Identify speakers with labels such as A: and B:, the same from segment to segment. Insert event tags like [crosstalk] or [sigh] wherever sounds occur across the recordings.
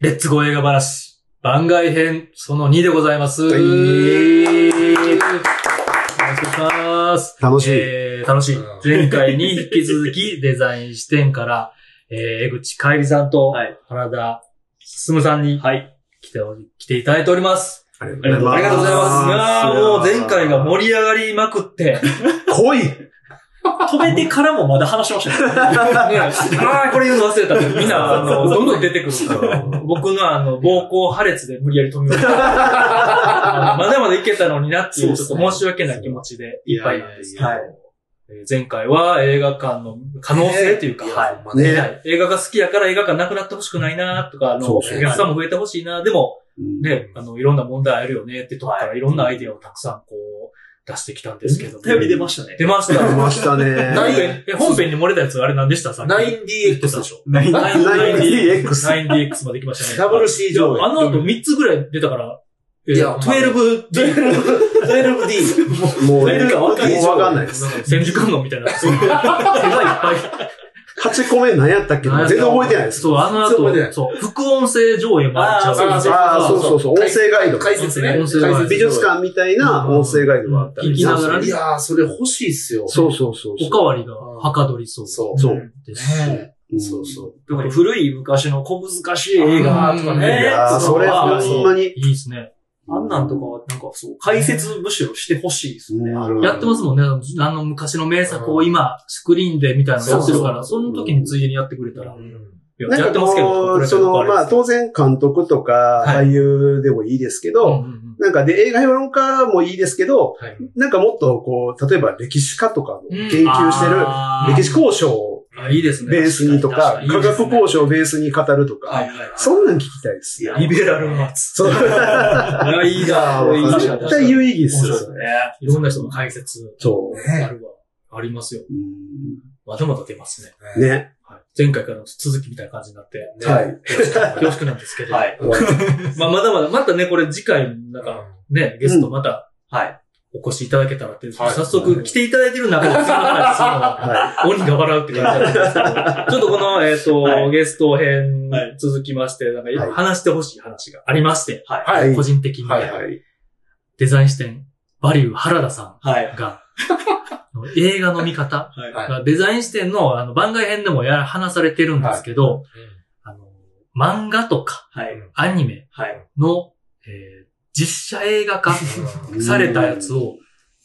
A: レッツゴー映画話、番外編、その2でございます。
B: はい
A: よろしくお願いします。
B: 楽しい。
A: えー楽しい。前回に引き続き、デザイン視点から、えー江口海里さんと
C: はい、
A: 原田進さんに
C: はい。
A: 来ており、来ていただいております。
B: あり
C: ありがとうご
A: あ
C: ざ
A: り
C: い
A: がとうございます。いやーもう前回が盛り上がりまくって、
B: 濃い
C: 止めてからもまだ話しましたね。
A: ね、ああ、これ言うの忘れたってみんな、あの、どんどん出てくるから、僕のあの、膀胱破裂で無理やり止めようとあのまだまだいけたのになっていう、ちょっと申し訳ない気持ちでいっぱいなんですけど、
B: いやい
A: えー前回は映画館の可能性というか、
B: は
A: はいい
B: ほんまね
A: はい映画が好きやから映画館なくなってほしくないなとか、あの、
B: そ
A: お
B: うそう
A: 客さんも増えてほしいなでも、ね、あの、いろんな問題あるよねってとこから、いろんなアイデアをたくさんこう、出してきたんですけども。
C: 頼り出ましたね。
A: 出ました。
B: 出ましたね。
A: なんかえ本編に漏れたやつあれ何でしたさっき。
D: 9DX でしょ。
C: ない
B: あ 9DX
A: 9DX まで来ましたね。
D: ダブル C 上映。
A: あの後3つぐらい出たから、えー
D: いや、12、12D。
B: もうね、
D: 出るか
B: もう
D: わ
B: わ
D: かんない
B: かんないです。
A: なんか千手観音みたいな。手がいっぱい。
B: 8個目何やったっけ全然覚えてないです。
A: そう、あの
D: 全然覚えてな
A: 後、
D: い
A: そう、副音声上映もあるちゃう
D: あーそうそう
B: ああ、そうそうそう、音声ガイド。
D: 解説ね。
A: 音声
D: 解説
B: 美術館みたいな音声ガイドがあったり
A: 聞きながらね
D: いやー、それ欲しいっすよ。
B: そうそうそうそう。
A: おかわりがはかどりそう
D: そう。
B: そう。
A: です。
D: ね
B: うん
D: そうそう。
C: でも古い昔の小難しい映画とか
A: うん
B: い
C: ね。
B: やーそれ
C: あ
B: ほんまに。
A: いいですね。
C: あんなんとかはなんかそう、解説むしろしてほしいですね。
B: うん
A: やってますもんね。あの昔の名作を今、スクリーンでみたいなのやってるから、
B: そ
A: そう
B: そう
A: の時についでにやってくれたら。いや
B: な
A: やっ
B: んか
A: てますけ
B: こ
A: ど、
B: う、その、まあ
A: 当
B: 当然監督とか
A: は
B: 俳優でもいいですけど、なんかで映画評論家もいいですけど、
A: はい
B: なんかもっとこう、例えば歴史家とかの研究してる歴史交渉を
A: あ、いいですね。
B: ベースにとか、
A: 確
B: 科
A: に
B: 学交渉をベースに語るとか、
D: はいはいはい。
B: そんなん聞きたいです。
A: いいですねリベラルの松。
B: そう。
A: いや、いいなぁ。いいな
B: 絶対有意義です
A: 面白
B: よ
A: いですね。いろんな人の解説。
B: そ
A: あるわ。ありますよ。
B: う
A: まだまだ出ますね。
B: ん。ね。
A: はい前回からの続きみたいな感じになって、
B: はい。
A: 恐縮なんですけど。
C: はい。
A: まあ、まだまだ、またね、これ次回、なんか、ね、ゲストまた
C: はい。
A: お越しいただけたらって、
D: はい
A: 早速来ていただいてる中で次の話するのは、
B: は
A: 鬼が笑うって感じなんですけど、ちょっとこの、えっ、と、
C: は
A: ゲスト編
C: はい
A: 続きまして、なん
B: はい
A: か話してほしい話がありまして、
C: はい。
B: い。
A: 個人的に、
D: はい
B: はい。
A: デザイン視点、バリュー原田さ
C: はい。
A: んが、映画の見方
C: はい。
A: がデザイン視点のあの番外編でもや話されてるんですけど、あの漫画とか
C: はい。
A: アニメ
C: はい。
A: の、えー実写映画化されたや
D: [laughs]
A: つを、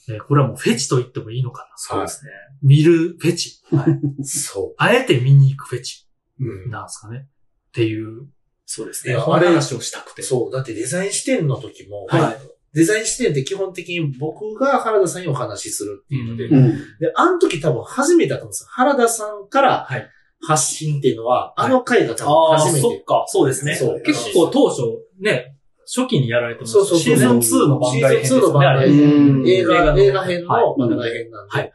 A: えーこれはもうフェチと言ってもいいのかな。
D: そうです
C: すね。
A: 見るフェチ。
D: ね。そ
A: あえて見に行くフェチ。
D: う。うん
A: なんですかね。っていう、
C: そうです
D: い
C: ね。
D: や
A: こんな話をしたくて。
D: そう。だってデザイン視点の時も、
C: はい
D: デザイン視点って基本的に僕が原田さんにお話しするっていうので、
A: うん
B: うん。
D: で、あの時多分初めてだと思うんですよ。原田さんから
A: はい
D: 発信っていうのは、
A: はい
D: あの回が
C: あ
D: 多
C: あ、
D: 分初めて。
C: そっか。そうですね。
D: そう
A: 結構当初、ね、初期にやられてました
D: そうそうそう
A: シーズン2の番外編です
D: シー
A: よ
D: ズン2の
A: ね。あ
D: 番外
A: れ
D: 編
B: うん
D: 映画、
A: 映画
D: 映画
A: の
D: 編の
A: はい
D: 漫画編なん
A: は
D: で
A: い、、はい。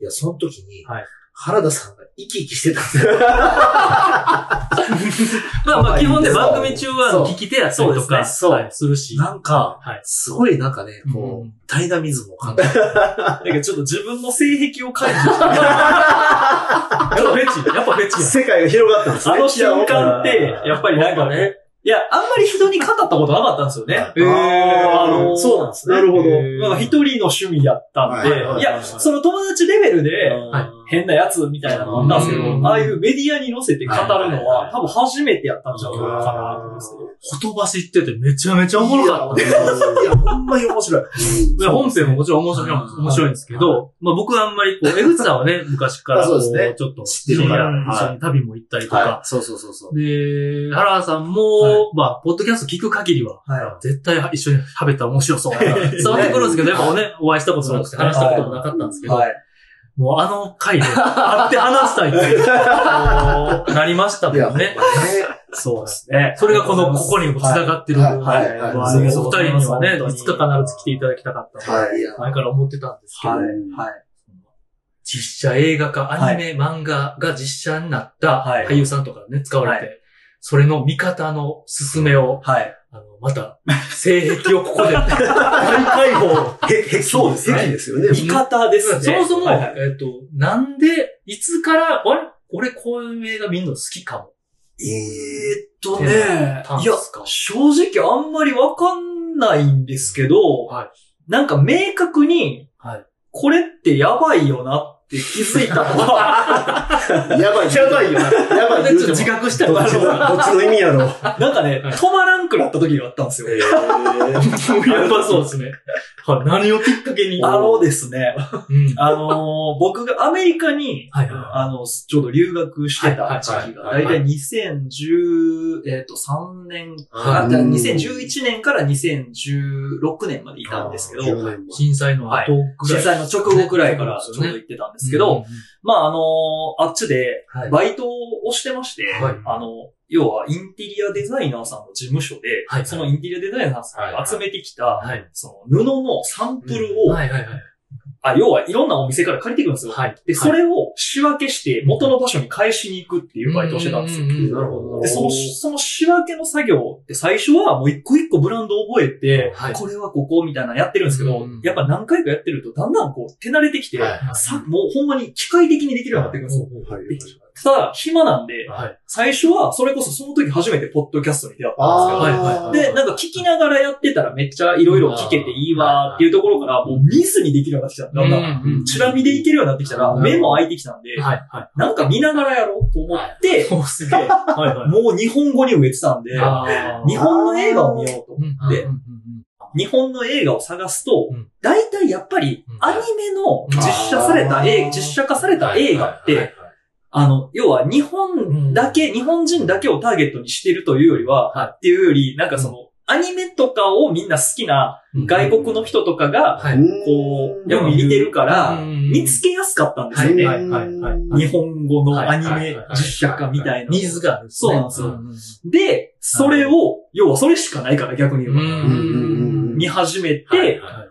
D: いや、その時に
A: はい、
D: 原田さんが生き生きしてたんです
C: [laughs]
A: ま
D: よ。
A: あま
D: [laughs]
A: あ基本で
D: そう
A: 番組中は聞き手やったりとか、
D: そう
A: はいするし。
D: なんか、
A: はい。
D: すごいなんかね、
A: う
D: こ
A: ん
D: う、ダイナミズムを
C: [laughs]
D: 感じる。
C: だけどちょっと自分の性癖を解除
D: [laughs]
C: して、
A: やっぱフェチ、やっぱフェチや。
B: 世界が広がったんですね。
C: あの瞬間って、やっぱりなんか
D: ね
C: ね、いや、あんまり人に語ったことなかったんですよね。
A: えー
C: あの、そうなんですね。
B: なるほど。
C: まあ一人の趣味やったん
B: はいはい
D: は
C: で、
D: い
C: いや、その友達レベルで、
A: はい
C: 変なやつみたいなのあったんですけ
A: う
C: ど、
A: ん
C: ああいうメディアに載せて語るの
D: は
C: はい多分初めてやったんじゃないかなと思うんです
A: ほとばしっててめちゃめちゃおもろかった。
D: いや、ほんまに面白い。
A: いや本編ももちろん面白い面白いんですけど、まあ僕はあんまりこう、江口さんはね、昔からこ
D: あそうです
A: う、
D: ね
A: ちょっと
D: 知ってるから
A: 深夜一緒に旅も行ったりとか
D: は、い。そうそうそうそう。
A: で、原田さん
D: は
A: も、まあ、ポッドキャスト聞く限りは、
C: はい
A: 絶対一緒に食べたら面白 [laughs] そう。伝わってくるんですけど、やっぱね、お会いしたことなくて
D: そうで
A: 話し
D: すね
A: たこともなかったんですけ
C: け
A: ど、
C: ど。はい。
A: もうあの回で会って話したいっていうあのなりましたも
B: いや、
A: んね。
C: そうですね。
A: それがこの、ここにも繋がってる。
B: はい
C: はい。
B: はい
A: お
B: は
A: 二
B: い
A: 人にはね、いつか
C: な
A: 必ず来ていただきたかったと
B: はい。
A: 前から思ってたんですけど、
C: はい。
A: 実写映画化、アニメ、漫画が実写になった
C: はい
A: 俳優さんとかね、使われて、それの見方の勧めを、
C: はい。
A: あの、また、性癖をここで、大解放。
B: へ、へ、そうです。へですよね。
C: 味方 [laughs] ですね。
A: [laughs] そもそも、
C: はいはい
A: えっと、なんで、いつから、あれ俺こういう映画見るの好きかも。
C: えーっとね、い
A: テ
C: や
A: タンスか、
C: 正直あんまりわかんないんですけど、
A: はい
C: なんか明確に、
A: はい
C: これってやばいよなって気づいたの
A: [laughs]
C: は、
B: やばい。やばいよ。やばい
A: ちょ
B: 言
A: っ
B: う
A: と
B: ても。
A: 自覚した
B: ど
A: ら
B: っちの、どっちの意味やろ。
C: なんかね、止まらんくなった時があったんですよ。
A: [laughs] やっぱそうですね。はい何をきっかけに。
C: あのですね、
A: うん
C: あのー僕がアメリカに、
A: はいはい
C: あの、ちょうど留学してた時期が、
B: はいはいはい
C: だいたい2010、えっと、3年、
A: はい
C: あじゃあ2011年から2016年までいたんですけど、
B: 10年も
A: 震災の後ぐら
C: 震
A: い。
C: 災の直後くらいからちょうど行ってたんですけど、まあ、あのーあっちで
A: うん、はい。
C: バイトをしてまして、
A: はい
C: あの、要はインテリアデザイナーさんの事務所で、
A: はい
C: そのインテリアデザイナーさんが集めてきた、
A: はい。
C: その布のサンプルを、
A: はいはいはい。
C: あ、要はいろんなお店から借りてくるんですよ。
A: はい。
C: で、それを仕分けして元の場所に返しに行くっていうバイトをしてたんですよ。
A: うん
B: なるほど
C: で、その、その仕分けの作業って最初はもう一個一個ブランドを覚えて、
A: はい
C: これはここみたいなのやってるんですけど、
A: うん
C: やっぱ何回かやってるとだんだんこう手慣れてきて、
D: はい
C: さもうほんまに機械的にできるようになってくるんですよ。
B: はい。
C: ただ、暇なんで、
A: はい
C: 最初はそれこそその時初めてポッドキャストに出会ったんですけど、
A: はいはい
B: あー
C: で、なんか聞きながらやってたらめっちゃいろいろ聞けていいわーっていうところから、もう見ずにできるようになってきた。だんだん、
A: うん
C: チラ見でいけるようになってきたら、
A: うん
C: 目も開いてきたんで、
A: はいは
C: なんか見ながらやろうと思って、
A: い。もうすげえ。はいはい。
C: [laughs] もう日本語に植えてたんで、
A: あー
C: 日本の映画を見ようと。
A: うん
C: で
A: うんうん
C: 日本の映画を探すと
A: うん、
C: 大体やっぱり
A: うん
C: アニメの実写された映
B: あー
C: 実写化された映画っ
D: はい
C: て、あの、要は日本だけ、日本人だけをターゲットにしてるというよりは、
A: はい
C: っていうより、なんかその、アニメとかをみんな好きな
A: うん
C: 外国の人とかが、
A: はい。
C: こう、
A: や
C: よ
A: っ
C: く
A: ぱ
C: 見てるから、
A: うん
C: 見つけやすかったんですよ
A: は
C: ね。
A: いはいはい
C: 日本語のアニ
D: はいはい
C: メ
D: はい
C: 実写化みたいな。
A: ニーズがある。
C: そうなんですよ
A: ん
C: で、それを、要はそれしかないから逆に言えば
A: うん
B: うん
C: 見始め
D: はいはい
C: て、
D: はい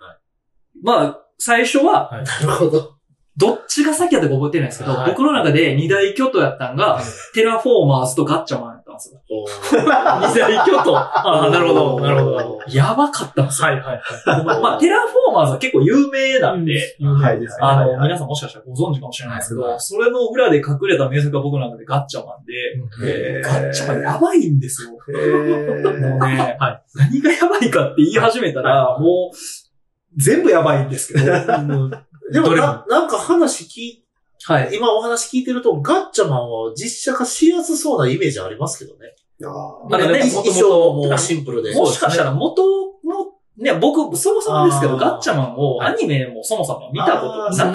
C: まあ、最初は、
D: なるほど。
C: どっちが先やったか覚えてないですけど、
A: はい
C: 僕の中で二大巨頭やったんが、テラフォーマーズとガッチャマンやったんですよ。 [laughs] 二大巨頭。
A: ああ、なるほど、なるほど。
C: やばかったんですよ。
A: はいはいはい。
C: [laughs] まあ、テラフォーマーズは結構有名なんで、
B: はいですね。
C: あの、
B: はい
C: 皆さんもしかしたらご存知かもしれないですけ
D: は
C: ど、それの裏で隠れた名作が僕の中でガッチャマンで、
B: へー
C: ガッチャマンやばいんですよ。
B: へー
C: もうね、
A: は
C: [laughs] 何がやばいかって言い始めたら、もう、全部やばいんですけど。
D: でも
A: どれも
D: な、なんか話聞い、
C: は。
D: 今お話聞いてると、ガッチャマンは実写化しやすそうなイメージありますけどね。
B: あ
C: あれね
D: い
C: 元々
D: 衣装もシンプルで。
C: もしかしたら元の、ね、僕、そもそもですけど、
D: あー
C: ガッチャマンをアニメもそもそも見たことなかっ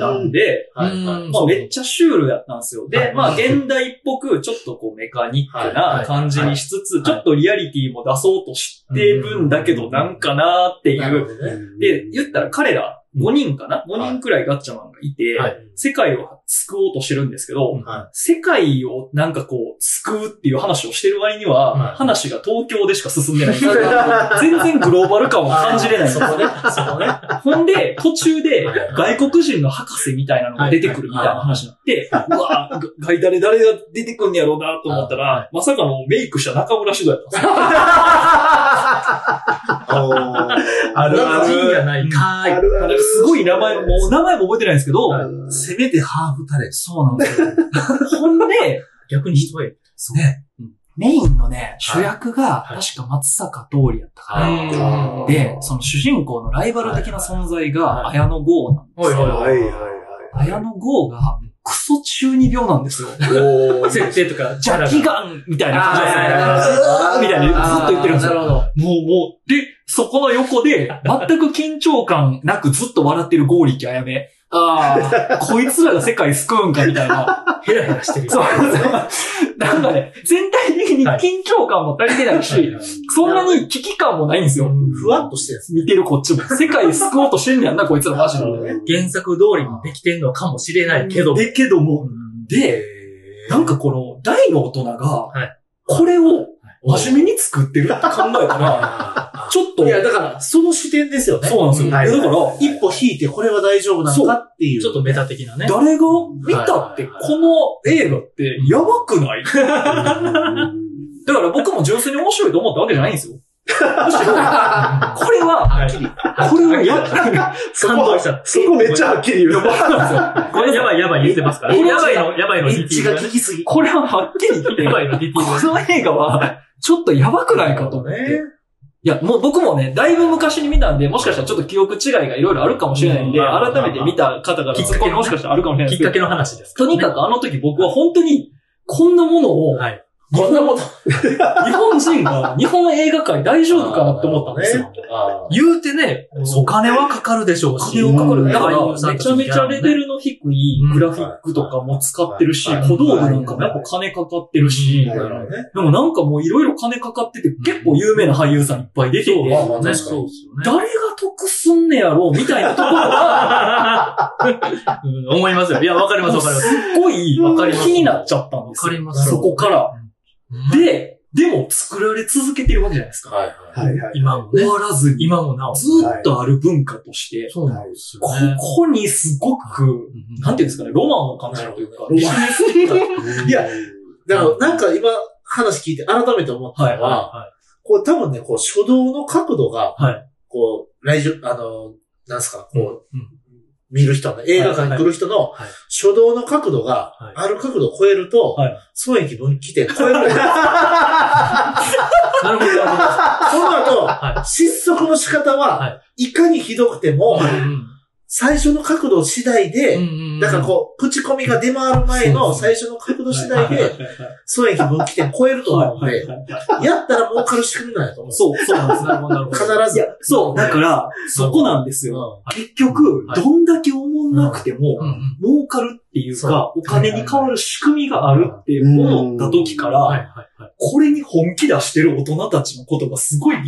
C: たんで、
D: はいは
A: う
D: い
A: ん
C: まあめっちゃシュールやったんですよ。
A: は
C: で
A: い、
C: まあ現代っぽく、ちょっとこうメカニック
A: はいは
C: ない感じにしつつ、
A: い
C: ちょっとリアリティも出そうとしてるんだけど、なんかなーってい
D: な
C: う。
D: るほどね。
C: で、言ったら彼ら5人かな ?5
D: はい
C: 人くらいガッチャマンがいて、
A: はい
C: 世界を救おうとしてるんですけど、
D: は
C: 世界をなんかこう、救うっていう話をしてる割には、
D: はい
C: 話が東京でしか進んでない。
B: ー
C: 全然グローバル感を感じれない。
D: そこね。そこね。
C: ほんで、途中で
D: はい
C: 外国人の博士みたいなのが出てくるみたいな話になって、うわぁ、外誰誰が出てくんねやろうなと思ったら、まさかのメイクした中村指導やったんですよ。
B: あ
A: あるあ
B: る
A: る。じゃないかーい。
B: るある。
C: すごい名前も、もう名前も覚えてないんですけど、
D: せめてハーフタレント。
C: そうなんですよ。 [laughs] ほんで、
A: 逆に一重。
C: ねメインのね、主役が
A: はい
C: 確か松坂通りやったから、
A: うん
B: あー
C: で、その主人公のライバル的な存在が
A: はい
C: 綾野剛なんです
A: はい
C: よ。
A: は
B: はい
A: は。
B: いはいいはい。
C: 綾野剛がクソ中二病なん [laughs] ですよ。
B: おー
A: 設定とか、
C: 邪気ガンみたいな感じなんです
A: あ
B: ーは
C: よ
B: いはいはい
C: あーみたいな、ずっと言ってるんです
D: なる
C: よ。
D: ほど。
C: もうもう、で、そこの横で、全く緊張感なくずっと笑ってる剛力あやめ。[laughs]
D: あ
C: こいつらが世界救うんかみたいな。
A: ヘラヘラしてる。
C: そうそう。なんかね、全体的に緊張感も足りてないし、そんなに危機感もないんですよ。
D: ふわっとしてるんです
C: 見てるこっちも。世界救おうとしてんねやんな、こいつらマジで。
A: 原作通りにできてんのかもしれないけど。
C: で、けど
A: う
C: も。
A: ん
C: で、なんかこの、大の大人
A: は
C: が、これを真面目に作ってるって考えたら、ちょっと、
D: いや、だから、その視点ですよね。
C: そうなんですよ。
B: はい
C: いやだから、
D: 一歩引いて、これは大丈夫なのかっていう。
A: ちょっとメタ的なね。
C: 誰が見たって、
D: はい
C: この映画ってやばくないだから僕も純粋に面白いと思ったわけじゃないんですよ。むしろ、これは、
A: はっきり。
C: これはや、
B: そ
A: 感動
B: こ
A: し、た。
B: そこめっちゃはっきり言う。
A: これやばいやばい言ってますから。
C: え
A: やばいの、やばいのディティー
D: 一
A: ル
D: 致が
A: が
D: 効
A: ね。
D: きすぎ。
C: これははっきり言って
A: やばいのディティ
C: こ
A: ールがね。
C: の映画は、ちょっとやばくないかと思って。いや、もう僕もね、だいぶ昔に見たんで、もしかしたらちょっと記憶違いがいろいろあるかもしれないんで、
A: うんまあまあまあ
C: 改めて見た方から
A: きっかけ
C: ツッコミもしかしたらあるかもしれない
A: きっ
C: ですけ
A: か
C: ど、
A: けの話ですか
C: と
A: らね。
C: にかくあの時僕は本当に、こんなものを、
A: はい
C: こんなもの、日本人が、日本映画界大丈夫かなって思ったんですよ。
D: あー
A: 言うてね、お金はかかるでしょうし。
C: 金をかかる。
A: うん
C: だから、
A: 俳優さん
C: め
A: た
C: ちゃめちゃレベルの低い
A: うん
C: グラフィックとかも使ってるし、
B: はい
C: 小道具なんかもやっぱ金かかってるし、
B: なるほどね
C: でもなんかもういろいろ金かかってて、結構有名な俳優さんいっぱい出てて、
D: まあまあ確かに
A: そうですよね。
C: 誰が得すんねやろうみたいなところが、
A: うん思いますよ。いや、わかり [laughs] ます、わかります
C: っごい
A: わかります
C: 気になっちゃったんです
A: わか
C: よ。
A: ります
C: そこから。
A: す。で、
C: で、でも作られ続けてるわけじゃないですか。
D: はいはい。
B: はいはい。
A: 今も
C: 終
A: ね、
C: わらずに。
A: 今もなお。
C: ずーっとある文化として、
A: そう
B: なん
A: です
C: ここにすごく、なんていうんですかね、ロマンを感じるというか、ビジネス
D: いや、だからなんか今話聞いて改めて思ったのは、
A: は
D: こう多分ね、こう初動の角度が
A: は、
D: こう、来場、あの、なんすか、こう
A: うんうん、
D: 見る人の、映画館に来る人の
A: はい
D: 初動の角度が
A: はい、
D: ある角度を超えると
C: はい、
D: 損益分岐
A: [laughs]
D: 点超える。
A: い。なるほどなるほ
D: その
A: は
D: 後、失速の仕方
A: は
D: は、いかにひどくても
A: ど。、
D: 最初の角度次第で、
A: ん
D: だからこう、口コミが出回る前の最初の角度次第で、損益分岐点超えると思うんで、やったら儲かる仕組みなんやと思う。
C: そう、そうなんです。なるほど、なるほ
D: 必
C: ど。い
D: ず
C: や。、そう、だから、そこなんですよ。
D: う
C: 結局、
A: はい
C: どんだけ思んなくても、
A: うんうん
C: 儲かるっていうか
D: そ、
C: お金に変わる仕組みがあるっていうものだ時か
A: はい
C: ら、
A: はいはい。
C: これに本気出してる大人たちのことがすごい、
D: ん。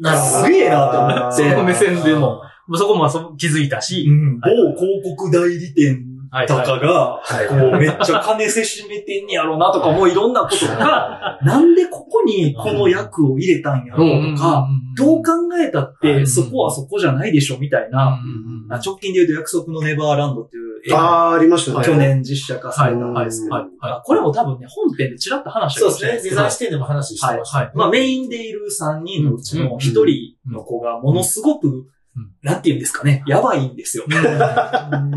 D: なるほど。
C: すげえなって
A: その
C: 思っ
A: 目
C: て、
A: 線でも、まあそこもその気づいたし、
C: うん
A: はい
C: 某広告代理店とかが、
D: はい
C: こうめっちゃ金せしめてんねやろうなとか、もういろんなことが、なんでここにこの役を入れたんやろうとか、どう考えたっ
A: う
C: て
A: ん
C: そこはそこじゃないでしょみたいな、
A: うん
C: あ直近で言うと約束のネバーランドっていう映画
B: あー、ありました
C: が
B: ね。
C: 去年実写化されたんですけど、
B: はい
C: あこれも多分ね、本編でちらっと話した
D: そ
C: かもし
D: うです
C: れない
D: ね。
C: です
D: デ
C: け
D: ザ
C: ど
D: イン、視点でも話してました。
A: はいはい
C: まあメインでいる3人のうちの1人の子がものすごく
A: うん、
C: なんて言うんですかね、やばいんですよ。
A: うん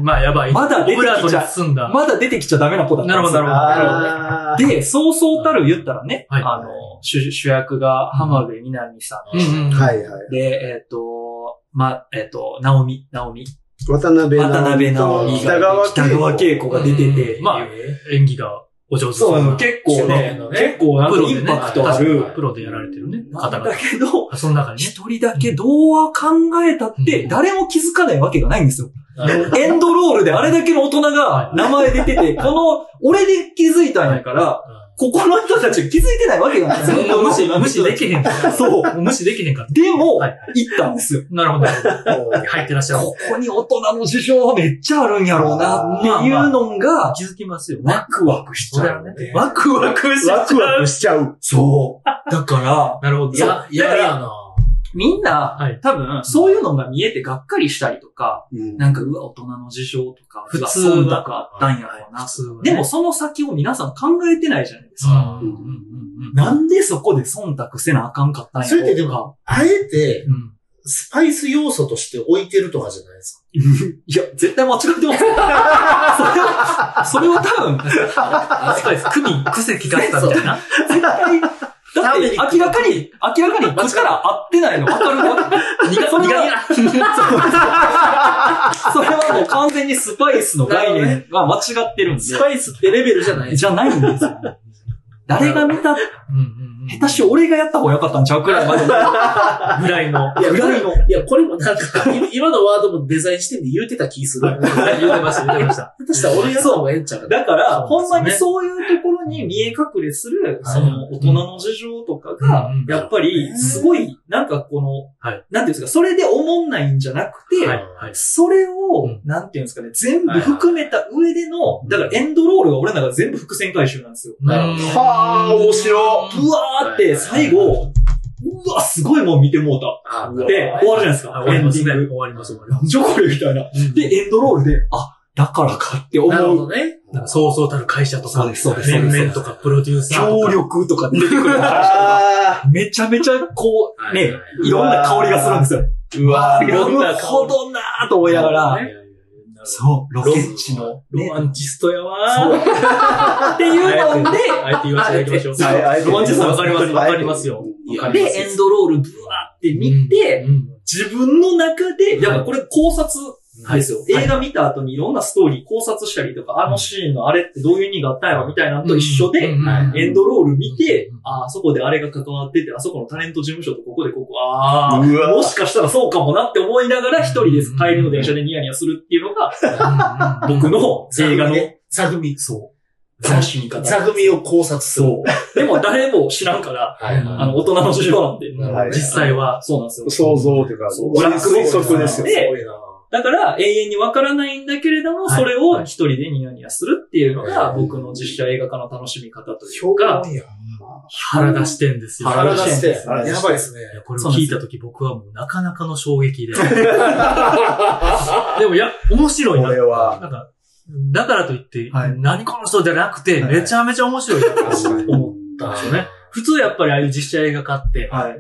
A: まあやばい。
C: まだ出て
A: オ
C: きちゃう
A: ブラートに包んだ。
C: まだ出てきちゃダメな子だったんです
A: な
C: よ。
A: るほどなるほど
B: あー
C: で、そうそうたる言ったらね、
A: はい
C: あの、主主役が浜辺美波さん、
A: うんうん
B: はいはい。
C: で、えっ、と、ま、えっ、と、直美、直美、
B: 渡辺直美と
C: 渡辺直美
B: 北川
C: が、
B: 景子
C: 北川景子が出てて、
A: うんまあ演技がお上手
C: そう
A: な
C: あの、結構ね、
D: そう
C: 結構なん
A: プ
C: か
A: ロ
C: イ
A: でね
C: ンパクトある。
A: プロでやられてるね、
C: な
A: 方
C: んだ
A: 々。
C: けど、
A: その中にね。
C: 一人だけどう考えたって、
A: うん
C: 誰も気づかないわけがないん [laughs] ですよ。
D: なるほど
C: エンドロールであれだけの大人が名前出て [laughs] て、この、俺で気づいたんやから、ここの人たちが気づいてないわけがないんですよ。
A: 無視、無視できへん。
C: そう。
A: 無視できへんかった。
C: でも、
A: はい
C: 行ったんですよ。
A: なるほど。入ってらっしゃる。
C: ここに大人の事情はめっちゃあるんやろうなっていうのが、
A: 気づきますよね。
C: ワクワクしちゃう。
D: ね
C: ワクワクしちゃ
B: ワ
C: う。
B: クワクしちゃう。
C: そう。だから、
A: なるほど。
D: いや、
C: そうだ
D: や
C: から
D: るやな。
C: みんな、
A: はい
C: 多分、そういうのが見えてがっかりしたりとか、
B: うん
C: なんか、うわ、大人の事情とか、
A: 普通は
C: 忖度あったんやろうな
A: 普。通はね
C: でも、、その先を皆さん考えてないじゃないですか。
A: うんうんうんうん。
C: なんでそこで忖度せなあかんかったんやろ
D: それってで
C: と
D: も
C: か。
D: あえて、
A: うん
D: スパイス要素として置いてるとかじゃないです
C: いや、絶対間違ってます。それは、それは多分、
A: あ、そうです。組、癖聞かせたみたいな。
C: 絶対、だって明らかに、明らかに口から合ってないの分かるわ
A: 苦手
C: それは
A: 苦
C: それはもう完全にスパイスの概念が間違ってるん
D: か。
C: で、
D: スパイスってレベルじゃない。
C: じゃないんですよ。誰が見た、
A: 手。うんうんうん
C: 下手し俺がやった方が良かったんちゃうくらいまでの。
A: ぐらいの。
D: いや、
C: ぐらいの
D: これいや、これもなんか、い今のワードもデザイン視点で言うてた気する。
A: 言ってました、言ってました。
D: 下手したら俺やった方がええんちゃうかな
C: だか
A: そう
C: ら、ほ
A: で
C: ん
A: すね
C: まにそういうところに見え隠れする、
D: はい
C: その大人の事情とかが
A: うんうん、
C: やっぱりすごい、なんかこの、
A: はい
C: なんていうんですか、それで思んないんじゃなくて、
A: はい、はい。
C: それを、
A: うん
C: なんていうんですかね、全部
D: はいはい
C: 含めた上での、だからエンドロールが俺の中で全部伏線回収なんですよ。
D: なるほ
B: どはあ面白
C: うわーっ
D: はい
C: て
D: はい
C: 最後、うわ、すごいもん見てもうた。
D: あー。
C: で、終わるじゃないですか
A: あ。終わ
C: エ
A: り
C: ン
A: ま
C: ディ
A: すね。
C: ン
A: 終
C: グ。
A: わります、終わり
C: なんじゃこれみたいな。
A: ます。
C: で、エンドロールで、あ、だからかって思
D: なるほ
C: う。
D: どね。
A: なんかそうそうたる会社と
C: そう
A: か
C: で、す、そうです、そう
A: 面
C: です。
A: 々とかプロデューサーと
C: 協
A: か。
C: 力とか出てくる
B: あ
C: めちゃめちゃこう、ね、いろんな香りがするんですよ。
A: うわ
C: なるほ
A: ど。
C: どなぁと思いながら、
A: ね
C: そう、ロケッチの、
A: ロ
C: ね
A: マンチストやわー。
C: っていうので、
A: あえて言わせていただきましょう。
B: はい
A: ロマンチストわかります。
B: はい
A: わかりますよ。
D: いや
A: わかります
C: で、エンドロールブワーって見て、
A: うん
C: 自分の中で、やっぱこれ考察ですよ。映画見た後にいろんなストーリー考察したりとか、あのシーンのあれってどういう意味があったんやろみたいなのと一緒で、
A: うん
D: はい
C: エンドロール見て
A: うん、
C: ああそこであれが関わってて、あそこのタレント事務所とここでここ、ああ、
B: うわ
C: もしかしたらそうかもなって思いながら一人です。
A: うん
C: 帰りの電車でニヤニヤするっていうのが、
A: うん
C: 僕の映画の、
D: 座組。
C: そう、楽しみ方。
D: 座組を考察する。
C: そう。でも誰も知らんから、
D: はいはい
C: あの、大人の事情なんで、
B: はい
C: 実際は、そうなんですよ。
B: 想像というか、
C: そう
B: 推推測
C: ブラックボック
B: で
C: ス
B: す
C: な
B: よ
C: ん。で、
D: ごいな
C: だから永遠にわからないんだけれども、
A: はい
C: それを一人でニヤニヤするっていうのが
D: はい
C: 僕の実写映画化の楽しみ方という
D: 評
C: か
D: 価、や。
A: 腹出してんですよ。
C: 腹
D: 腹
C: 出
D: 出
C: し
D: して
C: や
D: て、や
B: ば
D: ば
B: い
D: い
B: で
D: ですね。
A: これを聞いたとき僕はもうなかなかの衝撃で。でもや、面白い
B: こ
A: な。
B: れは。
A: なんか、だからといって、
B: はい
A: 何この人じゃなくて、
B: はい
A: めちゃめちゃ面白い [laughs] な
B: 確かに
A: と思ったんですよね。普通やっぱりああいう実写映画化って、
B: はい。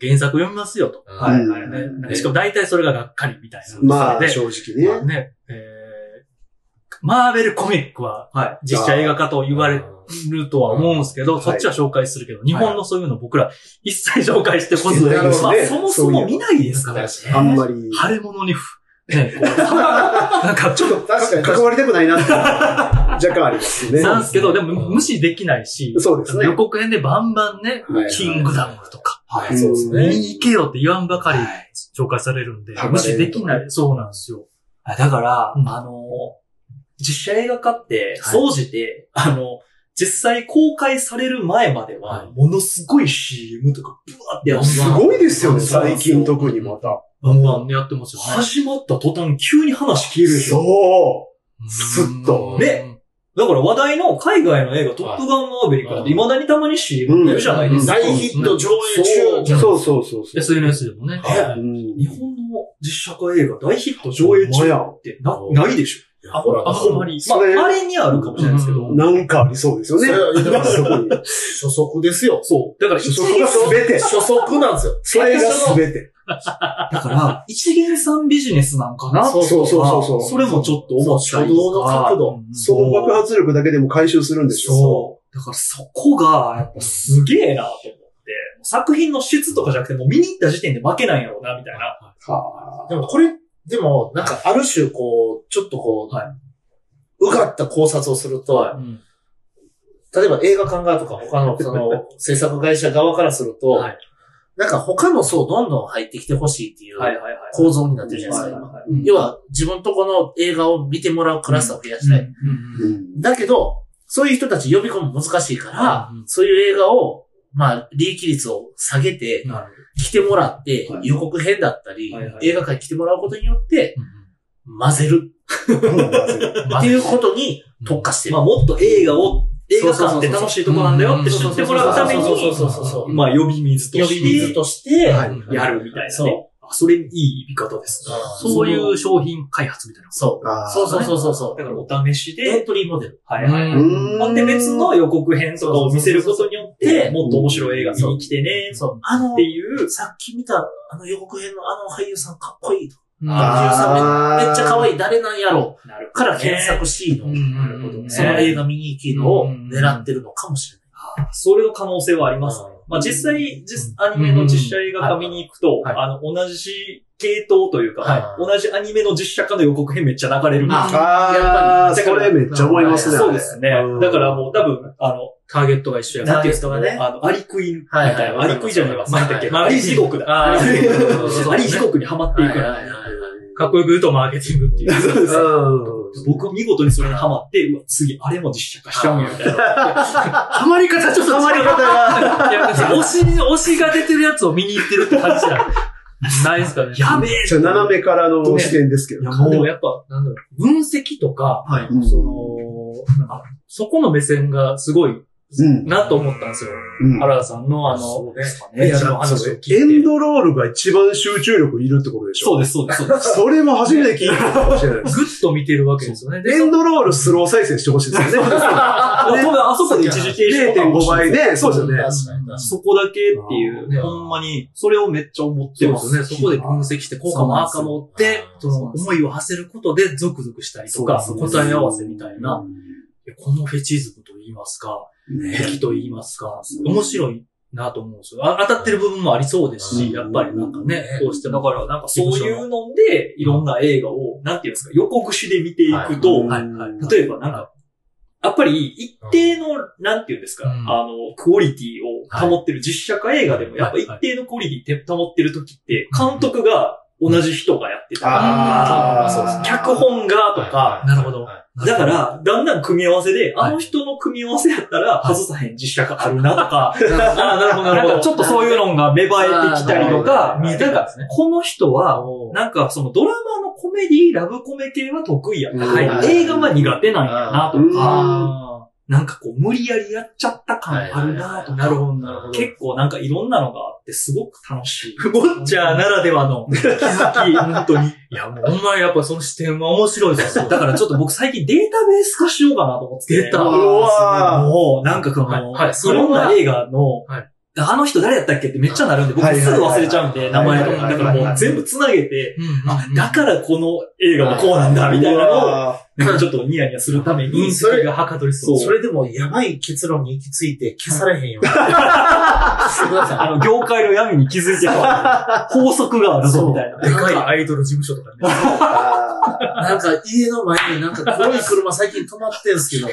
A: 原作読みますよと。
B: は
D: はいい。
B: はい
A: ねなんかしかも大体それががっかりみたいな。
B: まあ、
A: で
B: 正直ね。
A: ね、えーマーベルコミックは
C: はい
A: 実写映画化と言われるとは思うんですけど、
B: い
A: そっちは紹介するけど、日本のそういうの僕ら一切紹介してこず、
B: はいなるほ
C: ま
B: ど
C: あ
B: ね
C: そもそも見ないですから、
B: あんまり。
A: 腫れ物にふ、ね、こう [laughs] なんかちょっと、
B: 確かに関わりたくないなって、若干ありますね。
A: なんですけど、でも無視できないし、
B: そうですね
A: 予。告編でバンバンね、
B: はい
A: キングダムとか、
B: はい、そうです
A: 見
B: ね。
A: に行けよって言わんばかり紹介されるんで、
B: はい
A: 無視できない。そうなんですよ。
C: あだから、
A: うん
C: あの、実写映画化って、
A: はい
C: 総じて、あの、実際公開される前まで
A: は
C: は、ものすごい CM とか、ブワーってやって
B: すごいですよね、最近特にまた。
A: バンバンやってますよね。
C: 始まった途端、急に話消えるでしょ。
B: そ
A: す
B: スッと
C: ね。だから話題の海外の映画、トップガンマーベリックなんて、
D: はい
C: 未だにたまに CM 出るじゃないですか。
A: うん
D: 大ヒット上映
C: そう
D: 中
B: う。そうそうそうそう。
A: SNS でもね。
B: う
C: ね
B: ん
C: 日本の実写化映画、大ヒット上映
B: ほんま
C: 中
B: や
C: ってな、ないでしょ。あ、ほら、あんまり。ま
B: それ
C: あ、あれにあるかもしれないですけど
A: う。
B: なんかありそうですよね。
D: それはだから
B: そこに。
D: 初速ですよ。
C: そう。だから、
B: そこが全て。
D: 初速なんですよ。
B: それが全て。
C: だから、一元さんビジネスなんかな
B: そうそうそうそう
C: それもちょっと思ったり
D: 初動
C: と
D: の
C: か
D: 角。度。
B: その爆発力だけでも回収するんでしょ。
C: そう。だからそこが、やっぱすげえなと思って、作品の質とかじゃなくて、もう見に行った時点で負けないんやろうな、みたいな。
B: は
D: でもこれ、でも、なんかある種こう、ちょっとこう、
C: はいう
D: がった考察をすると、
A: うん
D: 例えば映画館側とか他のその制作会社側からすると、
A: はい
D: なんか他の層どんどん入ってきてほしいっていう
C: はいはいはい。
D: 構造になってるじゃないですか。
C: はい
B: うん
D: 要は自分とこの映画を見てもらうクラスを増やしたい。
B: うん
D: だけど、そういう人たち呼び込むの難しいから、
A: うん
D: そういう映画を、まあ、利益率を下げて、
A: なる
D: 来てもらって、
C: はい
D: 予告編だったり、
C: はいはい
D: 映画館に来てもらうことによって、
A: ほど。
D: 混ぜるっていうことに特化してる。
C: まあもっと映画を、映画館って楽しいとこなんだよって知ってもらうために、
D: そうそうそうそうそう。
C: まあ呼び水と
D: 呼び水
C: して
D: として、
B: はい
C: やるみたいなね
D: そ。
C: あそれいい呼び方ですね。
D: うん
A: そういう商品開発みたいな。
D: そう。
B: あー
D: そうそうそうそうそう。
C: だからお試し
D: エ
C: で、
D: ントリーモデル。
C: はい
A: うん
C: はい。
B: うん
C: ほんで別の予告編とかを見せることによって、
D: うん
C: もっと面白い映画見に来てね、っ
D: そう。あの
C: て、いう、
D: さっき見たあの予告編のあの俳優さんかっこいいと。
B: あー
D: めっちゃ可愛い。誰なんやろ
C: なる
D: から検索しいの。
A: な
C: るほどね
D: その映画見に行きのを狙ってるのかもしれない。
C: それの可能性はありますね。まあ実際、実アニメの実写映画化見に行くと、
D: はい
C: あの、同じ系統というか、
D: はい
C: 同じアニメの実写化の予告編めっちゃ流れるんで
A: あ
B: あー、それめっちゃ思いますね。
C: そうですね
B: うん。
C: だからもう多分、あの、
A: ターゲットが一緒や
D: な
A: か
D: んていうんですかね
C: あの、アリクイみたい
D: はい
C: な、
D: は
C: ア
D: い
C: リクイじゃないわ、なんだっけ、
D: はい
C: アリ地獄だ。
A: ら。あ
C: アリ地
A: ー
C: 獄にはまっていく
D: いはい
A: かっこよく言うとマーケティングっていう。
B: そうです。
C: 僕は見事にそれにハマって、うわ、次、あれも実写化しちゃうんや、みたい
A: [laughs]
C: な。
A: ハマり方ちょっと
B: ハマり方が。
A: いや、推し、推しが出てるやつを見に行ってるって感じじゃないですかね。
C: やべえ
B: ちょっと斜めからの視点ですけ
A: い
B: ど
A: や、。もうやっぱ、なんだろう、分析とか、
B: うん
A: その、なんかそこの目線がすごい
E: うん。
A: なと思ったんですよ。
E: うん。
A: 原田さんのあの、エッチの話を聞いて。
B: エンドロールが一番集中力いるってことでしょ
C: そうです、そうです、そうです。
B: それも初めて聞いたかもしれないです。
A: ぐっと見てるわけですよね。で
B: エンドロールスロー再生してほしいですよね。
C: あ多分あそこで一時停止ボタン
B: 0.5
C: を押して
B: 倍で、そうですよね。
C: そこだけってい
A: ね
C: う、ほんまに、それをめっちゃ思って
A: そう
C: ま。
A: ですすね。そこで分析して、効果も赤も追って、その思いを馳せることで、ゾクゾクしたりとか、
C: そうです
A: 答え合わせみたいな、このフェチズムと言いますか、敵と言いますか、面白いなと思うんですよ。あ当たってる部分もありそうですし、やっぱりなんかね、どうして
C: だ
A: も。
C: から、なんかそういうので、いろんな映画を、なんていうんですか、予告しで見ていくと、例えばなんか、やっぱり一定の、なんていうんですか、
A: うん
C: あの、クオリティを保ってる、実写化映画でも、やっぱ一定のクオリティって保ってる時って、監督が同じ人がやってたり、
E: あー
C: そうです脚本がとか、
A: なるほど。
C: だから、だんだん組み合わせで、あの人の組み合わせやったら、外さへん実写化あるなとか、
A: ああ、なるほど、な
C: な
A: るほ
C: んか
A: ど。
C: ちょっとそういうのが芽生えてきたりとか、
A: 見えてたんですね。
C: この人は、
A: おー
C: なんかそのドラマのコメディ、ラブコメ系は得意やな、
E: はい
C: 映画は苦手なんやなとか、
A: あ
C: なんかこう無理やりやっちゃった感あるなと
A: あ、
C: か、
A: なるほど、なるほど。
C: 結構なんかいろんなのがあってすごく楽しい。
A: ボッチャーならではの気づき、本当に。いや、もうほんまにやっぱその視点は面白いですよ。
C: だからちょっと僕最近データベース化しようかなと思ってて。
A: 出た。
E: う
B: わ
C: もうなんかこの、
A: はいはい
C: いろんな映画の、
A: はい
C: あの人誰やったっけってめっちゃなるんで、僕
B: はい
C: すぐ忘れちゃうん
B: は
C: で、
B: い
C: 名前と
B: は
C: か。
B: い
C: だからもう全部繋げて、
A: うんうん
C: あ、だからこの映画はこうなんだ、みたいなのを、なんかちょっとニヤニヤするために、
A: 分析がはかどりそう。
D: それでも、やばい結論に行き着いて消されへんように。してくださ
C: あの、業界の闇に気づいてた法則があるぞ、みたいな。
A: でかいアイドル事務所とかね。
D: い。なんか、家の前になんか黒い車最近止まってんすけど。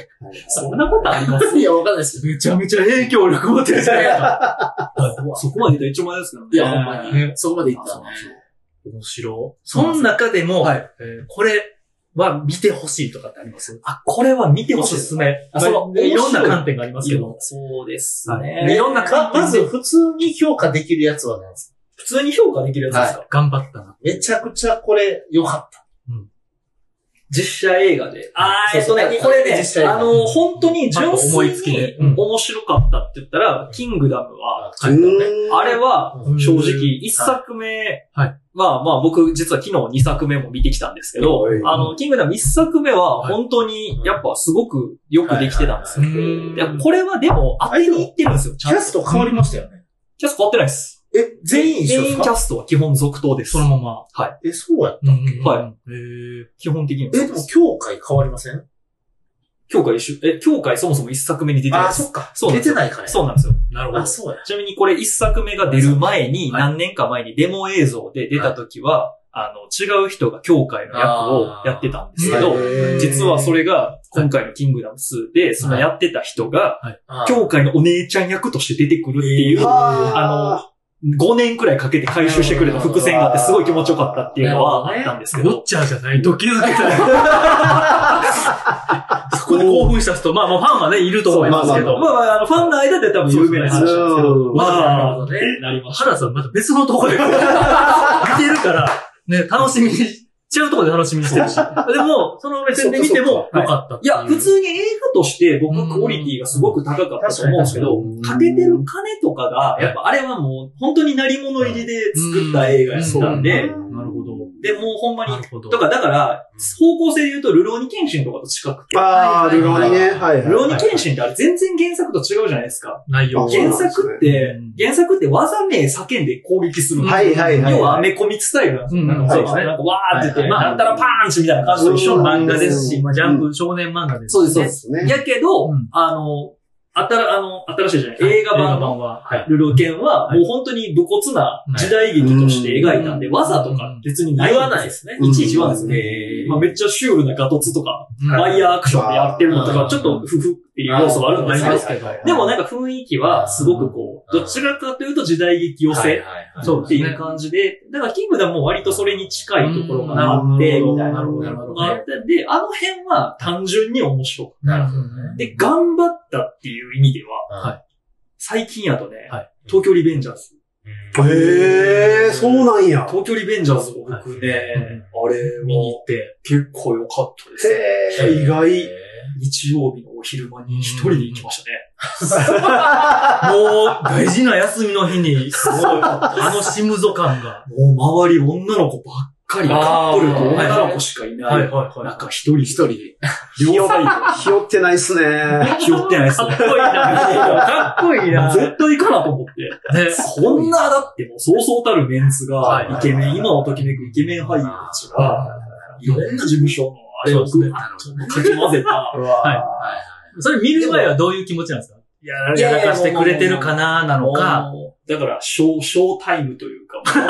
C: そんなことあります
D: いや、わかんないですけ
A: めちゃめちゃ影響力持ってるじゃないですか。
C: そこまで言うと一丁前ですけどね。
D: ど。いや、ほんまに。そこまで行った。
A: 面白。その中でも、
C: は
A: えーこれは見てほしいとかってあります
C: あ、これは見て
A: お
C: ほしいですす
A: す
C: ね。
A: め。
C: あその
A: まあいろんな
C: 面白い
A: 観点がありますけど。
C: そうです
A: は
C: ね。
A: いいろんな観
D: ままず、普通に評価できるやつは何ですか
C: 普通に評価できるやつですか、
A: 頑張ったな。
D: めちゃくちゃこれ良かった。
C: 実写映画で。あー、
D: そう
C: えっと
D: そう
C: ね、これね
D: 実写映、画
C: あの、本当に純
A: まあ思
C: 粋
A: いつきね
C: に
A: うん
C: 面白かったって言ったら、キングダムは、あれは
A: う、ん
C: 正直、一作目
A: は
C: は、まあまあ僕、実は昨日二作目も見てきたんですけど
B: はい、
C: あの、キングダム一作目は、
A: はい
C: 本当に、やっぱすごくよくできてたんですよ。いや、これはでも、当
D: あれ
C: て
D: で
C: にい
D: も
C: ってるんですよ、ちゃん
D: キ
C: と
D: ャスト変わりましたよね。
C: キャスト変わってないです。
D: え、全員一緒で
C: 全
D: す
C: 員キ
D: か
C: ャストは基本続投です。
A: そのまま。。
C: はい。
D: え、そう
C: は
D: や。
C: い
A: へえ。
C: 基本的には。
D: え、でも、教会変わりません
C: 教会一緒、え、教会そもそも一作目に出てない
D: あ、
C: です
D: そ。っか。
C: そうなんです
D: 出て
C: よ
D: ないからや。
C: そうなんですよ。
A: なるほど
D: あ、。そうや。
C: ちなみにこれ一作目が出る前に、何年か前にデモ映像で出た時は、あの、違う人が教会の役をやってたんですけど、
A: ー
C: 実はそれが今回のキングダム2で、そのやってた人が、
D: あ
C: 教会のお姉ちゃん役として出てくるっていう、あの、5年くらいかけて回収してくれた伏線があってすごい気持ちよかったっていうのはあったんですけ
A: ボッ
C: ど、
A: チャーじゃない、ドキドキじゃない。 [laughs] そこで興奮した人、まあまあファンはね、いると思いますけ
C: まあ
A: ど。
C: まあ、あの、ファンの間で多分有名な話なんですけど、
B: うん
C: ま
A: なる
C: あ、
A: ほどね
C: なりました。
A: 原さんまた別のところ [laughs] で見てるから、ね、楽しみに、違うところで楽しみにしてるし。でも、 [laughs] その目線で見ても良かったって
C: いや、普通に映画として僕はクオリティがすごく高かったと思うんですけど
B: うん、
C: かけてる金とかが、やっぱあれはもう本当に鳴り物入りで作った映画やったんで、
A: なるほど。
C: で、もうほんま
A: な
C: に、
A: るほど。
C: とか、だから、方向性で言うと、ルローニケンシンとかと近くて、
B: あー、ルローニね。はいはい。
C: ルローニケンシンってあれ全然原作と違うじゃないですか。
A: 内容
B: あ
A: が
C: 原作って、原作って技名叫んで攻撃する。
B: はいはいはい。
C: 要はアメコミスタイルなんですよ。
A: うん
C: なんかそうですね。なんかわーって言って、
A: はいはい
C: なんたらパーンチみたいな感じと一緒の
A: 漫画ですし、まあジャンプ少年漫画ですしね。
C: そうです
E: そ
C: そう
E: う
C: で。
E: ですすね。
C: やけど、
A: うん
C: あの、あたら、あの、新しいじゃない、映画版の
A: は。はい。
C: ルロケンは、
A: はい
C: もう本当に武骨な時代劇として描いたんで、
A: うん
C: 技とか別にない
D: 言わないですすね。
C: いちいち言わないですね。
D: え
C: まあ、めっちゃシュールなガトツとか、
A: うん
C: ワイヤーアクションでやってるのと
D: う
C: か
D: ん、
C: ちょっとフフっていう要素はあるんですけ
A: ありま
C: ど
A: す、けど。
C: でもなんか雰囲気はすごくこう、
D: うん
C: どちらかというと時代劇寄
D: はい
C: せ
D: はいはい
A: そう
C: っ
A: で
C: て
A: す
C: い
A: ね
C: う。感じで、だからキングダムも割とそれに近いところがあって、
B: うん
C: みたい
B: な
C: な
B: る
C: の
B: ほどな
A: るほど
C: があって、で、あの辺は単純に面白かっ
A: なる
D: ほ
A: ほど
C: た。
A: ね。
C: で、頑張ったっていう意味では、
A: は
C: 最近やとね、
A: はい
C: 東京リベンジャーズ。
B: へえ、そうなんや。
C: 東京リベンジャーズを僕ね、あれ
A: 見に
C: も
A: 行って。
C: 結構良かったです。
B: へえ、意外。
C: 日曜日のお昼間に一人で行きましたね。
A: [laughs] もう、大事な休みの日に、すごい、あのシムゾ感が。
C: もう周り女の子ばっかり、カ
A: あー
C: ップルと女の子しかいない。
A: はいはいはい
C: 中一人。
B: 一人で。
A: [laughs]
C: 両サイ
B: ひよってないっすね。
C: ド。ひよってないですね。
A: こいいな。かっこいいな。
C: [laughs] 絶対行かなと思って。
A: ね
C: そんな、だってもう、そうそうたるメンツが、イケメン、今をときめくイケメン俳優たちが、いろんな事務所の、あれをぐわっとかき混ぜた、
B: うわ
A: はいそれ見る前はどういう気持ちなんですかい [laughs] や、やらかしてくれてるかななのか。
C: もうだから、ショー、ショータイムというか、も
B: ー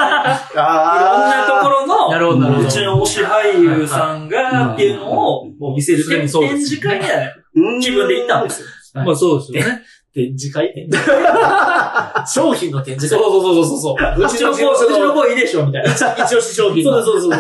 B: あ
C: ういろんなところの、
A: なるほど、なるほ
C: うち
A: ど。
C: の推し俳優さんが、っていうのを、もう見せる
A: それ
C: 展
A: もそうですね
C: 示会みたいな。
B: ろ
C: 自分で行ったんですよ。
A: まあそうですよね。
D: 展示会展
C: [laughs]
D: 示会商品の展示
C: そう
D: 会。
C: そうそうそうそう。
D: う
C: うちの子、うちの子いいでしょみたいな。そ
D: 一押し商
C: う
D: 品
C: そう
D: の。
C: そうそう。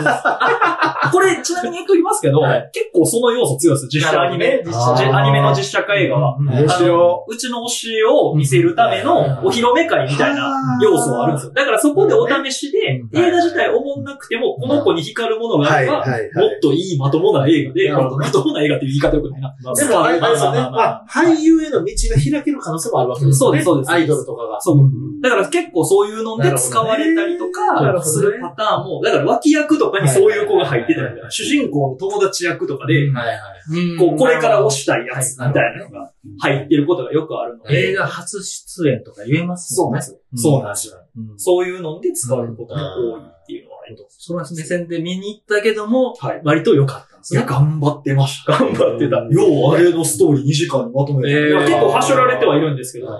C: これ、ちなみに言っときますけど、結構その要素強いですよ。実写アニメ、
D: なるほどね
C: 実写アニメの実写化映画は。
A: うん
B: 面白
C: うちの推しを見せるためのお披露目会みたいな要素はあるんですよ。だからそこでお試しで、
A: うん
C: 映画自体思んなくても、この子に光るものがあ
B: はい
C: れば、
B: は
C: も
B: いはい。
C: っといいまともな映画で、
D: なるほど
C: まともな映画っていう言い方よくないな。
D: でも、あれです
C: まあまあまあ
D: よね。
C: まあ
D: まあ、俳優への道が開ける可能性もあるわけです
C: そ
D: よね。
C: うですそうです
D: アイドルとかが。
C: そう。だから結構そういうので使われたりと
D: な
C: か
D: るほどね
C: するパターンも、だから脇役とかにそういう子が入ってたりとか、主人公の友達役とかで、
D: はいはい。
C: こう、これから推
A: し
C: したいやつみたいなのが入ってることがよくあるの
A: 映
C: で、
A: 画初出演とか言えますもんね。
C: そう
A: うん
C: そうなん
D: な
C: で
D: んですよ。
A: うん
C: そういうので使われることが多いっていうのはあります。
A: その目線で見に行ったけども、
C: はい。
A: 割と良かったんです
C: いや、
A: ね。
C: 頑張ってました。頑
B: 張ってた
C: よう、あれのストーリー2時間にまとめて。
A: えー
C: いや結構はしょられてはいるんですけど。だ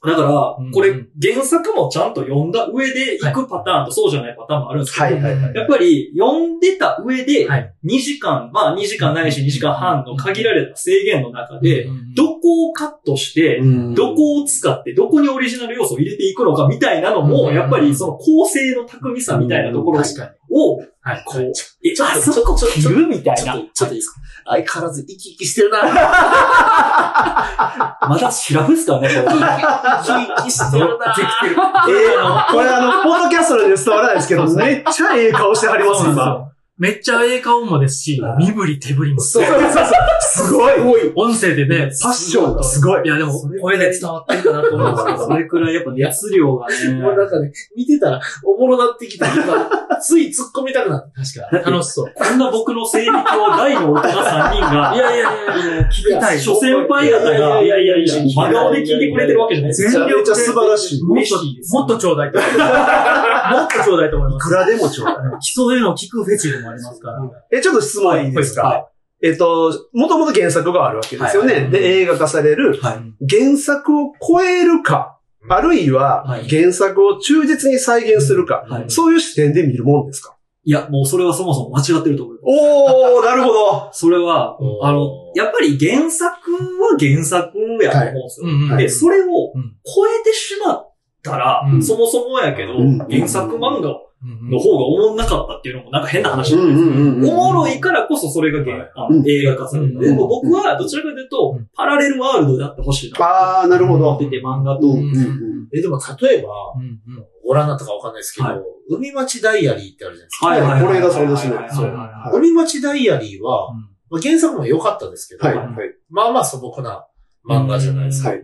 C: から
A: うん、
C: これ、原作もちゃんと読んだ上で行くパターンとそうじゃないパターンもあるんですけど、
B: はいはいはい。
C: やっぱり、読んでた上で、
A: はい
C: 2時間、まあ2時間ないし2時間半の限られた制限の中で、
A: うん
C: どこをカットして、どこを使って、どこにオリジナル要素を入れていくのかみたいなの
A: う
C: も、
A: ん
C: やっぱりその構成の巧みさみたいなところを、
D: 確かに。
C: こ
D: はい。
C: う、え、
D: ちょっと
C: あそこ
D: ちょっと
C: 切るみたい
D: ちょっ
C: な。
D: と、ちょっといいですか相変わらず生き生きして
C: [laughs]
D: るな。
C: まだ調べっすからね、これ
D: 生き生きしてるな。
B: えー、これあの、ポッドキャストで伝わらないですけど、めっちゃええ顔してはります、
A: そうなん
B: 今。
A: ですよめっちゃええ顔もですし、身振り手振りもす
B: そうそうそう。すごい。
A: 音声でね、
B: パッションがすごい
A: い。やでも、声で伝わってるかなと思うんですけど
C: それくらいやっぱ熱量がね。
D: もうなんかね、見てたらおもろなってきた。今つい突っ込みたくなって。確
A: 楽しそう。
C: こんな僕の性癖を大の大人3人が、
A: いやいやいやいや、聞きたい。
C: 諸先輩方が、
D: いやいやいやいや
C: 真顔で聞いてくれてるわけじゃないです
B: めちゃめちゃ素晴らしい。い
A: もっ
C: 嬉
A: と
C: しいで、す
A: もっとちょうだいと思います。もっとちょうだいと思います。
B: くらでもちょうだい。
A: 基礎での聞くフェチでもありますから。
B: え、ちょっと質問いいですか、
C: はい
B: えっと、もともと原作があるわけですよね。
A: はいはい
B: で、映画化される、
C: はい
B: 原作を超えるか、あるいは
C: はい
B: 原作を忠実に再現するか、
C: はい
B: そういう視点で見るもんですか
C: いや、もうそれはそもそも間違ってると思います。
B: おー、なるほど。
C: それは
D: お、ー
C: あの、やっぱり原作は原作やと思うんですよ。
A: うんうん
C: で、それを
A: うん
C: 超えてしまったら、
A: うん
C: そもそもやけど、
B: うん
C: 原作漫画
A: うん
C: の方がおもんなかったっていうのもなんか変な話
B: う。んうんうんうん。
C: おもろいからこそそれが原、あ
B: うん
C: 映画化される。
A: うん
C: でも僕はどちらかというと
A: うん、
C: パラレルワールドであってほしいな。
B: あー、なるほ
C: 思っ
B: ど。
C: てて漫画と。
B: うん
A: ん
B: うんうん
D: え、でも例えば、
A: うんうん
D: ご覧になったかわかんないですけど
C: は、
D: 海町ダイアリーってあるじゃないですか。
B: はいはいこれがそうですね
C: はいはい
A: そ
C: は
A: う
C: いはい
B: はい
D: 海町ダイアリーは、
A: は
D: まあ原作も良かったですけど、
B: はい、はい。
D: まあまあ素朴な漫画じゃないですか。
B: はい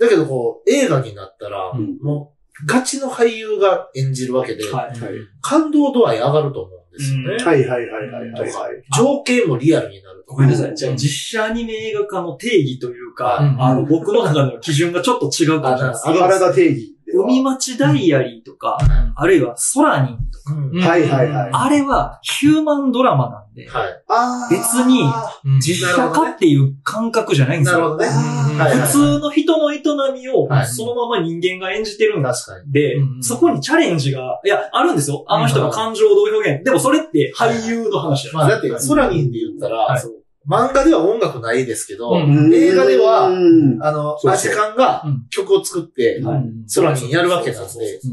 D: だけどこう、映画になったら、
B: うん
D: もう、ガチの俳優が演じるわけで、
C: はい
B: はい
D: 感動度合い上がると思うんですよね。
C: うん
B: はいはいはいはいはいはい。
D: 情景もリアルになると
C: ご
D: 思う
C: めんなさい。じゃあ、実写アニメ映画化の定義というか、
A: うん
C: あの、僕の中での基準がちょっと違うかもしれないです。
B: あがらだ定義では。
C: 海町ダイアリーとか、あるいは空に、
D: うん
A: うん
B: はいはいはい
C: あれはヒューマンドラマなんで、
D: はい。
B: あー
C: 別に
A: うん
C: 実写化っていう感覚じゃないんです
D: なるほ
C: よ。
D: どね。
A: うん
D: はい
C: 普通の人の営みを
D: はい
C: そのまま人間が演じてるんだ。
D: 確かに。
C: で
A: うん、
C: そこにチャレンジが、いや、あるんですよ。あの人の感情をどう表現。でもそれって俳優の話じゃ
D: ま
C: な
D: あ、
C: い
D: だって、空にで言ったら、
A: はい
D: そう漫画では音楽ないですけど、
A: うん
D: 映画では
B: うん
D: あの、
B: そう
D: ア
B: そ
D: ジ
B: う
D: カンが
A: うん
D: 曲を作って、
C: はい
D: 空にやるわけなん
C: そうそう
D: で
C: そ、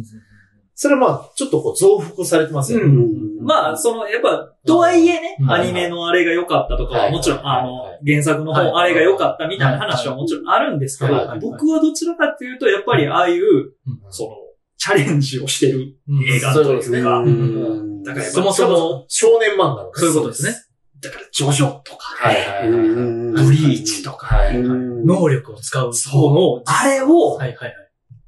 D: それはまあ、ちょっとこう増幅されてますよね。
C: うん
B: うん
C: まあ、その、やっぱ、とはいえね
A: う、ん
C: アニメのあれが良かったとか
D: は
C: は、
D: い
C: もちろん、あの
D: はい、
C: 原作の
D: はい
C: 方、あれが良かったみたいな話はもちろんあるんですけ
D: はいは
C: ど
D: い、
C: 僕はどちらかっていうと、やっぱりああいう、その、チャレンジをしてる
A: うん
C: 映画
D: そういう
C: と
D: こと
C: い
D: ですね
C: うか、
B: うん
C: だからやっぱ
A: そもそも、
D: 少年漫画の
A: そういうことですね。
C: だから、ジョジョとか、
E: はいはいはいはい。
C: ブリーチとか、
E: はい。
A: 能力を使う。
C: そう。あれを、
A: はいはい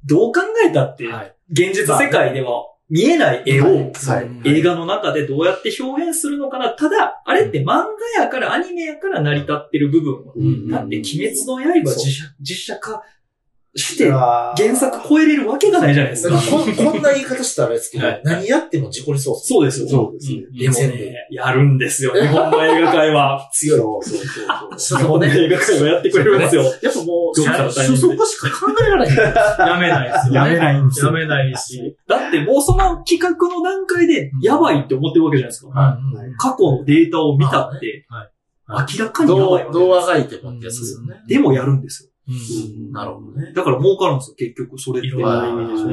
C: どう考えたって、
A: はい。
C: 現実世界では見えない絵を、
B: はい
A: うん
C: 映画の中でどうやって表現するのかな。ただ、あれって漫画やからアニメやから成り立ってる部分は。だって、鬼滅の刃
B: そう
C: 実写実写化して、
B: 原
C: 原作超えれるわけがないじゃないです
D: なん
C: か
D: か。こんこんな言い方したらあれですけど
C: は、い
D: 何やっても事故りそうっす
C: そうですよ。
B: そうですね。。
C: でも
D: 全部
C: ね、やるるんですよ。日本の映画界は
D: [laughs]
B: 強い。そうそうそうそう。
D: ちょっ
C: 日
D: ともう
C: 本の
D: ね、
C: 映画界はやってくれるんですよ。
D: やっぱもう、
C: どうしたら大変で
D: 初速化しか考えられへん。
A: やめないですよ、ね。
B: やめないんですよ
A: やめないし。
C: だってもうその企画の段階でやばいって思ってるわけじゃないですか。
B: は
D: うん
C: 過去のデータを見たって
A: は、
C: 明らかにやばい
D: ど
C: わけ
D: う、
C: じゃ
D: どう
C: ない
D: あがいてもってやつですよね。
C: でもやるんですよ。
B: うん
D: なるほどね。
C: だから儲かるんですよ、結局、それって。
A: いろんな意味です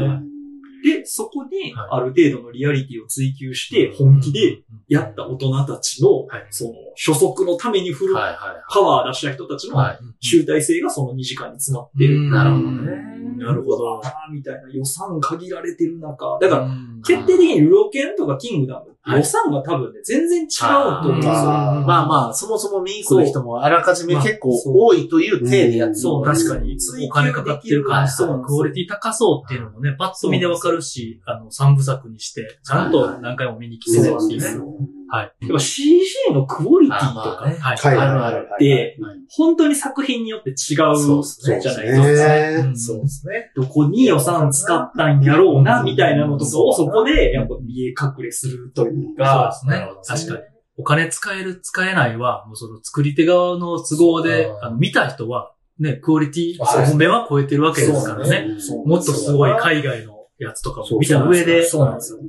A: ね
C: で、そこに
A: はい、
C: ある程度のリアリティを追求して、本気でやった大人たちの、
A: はい
C: その、初速のために振る、
D: はいは
C: パワー出した人たち
D: い。
C: の
D: はい。
C: 集大成がその2時間に詰まってる。
D: なるほどね。
A: なるほど。
C: あーみたいな予算限られてる中。だから、
A: うん
C: 決定的にルロケンとかキングダム、
D: はい
C: 予算が多分ね、全然違うと思うんですよ。
A: あー
D: まあまあ、そもそも見に来る人もあらかじめ結構多いという体でやってる
C: そう、確かに。
A: お金かかってるから、
C: そうなんです
A: クオリティ高そうっていうのもね、パッと見でわかるし、あの、三部作にして、ちゃんと何回も見に来てるっていうね。はい。
C: やっぱ CG のクオリティと
D: あ
C: か
D: ーまあね
A: はい。
B: はいはい
D: ある
B: は
D: あ
B: い
D: る
B: はいはい。
C: で本当に作品によって違うじゃ
D: そうっす
C: ない
D: ね
C: ですか。
B: ね
A: うん
D: そうですね。
C: どこに予算使ったんやろうな、みたいなのとかをそこで、やっぱ見え隠れするというか、
A: そうですね。確かに。お金使える、使えないは、もうその作り手側の都合で
D: う、ん
A: あの見た人は、ね、クオリティ、
B: はい
A: 本面は超えてるわけですから
D: そうで
A: ね。
D: そう
A: もっとすごい海外のやつとかも見た
B: そう
A: 上で、
C: そうなんですよ。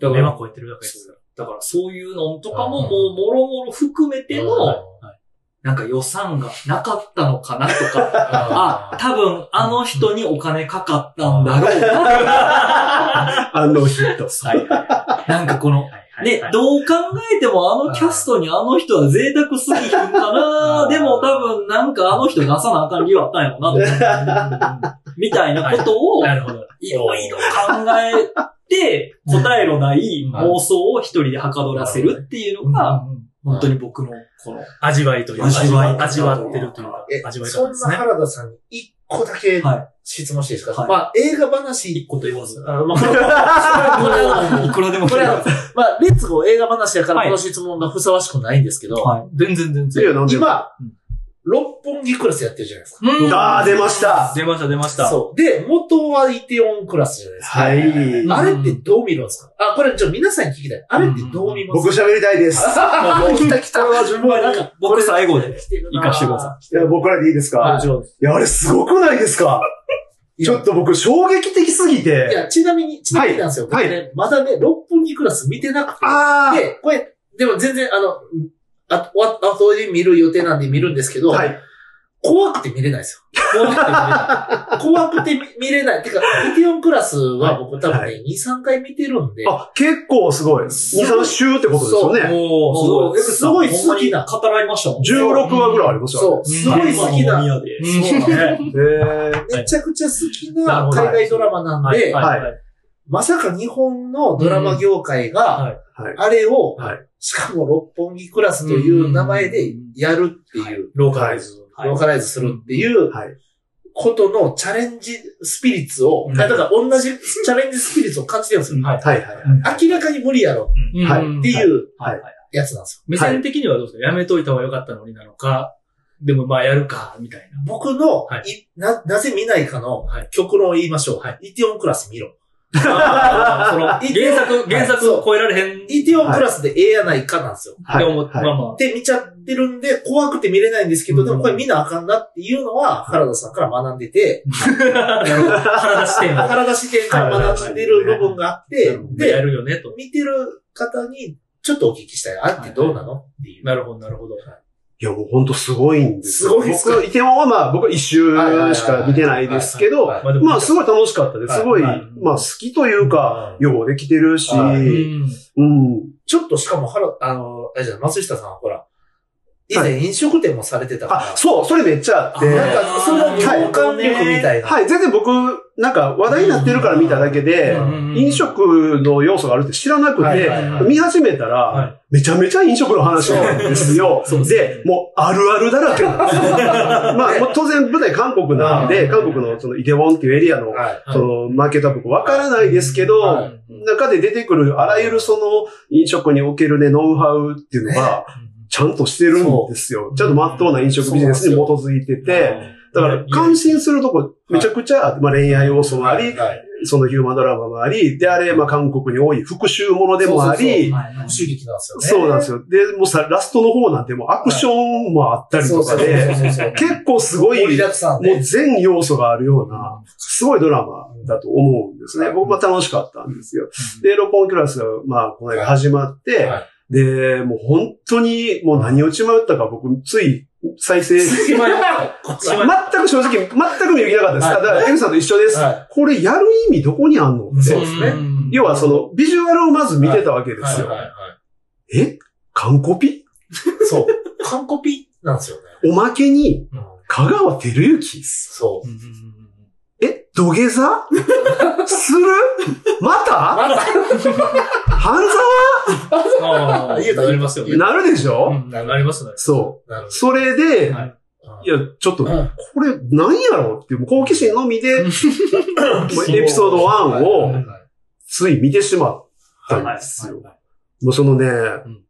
C: だか
A: 目は
C: ら、
A: 超えてるわけですから。
C: だからそういうのとかももうもろもろ含めての、なんか予算がなかったのかなと
A: [laughs]
C: か、あ、多分あの人にお金かかったんだろうな。
B: あのヒット。
C: なんかこの、ね、どう考えてもあのキャストにあの人は贅沢すぎるか
A: う
C: な。
A: ん
C: でも多分なんかあの人出さなあかん理由あったんやろな。みたいなことを、
A: [laughs] なるほど。
C: いろいろ考えて、答えのない妄想を一人ではかどらせるっていうのが、
A: うん
C: 本当に僕のこの、
A: 味わいというか、
C: 味わい方
A: 味わってるというか
D: え、、
A: 味わい
D: そ
A: 方
D: ん
A: です
D: な
A: ね。
D: 原田さんに一個だけ
C: は
D: 質問していいですか
C: はい
D: まあ、映画話
C: い、一個と言わず。
D: あのまあ、これは、
C: いくらでも
D: これは、まあ、レッツゴー映画話やから
C: はい
D: この質問がふさわしくないんですけど、
C: はい。
A: 全然全然。
B: 今、
D: 今
A: うん、
D: 六本木クラスやってるじゃないですか。
A: うん
B: あー出ました
A: 出ました、出ました。
D: そう。で、元はイテオンクラスじゃないですか。
B: はい。
D: あれってどう見るんですかあ、これちょっと皆さんに聞きたい。あれってどう見ます
B: 僕喋りたいです。
D: あもう来た来た。
C: なんか僕最後で行かしてくださ
B: いや僕からでいいです
D: はい
B: かいや、あれすごくないですかちょっと僕衝撃的すぎ
D: いや、
B: て。
D: ちなみに、ちなみになんですよ。
B: はい
D: 僕ねまだね、六本木クラス見てなくて。
B: あー
D: で、これ、でも全然、あの、あ、終わった後で見る予定なんで見るんですけど、
B: はい。
D: 怖くて見れないですよ。怖くて見れない。怖くて見れない。てか、イテオンクラスは僕多分
B: は
D: ね、2、3回見てるんで、
B: あ、結構すごい。2、3週ってことですよね。
A: おー、すごい。
C: い。
D: すごい好きな
C: 語らいましたもん。
B: 16話ぐらいありました
D: そう、すごい好きな、
C: 宮で。
A: そうなんだね。
B: ね。へー
D: めちゃくちゃ好き
A: なる
D: な
A: ほど
D: 海外ドラマなんで、
B: [laughs] はい
A: はい。
D: まさか日本のドラマ業界が、
B: うんはい
D: あれを、
B: はい
D: しかも六本木クラスという名前でやるっていう、
A: ローカライズ。
C: はい
D: ローカライズするっていう
B: はい。
D: ことのチャレンジスピリッツを、
A: うん
D: あだから同じチャレンジスピリッツを感じてるんですよ。
A: はい。
B: はいはいはい。
D: 明らかに無理やろ
B: はい
A: うん
D: っていう
B: はい
D: やつなんですよ。
A: 目線的にはどうですかやめといた方が良かったのになのか、でもまあやるか、みたいな。
D: 僕の、
A: はい
D: な、なぜ見ないかの
A: はい
D: 極論を言いましょう。
A: は
D: イテオンクラス見ろ。
A: あーそ
C: [laughs]
A: の
D: イテオン
A: 原作、原作を超えられへん。
D: イテオンクラスでええやないかなんですよ。
A: って思って、
B: はい
A: まあま
D: で見ちゃってるんで、怖くて見れないんですけど、
A: うん
D: でもこれ見なあかんなっていうのは、原田さんから学んでて、
A: あ、体視点を
D: 原田視点から学んでる部分があって、
A: でや
D: で、
A: るよね、と。
D: 見てる方にちょっとお聞きしたい。あれってどうなのっていう。
A: なるほど、なるほど。
B: いや、もうほんとすごいんですよ
D: すごいですか
B: 僕、イテウォンはまあ、僕は一周しか見てないですけど、
D: はい
A: まあでも、
B: まあ、すごい楽しかったです。すごい、
A: は
B: ま
A: い
B: あ、好きというか、ようできてるし、
A: う
D: は
A: ん
B: うん。
D: ちょっとしかも原、あの、あれじゃない松下さんはほら、以前飲食店もされてたから、
B: あ、そう、それめっちゃあって、
D: なんかその共感力みたいな。
B: はい、全然僕なんか話題になってるから見ただけで、飲食の要素があるって知らなく
D: はい
B: て
D: は、いはい
B: 見始めたら、
A: はい
B: めちゃめちゃ飲食の話なんですよ。で、もうあるあるだら
D: [laughs]
B: けなんですよ。まあ、もう当然舞台韓国なんで、韓国のそのイテウォンっていうエリアの、
D: はい。
B: そのマーケットアップわからないですけど、
D: はい
B: 中で出てくるあらゆるその飲食におけるね、ノウハウっていうのが、ちゃんとしてるんですよ。ちゃんと真っ当な飲食ビジネスに基づいてて、だから感心するとこめちゃくちゃ、まあ恋愛要素もあり、
D: はい
B: そのヒューマンドラマもあり、であれ、まあ韓国に多い復讐ものでもあり、
D: 不思議なんですよね。
B: そうなんですよ。で、もうさ、ラストの方なんてもうアクションもあったりとかで、
D: そうそうそうそう
B: 結構すごい、
D: 盛りだくさん
B: も
D: で
B: う。全要素があるような、すごいドラマだと思うんですね。僕も楽しかったんですよ。で、ロポンクラスが、まあ、この間始まって、
D: はい
B: で、もう本当に、もう何をちまったか僕、つい、再生、全
A: まい
B: く正直、全く見る気なかったです。
D: はい
B: ただ、エグさんと一緒です。
D: は
B: これやる意味どこにあんのって
D: そうですね
A: ん
B: 要はその、ビジュアルをまず見てたわけ
D: い。
B: ですよ。
D: はいはいは
B: え完コピ
D: いそう。完コピなんですよね。
B: おまけに、
D: うん
B: 香川照之
D: そうう。
A: んうんうん
B: え土下座するまた
D: まだ
B: 半
A: ああ、
D: 言えた
A: なりますよ
B: 沢
A: ね。
B: なるでしょ、
A: うんなりますね。
B: そ
D: なる
B: う。それで、
A: はい
D: ほど。
B: いや、ちょっと、
D: う
B: こ
D: ん
B: れ、なんやろうっていう、もう好奇心のみ [laughs] で、もうエピソード1
D: はいは
B: を
D: い、はい
B: つい見てしまったん
A: はい
B: ですよ。もうそのね
A: ん、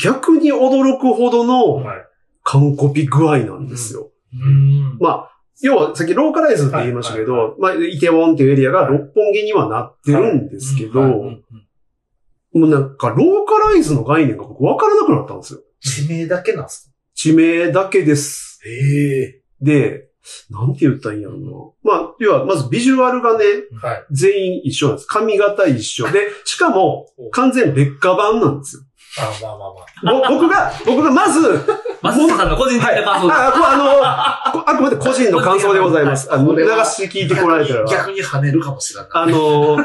B: 逆に驚くほどの
D: はい
B: 完コピ具合なんですよ。
A: うん。
B: まあ、要は、さっきローカライズって言いましたけ
D: は
B: ど、まあ、イテウォンっていうエリアが六本木にはなってるんですけど、
A: はい
B: もうなんか、ローカライズの概念が僕分からなくなったんですよ。
D: 地名だけなんです
B: 地名だけです。
D: かへえ。
B: で、なんて言ったらいいんやろうな。まあ、要は、まずビジュアルがね、
D: はい。
B: 全員一緒なんです。髪型一緒で、しかも、完全劣化版なんですよ。
D: あまあまあまあ。 [laughs]
B: ぼ僕が、僕がまず、
C: マスさんの個人的な感想です。
B: あ、こあの、こあくまで個人の感想でございます。あの、流し聞いてこられたら。
D: 逆に跳ねるかもしれない。
B: あの、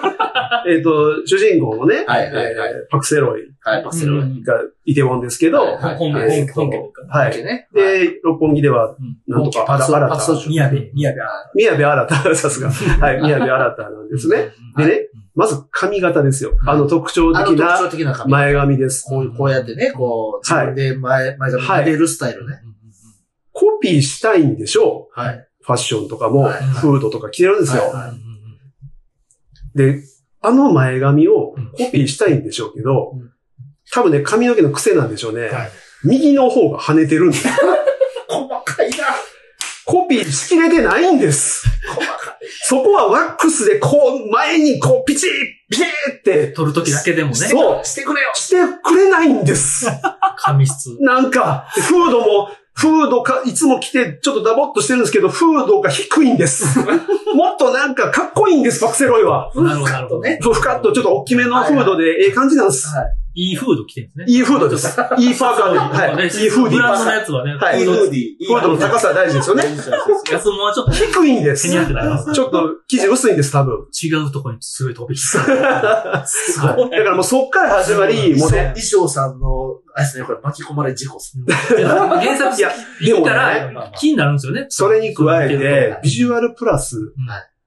B: えっ、と、主人公のね、
D: はいはいはい
B: えーパクセロイ
D: はい。
A: パセロイ
B: がイテウォンですけど、
D: はい
A: 本本
B: はい
A: 本本家というか。
B: は
D: だけ
B: い。
D: ね。はい、
B: で、六本木では、なんとか、
D: パ
B: 新
D: ス
B: た
D: パス
C: 宮部、宮部。
B: 宮部新た、 [laughs] さ
D: [laughs]
B: すが。はい、宮部新たなんですね。でね、まず髪型ですよ。あの特徴
D: あの
B: 的
D: 特
B: な
D: 徴的な髪。
B: 前髪です。
D: こう、こうやってね、こう、自分で前、前髪
B: はい
D: 入れるスタイルね。
B: コピーしたいんでしょ
D: はい。
B: う。ファッションとかも、
D: はい
B: フードとか着てるんですよ。
D: はい
B: で、あの前髪をコピーしたいんでしょうけど、
D: うん
B: 多分ね、髪の毛の癖なんでしょうね。
D: はい
B: 右の方が跳ねてるん
D: [laughs]
B: です。
D: 細かいな。
B: コピーしきれてないんです。
D: 細かい。
B: そこはワックスでこう、前にこう、ピチッ、ピチッって、
C: 撮るときだけでもね。
B: そう、
D: してくれよ。
B: してくれないんです。
A: 髪質。
B: なんか、フードも、フードか、いつも着て、ちょっとダボっとしてるんですけど、フードが低いんです。もっとなんか、かっこいいんです、パクセロイは。
C: なるほど、なるほど。
D: ね。
B: ふふかっと、ちょっと大きめのフードで、ええ感じなんです。
D: はい
C: いいフード着てるんですね。
B: いいフードです。いいパーカーで、はい。いいフーディ
A: ブ
B: ー
A: ラン
B: パ
A: ドの
B: ーカー。
A: やつはね、
B: はい。フ
D: ディ
B: ードの高さは大事ですよね。
C: 安物はちょっと
B: 低いんです。
C: 手に合ってないです
B: ちょっと、生地薄いんです、
A: [laughs]
B: 多分。
C: 違うところにすごい飛び火
B: [laughs]
C: する。す
B: だからもうそっから始まり、もうね、
D: 衣装さんの、あれですね、これ巻き込まれ事故する。 [laughs]
C: 原作
B: いや
C: 見
B: でも
C: た
B: ね、
D: まあまあ
C: ら気になるんですよね。
B: それに加えて、ビジュアルプラス、
D: はい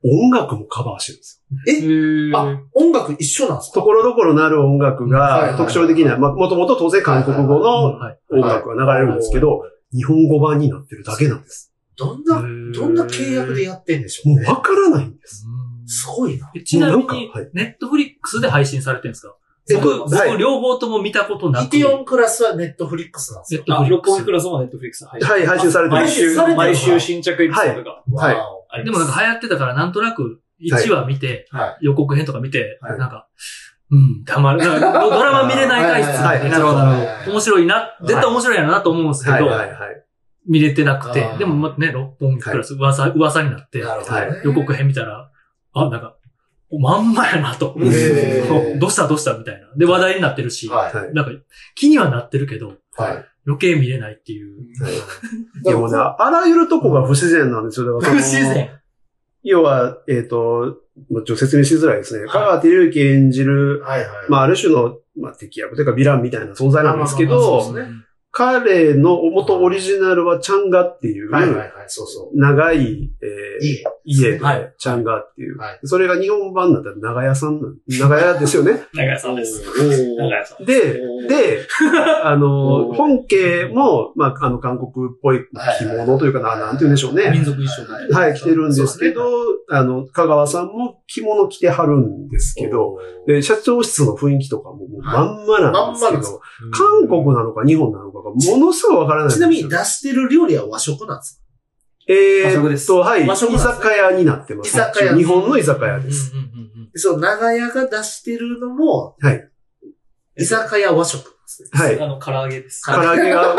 B: 音楽もカバーしてるんですよ。
D: あ、音楽一緒なんです
B: と
D: か
B: ころどころなる音楽
D: はいはいは
B: が
D: い
B: 特徴的な、まあ、もともと当然韓国語の
C: はい
B: 音楽が流れるんですけど、日本語版になってるだけなんです。
D: どんな、どんな契約でやってんでしょ
B: も
D: う
B: う
D: ね。
B: わからないんです。
D: すごいな。
C: えちなみ
B: もうなん
C: に
B: かはい、
C: ネットフリックスで配信されてるんですか
D: えっ
C: 僕、
D: と
B: はい
C: 僕両方とも見たことな
D: イ
C: く。
D: テオンクラスはネットフリックスなんです
C: ネ
D: よ
C: ッ。トフリッ
A: 六
C: ク
A: 本木
C: ス
A: ク。ラスもネットフリックス配信。
B: はい、配信されてる
A: 毎
B: し。
A: 週、
D: されてる
A: 毎週新着エピソードが
B: はい
D: わお
A: あり
C: で
A: ます。
C: もなんか流行ってたからなんとなく1話見て、
D: は
C: 予告編とか見て、
D: はい
C: なんか、うん、たまる。なんかドドラマ見れない体質
B: はい
C: で
B: はい
C: ちょっと
D: なるほどなるほど
C: 面白いな、絶対面白いやろなと思うんですけ
B: はい、
C: ど、
B: はい、はい。
C: 見れてなくて
D: あ、ー
C: でもまね、六本木クラス噂、噂になって
D: い。、なるほ
B: は
D: ど
B: い
D: ね。
C: 予告編見たら、あ、なんか、おまんまやなと。
D: へー
C: [laughs] どうしたどうしたみたいな。で、話題になってるし、
D: はい。
B: はい。
C: なんか、気にはなってるけど、
D: はい。
C: 余計見れないっていう。
B: いや、もうね、あらゆるとこが不自然なんですよ。だからその。要は、えっと、まあちょっと説明しづらいですね。香川照之演じる、
D: はいはい。
B: まあ、ある種の、まあ、敵役というか、ヴィランみたいな存在なんですけ
D: まあまあまあそうです
B: ど
D: ね、
B: 彼の元オリジナルはチャンガっていう、
D: はいはいはい、そうそ
B: 長い、
D: う。
B: えー
D: いい。
B: 家で
A: はい
B: チャンガっていう
D: はい。
B: それが日本版だったら長屋さんなん、長屋ですよ
C: [laughs]
B: ね。
C: 長屋さんです。長屋さん。
B: で、で、あ
D: お
B: の、
D: ー
B: 本家も、まあ、あの、韓国っぽい着物というかな、
D: はいはい
B: なんて言うんでしょうね。
C: 民族衣装みたいな。
B: はい、着てるんですけど、あの、香川さんも着物着てはるんですけど、、で、社長室の雰囲気とかももうまんまなんです
D: まんまな
B: け
D: んです
B: ど、韓国なのか日本なのかがものすごいわからないんです
D: ち
B: よ
D: なみに出してる料理は和食なんです
B: え
C: 和食
B: ー
C: で
B: っ
C: す
B: と、はい。
D: 和食なん
B: 居
D: ですね
B: 酒屋になってます。
D: 居酒屋
B: 日本の居酒屋です。
C: うんうんうんうん
D: かその長屋が出してるのも、
B: はい。
D: 居酒屋和食なんですね。
B: はい。
C: あの、唐揚げです。
B: 唐揚げ
D: [laughs]
B: が、